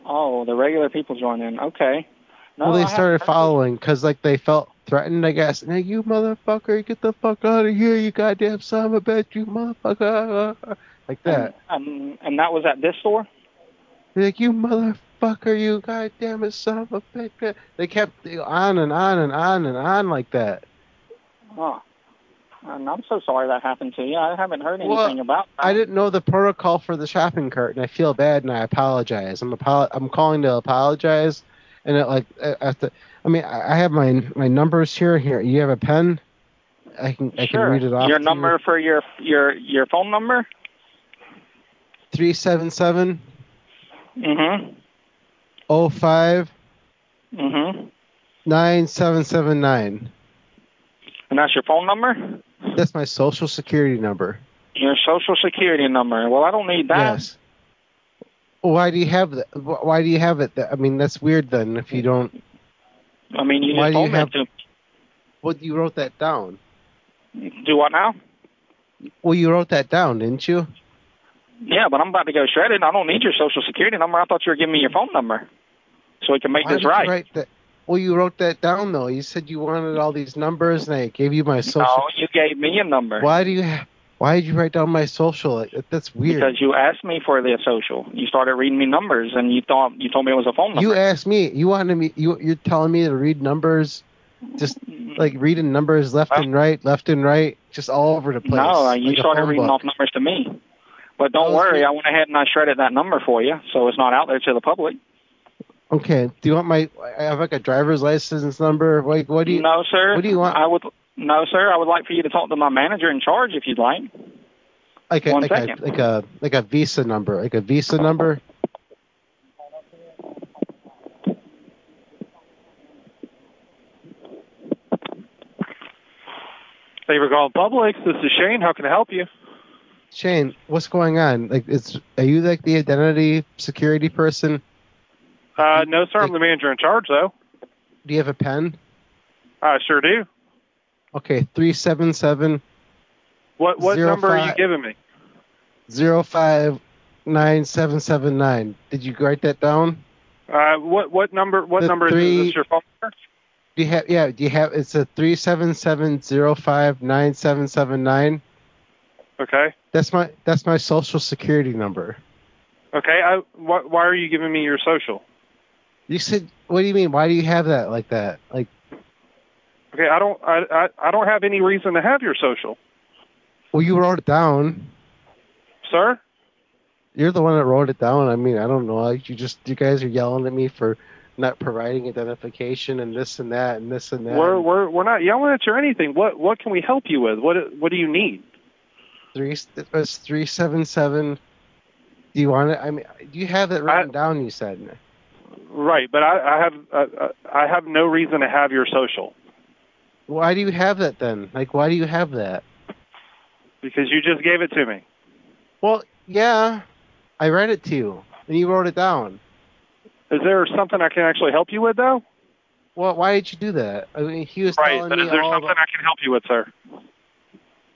[SPEAKER 30] a oh the regular people join in? Okay. No,
[SPEAKER 4] well,
[SPEAKER 30] I
[SPEAKER 4] they
[SPEAKER 30] haven't
[SPEAKER 4] started following because like they felt threatened, I guess. Now you motherfucker, get the fuck out of here, you goddamn son of a bitch, you motherfucker, like that.
[SPEAKER 30] Um, and that was at this store.
[SPEAKER 4] They're like you motherfucker, you goddamn it, son of a bitch. They kept on and on and on and on like that.
[SPEAKER 30] Oh, and I'm so sorry that happened to you. I haven't heard anything
[SPEAKER 4] Well,
[SPEAKER 30] about.
[SPEAKER 4] I didn't know the protocol for the shopping cart, and I feel bad, and I apologize. I'm apo- I'm calling to apologize, and it, like I- I have to. I mean, I I have my my numbers here. Here, you have a pen. I can I
[SPEAKER 30] Sure.
[SPEAKER 4] can read it off.
[SPEAKER 30] Your number for your your your phone number.
[SPEAKER 4] three seven seven
[SPEAKER 30] Mhm.
[SPEAKER 4] oh five
[SPEAKER 30] Mhm.
[SPEAKER 4] nine seven seven nine.
[SPEAKER 30] And that's your phone number.
[SPEAKER 4] That's my social security number.
[SPEAKER 30] Your social security number. Well, I don't need that.
[SPEAKER 4] Yes. Why do you have that? wh- Why do you have it? th- I mean, that's weird. Then if you don't,
[SPEAKER 30] I mean, you
[SPEAKER 4] Why
[SPEAKER 30] just
[SPEAKER 4] do you
[SPEAKER 30] told me
[SPEAKER 4] have-
[SPEAKER 30] to.
[SPEAKER 4] well, you wrote that down.
[SPEAKER 30] Do what now?
[SPEAKER 4] Well, you wrote that down, didn't you?
[SPEAKER 30] Yeah, but I'm about to go shredded. I don't need your social security number. I thought you were giving me your phone number, so we can make
[SPEAKER 4] Why
[SPEAKER 30] this
[SPEAKER 4] did you
[SPEAKER 30] right.
[SPEAKER 4] write that- Well, you wrote that down though. You said you wanted all these numbers, and I gave you my social.
[SPEAKER 30] No, you gave me a number
[SPEAKER 4] Why do you? ha- Why did you write down my social? Like, that- That's weird.
[SPEAKER 30] because you asked me for the social. You started reading me numbers, and you thought you told me it was a phone number.
[SPEAKER 4] You asked me. You wanted me. You you're telling me to read numbers, just like reading numbers left and right, left and right, just all over the place.
[SPEAKER 30] No, uh, you
[SPEAKER 4] like a
[SPEAKER 30] started
[SPEAKER 4] phone
[SPEAKER 30] reading
[SPEAKER 4] book. Oh,
[SPEAKER 30] off numbers to me. But don't worry, I went ahead and I shredded that number for you, so it's not out there to the public.
[SPEAKER 4] Okay. Do you want my? I have like a driver's license number. Like what do you?
[SPEAKER 30] no, sir.
[SPEAKER 4] What do you want?
[SPEAKER 30] I would no, sir. I would like for you to talk to my manager in charge if you'd like.
[SPEAKER 4] Like a
[SPEAKER 30] one
[SPEAKER 4] like a,
[SPEAKER 30] second.
[SPEAKER 4] like a like a Visa number. Like a Visa number.
[SPEAKER 29] Thank you for calling Publix. This is Shane. How can I help you?
[SPEAKER 4] Shane, what's going on? Like, it's are you like the identity security person?
[SPEAKER 29] Uh, no, sir. I'm the manager in charge, though.
[SPEAKER 4] Do you have a pen?
[SPEAKER 29] I sure do.
[SPEAKER 4] Okay, three seven seven
[SPEAKER 29] What what
[SPEAKER 4] Zero
[SPEAKER 29] number are you
[SPEAKER 4] five.
[SPEAKER 29] giving me?
[SPEAKER 4] zero five nine seven seven nine. Did you write that down?
[SPEAKER 29] Uh, what what number what
[SPEAKER 4] The
[SPEAKER 29] number is
[SPEAKER 4] three-
[SPEAKER 29] this? Is this your phone number?
[SPEAKER 4] Do you have? Yeah. Do you have? It's a three seven seven zero five nine seven seven nine.
[SPEAKER 29] Okay.
[SPEAKER 4] That's my that's my social security number.
[SPEAKER 29] Okay. I wh- why are you giving me your social?
[SPEAKER 4] You said, what do you mean? Why do you have that like that? Like,
[SPEAKER 29] Okay. I don't I, I I don't have any reason to have your social,
[SPEAKER 4] well, you wrote it down.
[SPEAKER 29] sir.
[SPEAKER 4] You're the one that wrote it down. I mean, I don't know. Like, You just you guys are yelling at me for not providing identification and this and that and this and that.
[SPEAKER 29] We're we're we're not yelling at you or anything. What what can we help you with? What what do you need?
[SPEAKER 4] three it was three seven seven. Do you want it? I mean, do you have it written down? You said.
[SPEAKER 29] Right, but I, I have uh, uh, I have no reason to have your social
[SPEAKER 4] Why do you have that then? Like, why do you have that?
[SPEAKER 29] because you just gave it to me.
[SPEAKER 4] Well, yeah, I read it to you and you wrote it down.
[SPEAKER 29] Is there something I can actually help you with though?
[SPEAKER 4] Well, why did you do that? I mean, he was
[SPEAKER 29] Right,
[SPEAKER 4] telling
[SPEAKER 29] but
[SPEAKER 4] me
[SPEAKER 29] is there
[SPEAKER 4] all
[SPEAKER 29] something I can help you with, sir?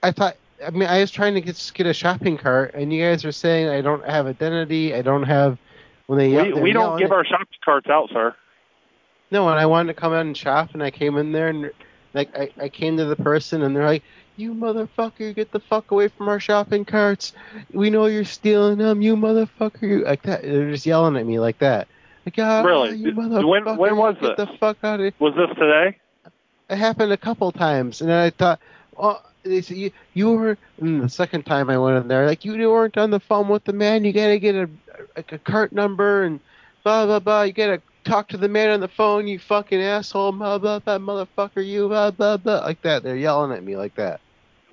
[SPEAKER 4] I thought. I mean, I was trying to get, just get a shopping cart, and you guys are saying I don't have identity. I don't have when they yell-
[SPEAKER 29] we
[SPEAKER 4] they're
[SPEAKER 29] we don't
[SPEAKER 4] yelling
[SPEAKER 29] give
[SPEAKER 4] at-
[SPEAKER 29] our shopping carts out, sir.
[SPEAKER 4] no. And I wanted to come out and shop, and I came in there, and like I, I came to the person, and they're like, "You motherfucker, get the fuck away from our shopping carts. We know you're stealing them. You motherfucker, you like that." They're just yelling at me like that. Like, ah,
[SPEAKER 29] Really?
[SPEAKER 4] You
[SPEAKER 29] When- when
[SPEAKER 4] motherfucker,
[SPEAKER 29] was
[SPEAKER 4] get
[SPEAKER 29] this?
[SPEAKER 4] the fuck out of here.
[SPEAKER 29] Was this today?
[SPEAKER 4] It happened a couple times, and then I thought, oh, they said you you were. And the second time I went in there, like you weren't on the phone with the man. You gotta get a like a cart number and blah blah blah. You gotta talk to the man on the phone. You fucking asshole, blah blah blah, motherfucker, you blah blah blah, like that. They're yelling at me like that.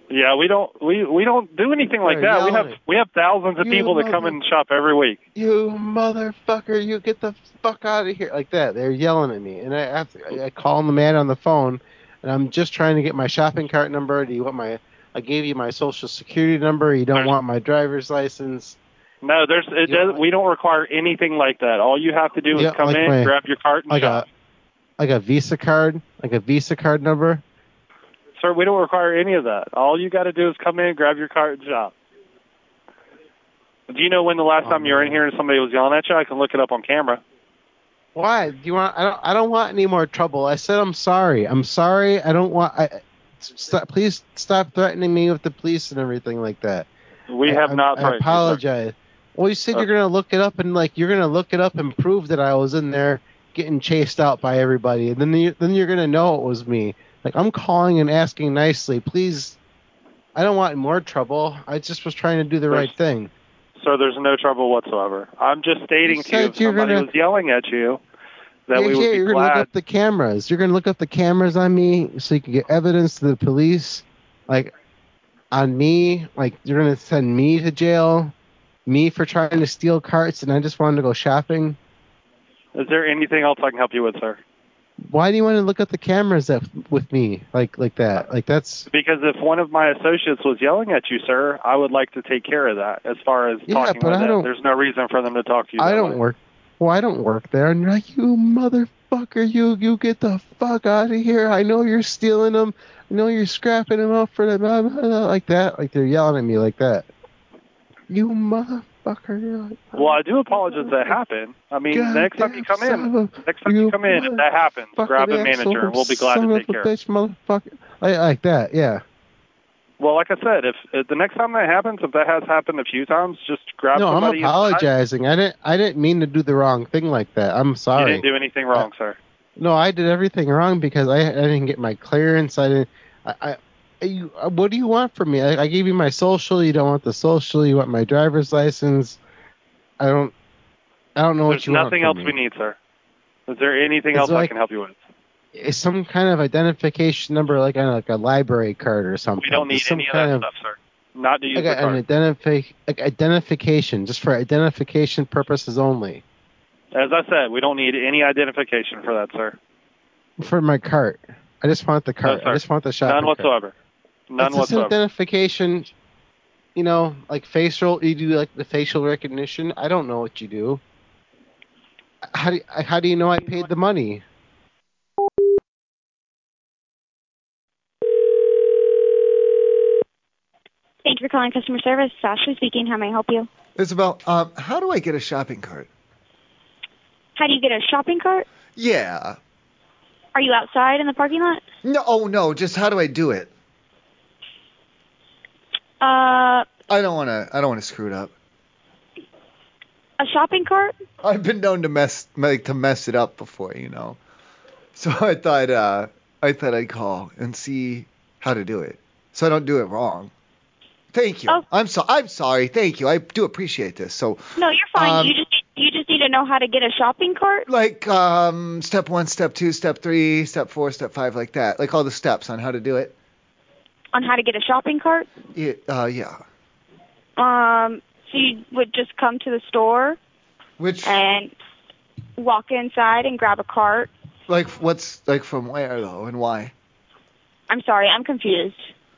[SPEAKER 29] Yeah, we don't we we don't do anything like
[SPEAKER 4] They're
[SPEAKER 29] that. We have
[SPEAKER 4] yelling.
[SPEAKER 29] we have thousands of
[SPEAKER 4] You
[SPEAKER 29] people that come
[SPEAKER 4] mother-
[SPEAKER 29] and shop every week.
[SPEAKER 4] You motherfucker, you get the fuck out of here, like that. They're yelling at me, and I after I I call the man on the phone. and I'm just trying to get my shopping cart number. Do you want my? I gave you my social security number. You don't want my driver's license.
[SPEAKER 29] No, there's it does, we don't require anything like that. All you have to do is
[SPEAKER 4] Yeah,
[SPEAKER 29] come
[SPEAKER 4] like
[SPEAKER 29] in,
[SPEAKER 4] my-
[SPEAKER 29] grab your cart, and
[SPEAKER 4] Like
[SPEAKER 29] shop.
[SPEAKER 4] a, like a Visa card, like a Visa card number.
[SPEAKER 29] Sir, we don't require any of that. All you got to do is come in, grab your cart, and shop. Do you know when the last time you were in here and somebody was yelling at you? I can look it up on camera.
[SPEAKER 4] Why? Do you want? I don't. I don't want any more trouble. I said I'm sorry. I'm sorry. I don't want. I, stop, please stop threatening me with the police and everything like that.
[SPEAKER 29] We
[SPEAKER 4] I-
[SPEAKER 29] have
[SPEAKER 4] I-
[SPEAKER 29] not
[SPEAKER 4] I
[SPEAKER 29] threatened you, sir.
[SPEAKER 4] apologize. Well, you
[SPEAKER 29] Uh,
[SPEAKER 4] said you're gonna look it up and like you're gonna look it up and prove that I was in there getting chased out by everybody, and then you, then you're gonna know it was me. Like I'm calling and asking nicely, please. I don't want more trouble. I just was trying to do the right thing.
[SPEAKER 29] Sir, there's no trouble whatsoever. I'm just stating to you
[SPEAKER 4] said
[SPEAKER 29] if
[SPEAKER 4] you're
[SPEAKER 29] somebody
[SPEAKER 4] gonna-
[SPEAKER 29] was yelling at you
[SPEAKER 4] yeah,
[SPEAKER 29] that we
[SPEAKER 4] yeah,
[SPEAKER 29] would
[SPEAKER 4] you're
[SPEAKER 29] be
[SPEAKER 4] gonna look
[SPEAKER 29] glad.
[SPEAKER 4] up the cameras. You're gonna look up the cameras on me so you can get evidence to the police, like on me. Like you're gonna send me to jail, me for trying to steal carts, and I just wanted to go shopping.
[SPEAKER 29] Is there anything else I can help you with, sir?
[SPEAKER 4] Why do you want to look up the cameras that, with me like like that? Like that's
[SPEAKER 29] Because if one of my associates was yelling at you, sir, I would like to take care of that. As far as
[SPEAKER 4] Yeah,
[SPEAKER 29] talking
[SPEAKER 4] but
[SPEAKER 29] with
[SPEAKER 4] I
[SPEAKER 29] them,
[SPEAKER 4] don't-
[SPEAKER 29] there's no reason for them to talk to you.
[SPEAKER 4] I
[SPEAKER 29] that
[SPEAKER 4] don't
[SPEAKER 29] way.
[SPEAKER 4] work. Well, I don't work there, and you're like, you motherfucker, you you get the fuck out of here. I know you're stealing them. I know you're scrapping them up for the blah, blah, blah, like that. Like they're yelling at me like that. You motherfucker, you're like,
[SPEAKER 29] Well, I do apologize that happened. I mean,
[SPEAKER 4] God
[SPEAKER 29] next time you come in, next time you come in, if that happens,
[SPEAKER 4] fucking
[SPEAKER 29] grab a
[SPEAKER 4] asshole,
[SPEAKER 29] manager, and we'll be glad
[SPEAKER 4] son
[SPEAKER 29] to
[SPEAKER 4] of
[SPEAKER 29] take
[SPEAKER 4] a
[SPEAKER 29] care. of it.
[SPEAKER 4] Bitch, motherfucker, like, like that, yeah.
[SPEAKER 29] Well, like I said, if, if the next time that happens, if that has happened a few times, just grab
[SPEAKER 4] no, I'm
[SPEAKER 29] somebody. and-
[SPEAKER 4] apologizing. I didn't. I didn't mean to do the wrong thing like that. I'm
[SPEAKER 29] You
[SPEAKER 4] sorry.
[SPEAKER 29] didn't do anything wrong, sir.
[SPEAKER 4] No, I did everything wrong because I, I didn't get my clearance. I didn't. I, I you, what do you want from me? I, I gave you my social. You don't want the social. You want my driver's license. I don't. I don't know
[SPEAKER 29] There's
[SPEAKER 4] what you
[SPEAKER 29] nothing
[SPEAKER 4] want.
[SPEAKER 29] else
[SPEAKER 4] from
[SPEAKER 29] we need, sir. Is there anything
[SPEAKER 4] Is
[SPEAKER 29] else
[SPEAKER 4] there,
[SPEAKER 29] I
[SPEAKER 4] like-
[SPEAKER 29] can help you with?
[SPEAKER 4] me. It's some kind of identification number, like on like a library card or something.
[SPEAKER 29] We don't need
[SPEAKER 4] It's some
[SPEAKER 29] any of
[SPEAKER 4] kind
[SPEAKER 29] that stuff, sir. Not to use
[SPEAKER 4] like
[SPEAKER 29] the
[SPEAKER 4] a- an
[SPEAKER 29] card.
[SPEAKER 4] identifi- like identification, just for identification purposes only,
[SPEAKER 29] As I said, we don't need any identification for that, sir.
[SPEAKER 4] for my cart. I just want the cart.
[SPEAKER 29] sir.
[SPEAKER 4] I just want the shopping.
[SPEAKER 29] None
[SPEAKER 4] cart.
[SPEAKER 29] whatsoever. None
[SPEAKER 4] it's just an
[SPEAKER 29] whatsoever.
[SPEAKER 4] identification. You know, like facial. You do like the facial recognition. I don't know what you do. How do you, how do you know I paid the money?
[SPEAKER 17] Thank you for calling customer service. Sasha speaking. How may I help you?
[SPEAKER 2] It's about um, how do I get a shopping cart?
[SPEAKER 17] How do you get a shopping cart?
[SPEAKER 2] Yeah.
[SPEAKER 17] Are you outside in the parking lot?
[SPEAKER 2] No. Oh no. Just how do I do it?
[SPEAKER 17] Uh,
[SPEAKER 2] I don't want to. I don't want to screw it up.
[SPEAKER 17] a shopping cart?
[SPEAKER 2] I've been known to mess like to mess it up before, you know. So I thought uh, I thought I'd call and see how to do it, so I don't do it wrong. Thank you.
[SPEAKER 17] Oh.
[SPEAKER 2] I'm so I'm sorry. Thank you. I do appreciate this. So
[SPEAKER 17] No, you're fine.
[SPEAKER 2] Um,
[SPEAKER 17] you just you just need to know how to get a shopping cart.
[SPEAKER 2] like um, step one, step two, step three, step four, step five, like that, like all the steps on how to do it.
[SPEAKER 17] on how to get a shopping cart.
[SPEAKER 2] Yeah, uh, yeah.
[SPEAKER 17] Um, so you would just come to the store
[SPEAKER 2] Which
[SPEAKER 17] and walk inside and grab a cart.
[SPEAKER 2] like what's like from where though, and why?
[SPEAKER 17] I'm sorry, I'm confused.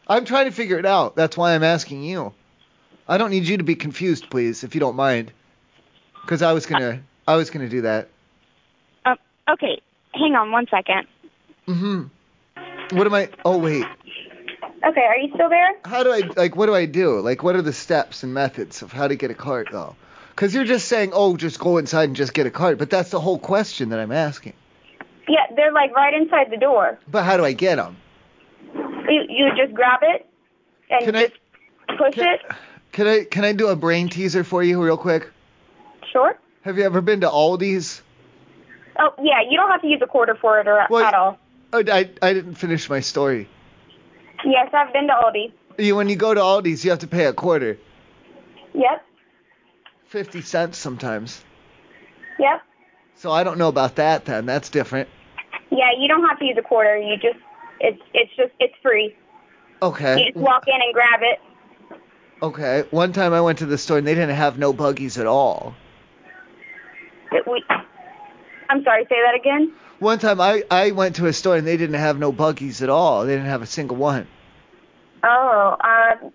[SPEAKER 2] I'm trying to figure it out. That's why I'm asking you. I don't need you to be confused, please, if you don't mind. Because I was gonna, I was gonna do that.
[SPEAKER 17] Um, okay, hang on one second.
[SPEAKER 2] Mm-hmm. What am I? Oh wait.
[SPEAKER 17] Okay, are you still there?
[SPEAKER 2] How do I like? What do I do? Like, what are the steps and methods of how to get a cart though? Because you're just saying, oh, just go inside and just get a cart, but that's the whole question that I'm asking.
[SPEAKER 18] Yeah, they're like right inside the door.
[SPEAKER 2] But how do I get them?
[SPEAKER 18] You you just grab it and
[SPEAKER 2] Can I
[SPEAKER 18] just push it.
[SPEAKER 2] can I can I do a brain teaser for you real quick?
[SPEAKER 18] Sure.
[SPEAKER 2] Have you ever been to Aldi's?
[SPEAKER 18] Oh yeah, you don't have to use a quarter for it or
[SPEAKER 2] Well,
[SPEAKER 18] at all.
[SPEAKER 2] Oh, I I didn't finish my story.
[SPEAKER 18] Yes, I've been to Aldi.
[SPEAKER 2] You, when you go to Aldi's, you have to pay a quarter,
[SPEAKER 18] Yep,
[SPEAKER 2] fifty cents sometimes.
[SPEAKER 18] yep.
[SPEAKER 2] So I don't know about that. Then that's different.
[SPEAKER 18] Yeah, you don't have to use a quarter. You just it's it's just it's free. You
[SPEAKER 2] Okay.
[SPEAKER 18] just walk in and grab it.
[SPEAKER 2] Okay. One time I went to the store and they didn't have no buggies at all.
[SPEAKER 18] It- we- I'm sorry, say that again.
[SPEAKER 2] One time I, I went to a store and they didn't have no buggies at all. They didn't have a single one.
[SPEAKER 18] Oh, uh,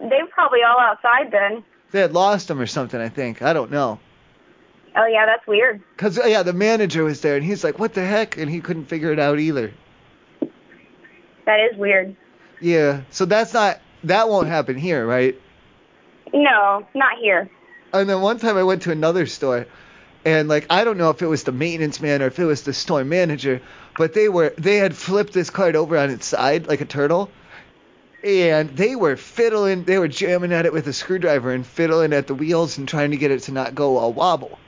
[SPEAKER 18] they were probably all outside then.
[SPEAKER 2] They had lost them or something, I think. I don't know.
[SPEAKER 18] Oh yeah, that's weird.
[SPEAKER 2] Cause uh, yeah, the manager was there and he's like, "What the heck?" and he couldn't figure it out either.
[SPEAKER 18] That is weird.
[SPEAKER 2] Yeah. So that's not that won't happen here, right?
[SPEAKER 18] No, not here.
[SPEAKER 2] And then one time I went to another store, and like I don't know if it was the maintenance man or if it was the store manager, but they were they had flipped this card over on its side like a turtle, and they were fiddling, they were jamming at it with a screwdriver and fiddling at the wheels and trying to get it to not go all wobble.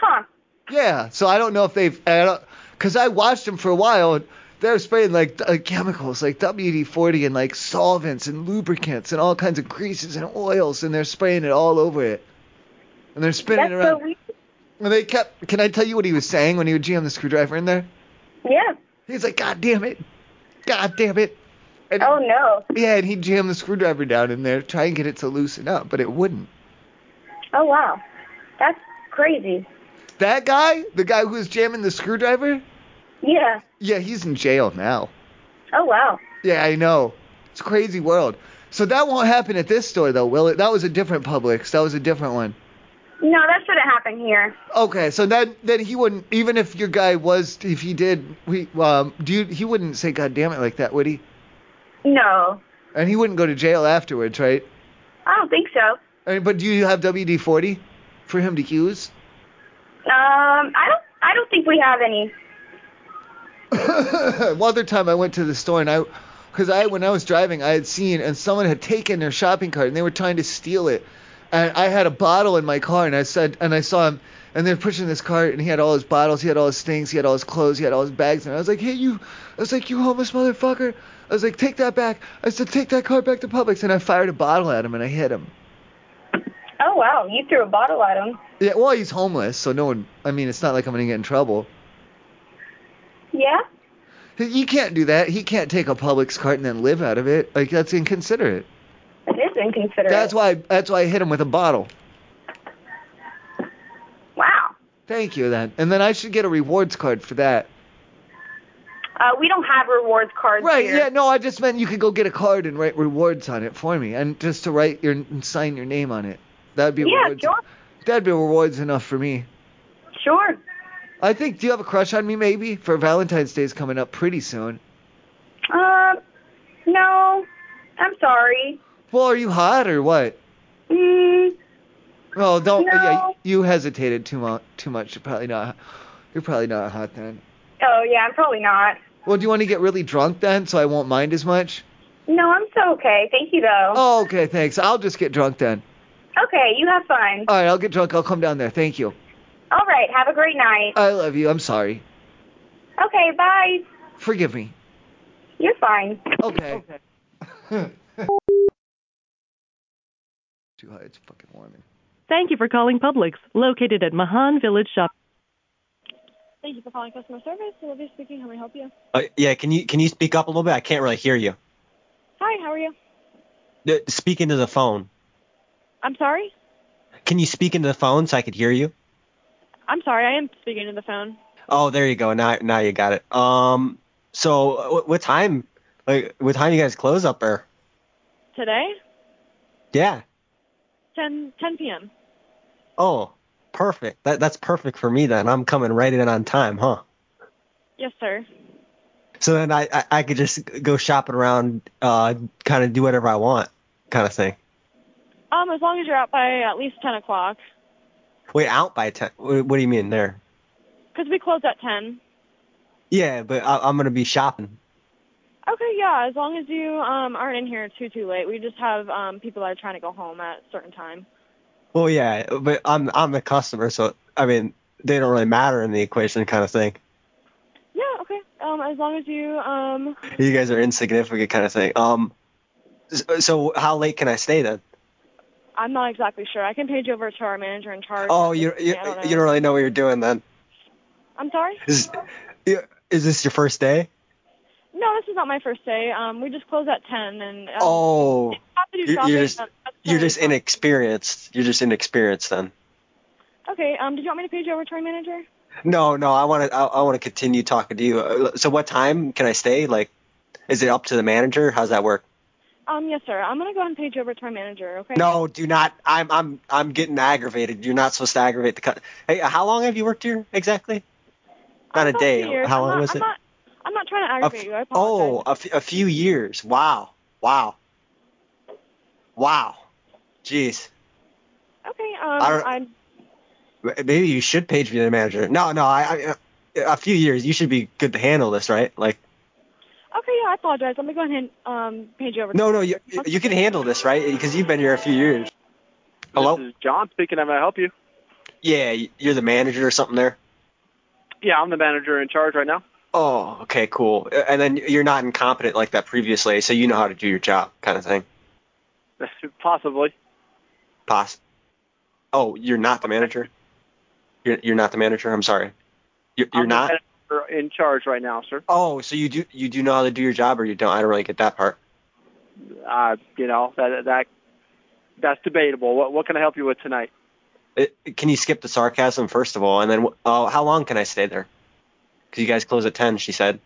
[SPEAKER 18] Huh.
[SPEAKER 2] Yeah. So I don't know if they've, I don't, cause I watched them for a while. and They're spraying like uh, chemicals, like WD-40 and like solvents and lubricants and all kinds of greases and oils, and they're spraying it all over it. And they're spinning
[SPEAKER 18] That's
[SPEAKER 2] around.
[SPEAKER 18] so weird.
[SPEAKER 2] And they kept. Can I tell you what he was saying when he would jam the screwdriver in there?
[SPEAKER 18] Yeah.
[SPEAKER 2] He's like, God damn it, God damn it. And,
[SPEAKER 18] oh no.
[SPEAKER 2] Yeah, and he'd jam the screwdriver down in there, try and get it to loosen up, but it wouldn't.
[SPEAKER 18] Oh wow. That's crazy.
[SPEAKER 2] That guy, the guy who was jamming the screwdriver,
[SPEAKER 18] Yeah.
[SPEAKER 2] yeah, he's in jail now.
[SPEAKER 18] Oh wow.
[SPEAKER 2] Yeah, I know. It's a crazy world. So that won't happen at this store though, will it? That was a different Publix. That was a different one.
[SPEAKER 18] No, that shouldn't happen here.
[SPEAKER 2] Okay, so then then he wouldn't even if your guy was if he did we um do you, he wouldn't say god damn it like that, would he?
[SPEAKER 18] No.
[SPEAKER 2] And he wouldn't go to jail afterwards, right?
[SPEAKER 18] I don't think so.
[SPEAKER 2] I mean, but do you have WD-40 for him to use?
[SPEAKER 18] Um, I don't. I don't think we have any.
[SPEAKER 2] One other time I went to the store and I, because I when I was driving I had seen and someone had taken their shopping cart and they were trying to steal it, and I had a bottle in my car and I said and I saw him and they're pushing this cart and he had all his bottles he had all his things he had all his clothes he had all his bags and I was like hey you I was like you homeless motherfucker I was like take that back I said take that cart back to Publix and I fired a bottle at him and I hit him
[SPEAKER 18] Oh wow, you threw a bottle at him.
[SPEAKER 2] yeah well he's homeless so no one I mean it's not like I'm gonna get in trouble
[SPEAKER 18] Yeah.
[SPEAKER 2] You can't do that. He can't take a Publix cart and then live out of it. Like that's inconsiderate.
[SPEAKER 18] It is inconsiderate.
[SPEAKER 2] That's why. That's why I hit him with a bottle.
[SPEAKER 18] Wow.
[SPEAKER 2] Thank you then. And then I should get a rewards card for that.
[SPEAKER 18] Uh, we don't have rewards cards
[SPEAKER 2] Right.
[SPEAKER 18] here.
[SPEAKER 2] Yeah. No, I just meant you could go get a card and write rewards on it for me, and just to write your and sign your name on it. That'd be
[SPEAKER 18] Yeah,
[SPEAKER 2] rewards.
[SPEAKER 18] sure.
[SPEAKER 2] That'd be rewards enough for me.
[SPEAKER 18] Sure.
[SPEAKER 2] I think. Do you have a crush on me maybe for Valentine's Day's coming up pretty soon?
[SPEAKER 18] Um, no. I'm sorry.
[SPEAKER 2] Well, are you hot or what?
[SPEAKER 18] Mm,
[SPEAKER 2] Oh, don't.
[SPEAKER 18] No.
[SPEAKER 2] Yeah, you hesitated too much. Too much. You're probably not. You're probably not hot then.
[SPEAKER 18] oh yeah, I'm probably not.
[SPEAKER 2] Well, do you want to get really drunk then, so I won't mind as much?
[SPEAKER 18] No, I'm so okay. Thank you though.
[SPEAKER 2] Oh, okay, thanks. I'll just get drunk then.
[SPEAKER 18] Okay, you have fun.
[SPEAKER 2] All right, I'll get drunk. I'll come down there. Thank you.
[SPEAKER 18] All right, have a great night.
[SPEAKER 2] I love you. I'm sorry.
[SPEAKER 18] Okay, bye.
[SPEAKER 2] Forgive me.
[SPEAKER 18] You're fine.
[SPEAKER 2] Okay. Too high. It's fucking warm. in-
[SPEAKER 1] Thank you for calling Publix, located at Mahan Village Shop.
[SPEAKER 17] Thank you for calling customer service. Olivia speaking. How may I help you?
[SPEAKER 7] Uh, yeah, can you can you speak up a little bit? I can't really hear you.
[SPEAKER 17] Hi, how are you?
[SPEAKER 7] Uh, Speak into the phone.
[SPEAKER 17] I'm sorry.
[SPEAKER 7] Can you speak into the phone so I could hear you?
[SPEAKER 17] I'm sorry. I am speaking to the phone.
[SPEAKER 7] Oh, there you go. Now now you got it. Um, so uh, what, what time? Like, what time you guys close up there?
[SPEAKER 17] Today,
[SPEAKER 7] Yeah.
[SPEAKER 17] 10 10 p.m.
[SPEAKER 7] Oh, perfect. That that's perfect for me then. I'm coming right in on time, huh?
[SPEAKER 17] Yes, sir.
[SPEAKER 7] So then I I, I could just go shopping around, uh, kind of do whatever I want, kind of thing.
[SPEAKER 17] Um, as long as you're out by at least 10 o'clock,
[SPEAKER 7] Wait, out by ten? What, what do you mean there?
[SPEAKER 17] 'cause we close at 10.
[SPEAKER 7] Yeah, but I, I'm gonna be shopping.
[SPEAKER 17] Okay, yeah. As long as you um aren't in here too too late, we just have um people that are trying to go home at a certain time.
[SPEAKER 7] Well, yeah, but I'm I'm the customer, so I mean they don't really matter in the equation, kind of thing.
[SPEAKER 17] Yeah, okay. Um, as long as you um
[SPEAKER 7] You guys are insignificant, kind of thing. Um, s- so how late can I stay then?
[SPEAKER 17] I'm not exactly sure. I can page you over to our manager in charge.
[SPEAKER 7] Oh, you you,
[SPEAKER 17] I don't know.
[SPEAKER 7] you don't really know what you're doing then.
[SPEAKER 17] I'm sorry?
[SPEAKER 7] Is you- is this your first day?
[SPEAKER 17] No, this is not my first day. Um, we just close at 10 and um,
[SPEAKER 7] Oh,
[SPEAKER 17] have to do
[SPEAKER 7] you're,
[SPEAKER 17] shopping.
[SPEAKER 7] you're just
[SPEAKER 17] um,
[SPEAKER 7] you're just inexperienced. You're just inexperienced then.
[SPEAKER 17] okay, um, did you want me to page you over to our manager?
[SPEAKER 7] No, no, I want to. I, I want to continue talking to you. Uh, So, what time can I stay? Like, is it up to the manager? How's that work?
[SPEAKER 17] Um, yes, sir. I'm gonna go ahead and page over to our manager. Okay.
[SPEAKER 7] No, do not. I'm, I'm, I'm getting aggravated. You're not supposed to aggravate the. Cu- hey, how long have you worked here exactly? Not a
[SPEAKER 17] About
[SPEAKER 7] day.
[SPEAKER 17] two years.
[SPEAKER 7] How
[SPEAKER 17] I'm
[SPEAKER 7] long
[SPEAKER 17] not-
[SPEAKER 7] was
[SPEAKER 17] I'm
[SPEAKER 7] it?
[SPEAKER 17] Not, I'm not trying to
[SPEAKER 7] A
[SPEAKER 17] aggravate
[SPEAKER 7] f-
[SPEAKER 17] you. I apologize.
[SPEAKER 7] oh, a, f- a few years. Wow, wow, wow. Jeez.
[SPEAKER 17] Okay.
[SPEAKER 7] I
[SPEAKER 17] Um,
[SPEAKER 7] don't-
[SPEAKER 17] I'm.
[SPEAKER 7] Maybe you should page me the manager. No, no. I, I, a few years. You should be good to handle this, right? Like,
[SPEAKER 17] Okay. Yeah, I apologize. Let me go ahead and um page you over.
[SPEAKER 7] Oh. no,
[SPEAKER 17] to
[SPEAKER 7] no. You, you can handle this, right? Because you've been here a few years. Hello.
[SPEAKER 24] This is John speaking. How may I help you?
[SPEAKER 7] Yeah, y- you're the manager or something there.
[SPEAKER 24] Yeah, I'm the manager in charge right now.
[SPEAKER 7] Oh, okay, cool. Uh, And then you're not incompetent like that previously, so you know how to do your job, kind of thing.
[SPEAKER 24] Possibly.
[SPEAKER 7] Poss. Oh, you're not the manager. You're you're not the manager. I'm sorry. You're, you're
[SPEAKER 24] I'm
[SPEAKER 7] not.
[SPEAKER 24] The manager in charge right now, sir.
[SPEAKER 7] Oh, so you do you do know how to do your job or you don't? I don't really get that part.
[SPEAKER 24] Uh, you know that that that's debatable. What what can I help you with tonight?
[SPEAKER 7] It, can you skip the sarcasm first of all, and then wh- oh, how long can I stay there? Because you guys close at ten, she said.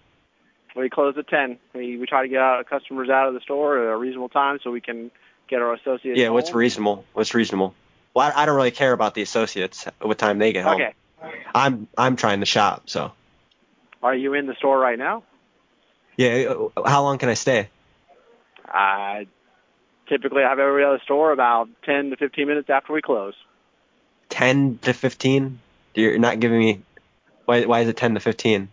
[SPEAKER 24] We close at ten. We we try to get our customers out of the store at a reasonable time so we can get our associates.
[SPEAKER 7] Yeah, what's
[SPEAKER 24] home.
[SPEAKER 7] reasonable? What's reasonable? Well, I, I don't really care about the associates. What time they get home?
[SPEAKER 24] Okay.
[SPEAKER 7] I'm I'm trying to shop, so
[SPEAKER 24] Are you in the store right now?
[SPEAKER 7] yeah. uh, How long can I stay?
[SPEAKER 24] Uh, typically, I have every other store about ten to fifteen minutes after we close.
[SPEAKER 7] Ten to fifteen? You're not giving me. Why why is it ten to fifteen?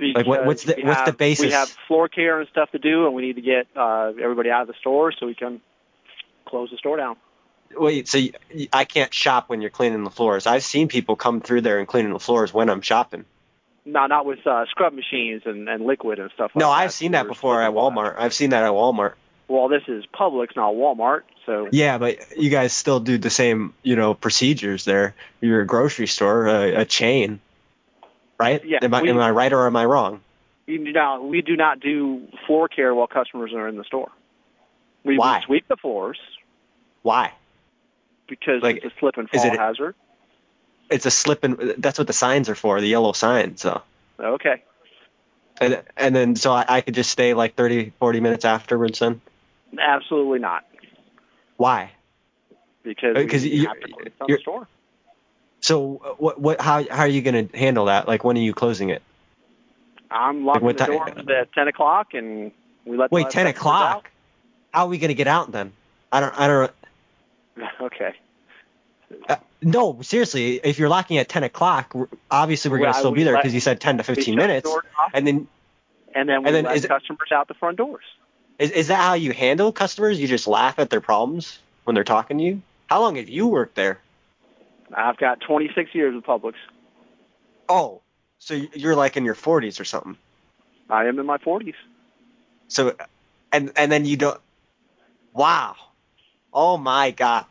[SPEAKER 7] Like, what- what's the-
[SPEAKER 24] Because we
[SPEAKER 7] what's the
[SPEAKER 24] have- We
[SPEAKER 7] basis?
[SPEAKER 24] have floor care and stuff to do, and we need to get uh, everybody out of the store so we can close the store down.
[SPEAKER 7] Wait, so you, you- I can't shop when you're cleaning the floors. I've seen people come through there and cleaning the floors when I'm shopping.
[SPEAKER 24] No, not with uh, scrub machines and, and liquid and stuff.
[SPEAKER 7] No,
[SPEAKER 24] like
[SPEAKER 7] I've seen that before at Walmart. I've seen that at Walmart.
[SPEAKER 24] Well, this is Publix, not Walmart, so
[SPEAKER 7] Yeah, but you guys still do the same, you know, procedures there. You're a grocery store, a, a chain, right?
[SPEAKER 24] Yeah,
[SPEAKER 7] Am I,
[SPEAKER 24] we-
[SPEAKER 7] am I right or am I wrong?
[SPEAKER 24] you know, we do not do floor care while customers are in the store. We,
[SPEAKER 7] Why?
[SPEAKER 24] we sweep the floors
[SPEAKER 7] Why?
[SPEAKER 24] because
[SPEAKER 7] Like,
[SPEAKER 24] it's a slip and
[SPEAKER 7] is
[SPEAKER 24] fall
[SPEAKER 7] it-
[SPEAKER 24] hazard.
[SPEAKER 7] It's a slip and that's what the signs are for, the yellow signs. So.
[SPEAKER 24] Okay.
[SPEAKER 7] And, and then so I, I could just stay like 30, 40 minutes afterwards then?
[SPEAKER 24] Absolutely not,
[SPEAKER 7] Why?
[SPEAKER 24] because
[SPEAKER 7] Uh,
[SPEAKER 24] we
[SPEAKER 7] 'cause you-
[SPEAKER 24] have to close down
[SPEAKER 7] you're-
[SPEAKER 24] the store.
[SPEAKER 7] So uh, what what how how are you going to handle that? Like when are you closing it?
[SPEAKER 24] I'm locking
[SPEAKER 7] what
[SPEAKER 24] the
[SPEAKER 7] ti-
[SPEAKER 24] door at 10 o'clock, and we let the
[SPEAKER 7] Wait,
[SPEAKER 24] last
[SPEAKER 7] 10
[SPEAKER 24] customers
[SPEAKER 7] o'clock? How are we going to get out then? I don't I don't
[SPEAKER 24] out. okay.
[SPEAKER 7] uh, no, seriously, if you're locking at 10 o'clock, we're- obviously we're going
[SPEAKER 24] Well,
[SPEAKER 7] to still
[SPEAKER 24] we
[SPEAKER 7] be there
[SPEAKER 24] let-
[SPEAKER 7] because you said 10 to
[SPEAKER 24] we
[SPEAKER 7] 15
[SPEAKER 24] shut the
[SPEAKER 7] minutes.
[SPEAKER 24] door off,
[SPEAKER 7] And then
[SPEAKER 24] and then we
[SPEAKER 7] and then
[SPEAKER 24] let
[SPEAKER 7] is it-
[SPEAKER 24] customers out the front doors.
[SPEAKER 7] is, is that how you handle customers? You just laugh at their problems when they're talking to you? How long have you worked there?
[SPEAKER 24] I've got 26 years with Publix.
[SPEAKER 7] Oh, so you- you're like in your 40s or something.
[SPEAKER 24] I am in my 40s.
[SPEAKER 7] So, and and then you don't. Wow. Oh my God.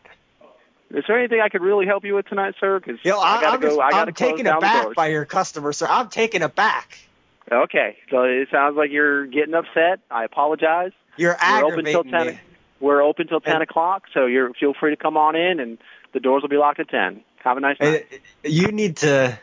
[SPEAKER 24] Is there anything I could really help you with tonight, sir? Because
[SPEAKER 7] Yo, I,
[SPEAKER 24] I gotta
[SPEAKER 7] am
[SPEAKER 24] go. I gotta
[SPEAKER 7] am
[SPEAKER 24] close
[SPEAKER 7] taken
[SPEAKER 24] down the
[SPEAKER 7] aback
[SPEAKER 24] doors.
[SPEAKER 7] by your customer, sir. I'm taken aback.
[SPEAKER 24] Okay, so it sounds like you're getting upset. I apologize.
[SPEAKER 7] You're
[SPEAKER 24] We're open till
[SPEAKER 7] aggravating
[SPEAKER 24] 10.
[SPEAKER 7] me.
[SPEAKER 24] We're open till 10
[SPEAKER 7] And-
[SPEAKER 24] o'clock, so you're feel free to come on in, and the doors will be locked at 10. Have a nice night.
[SPEAKER 7] You need to.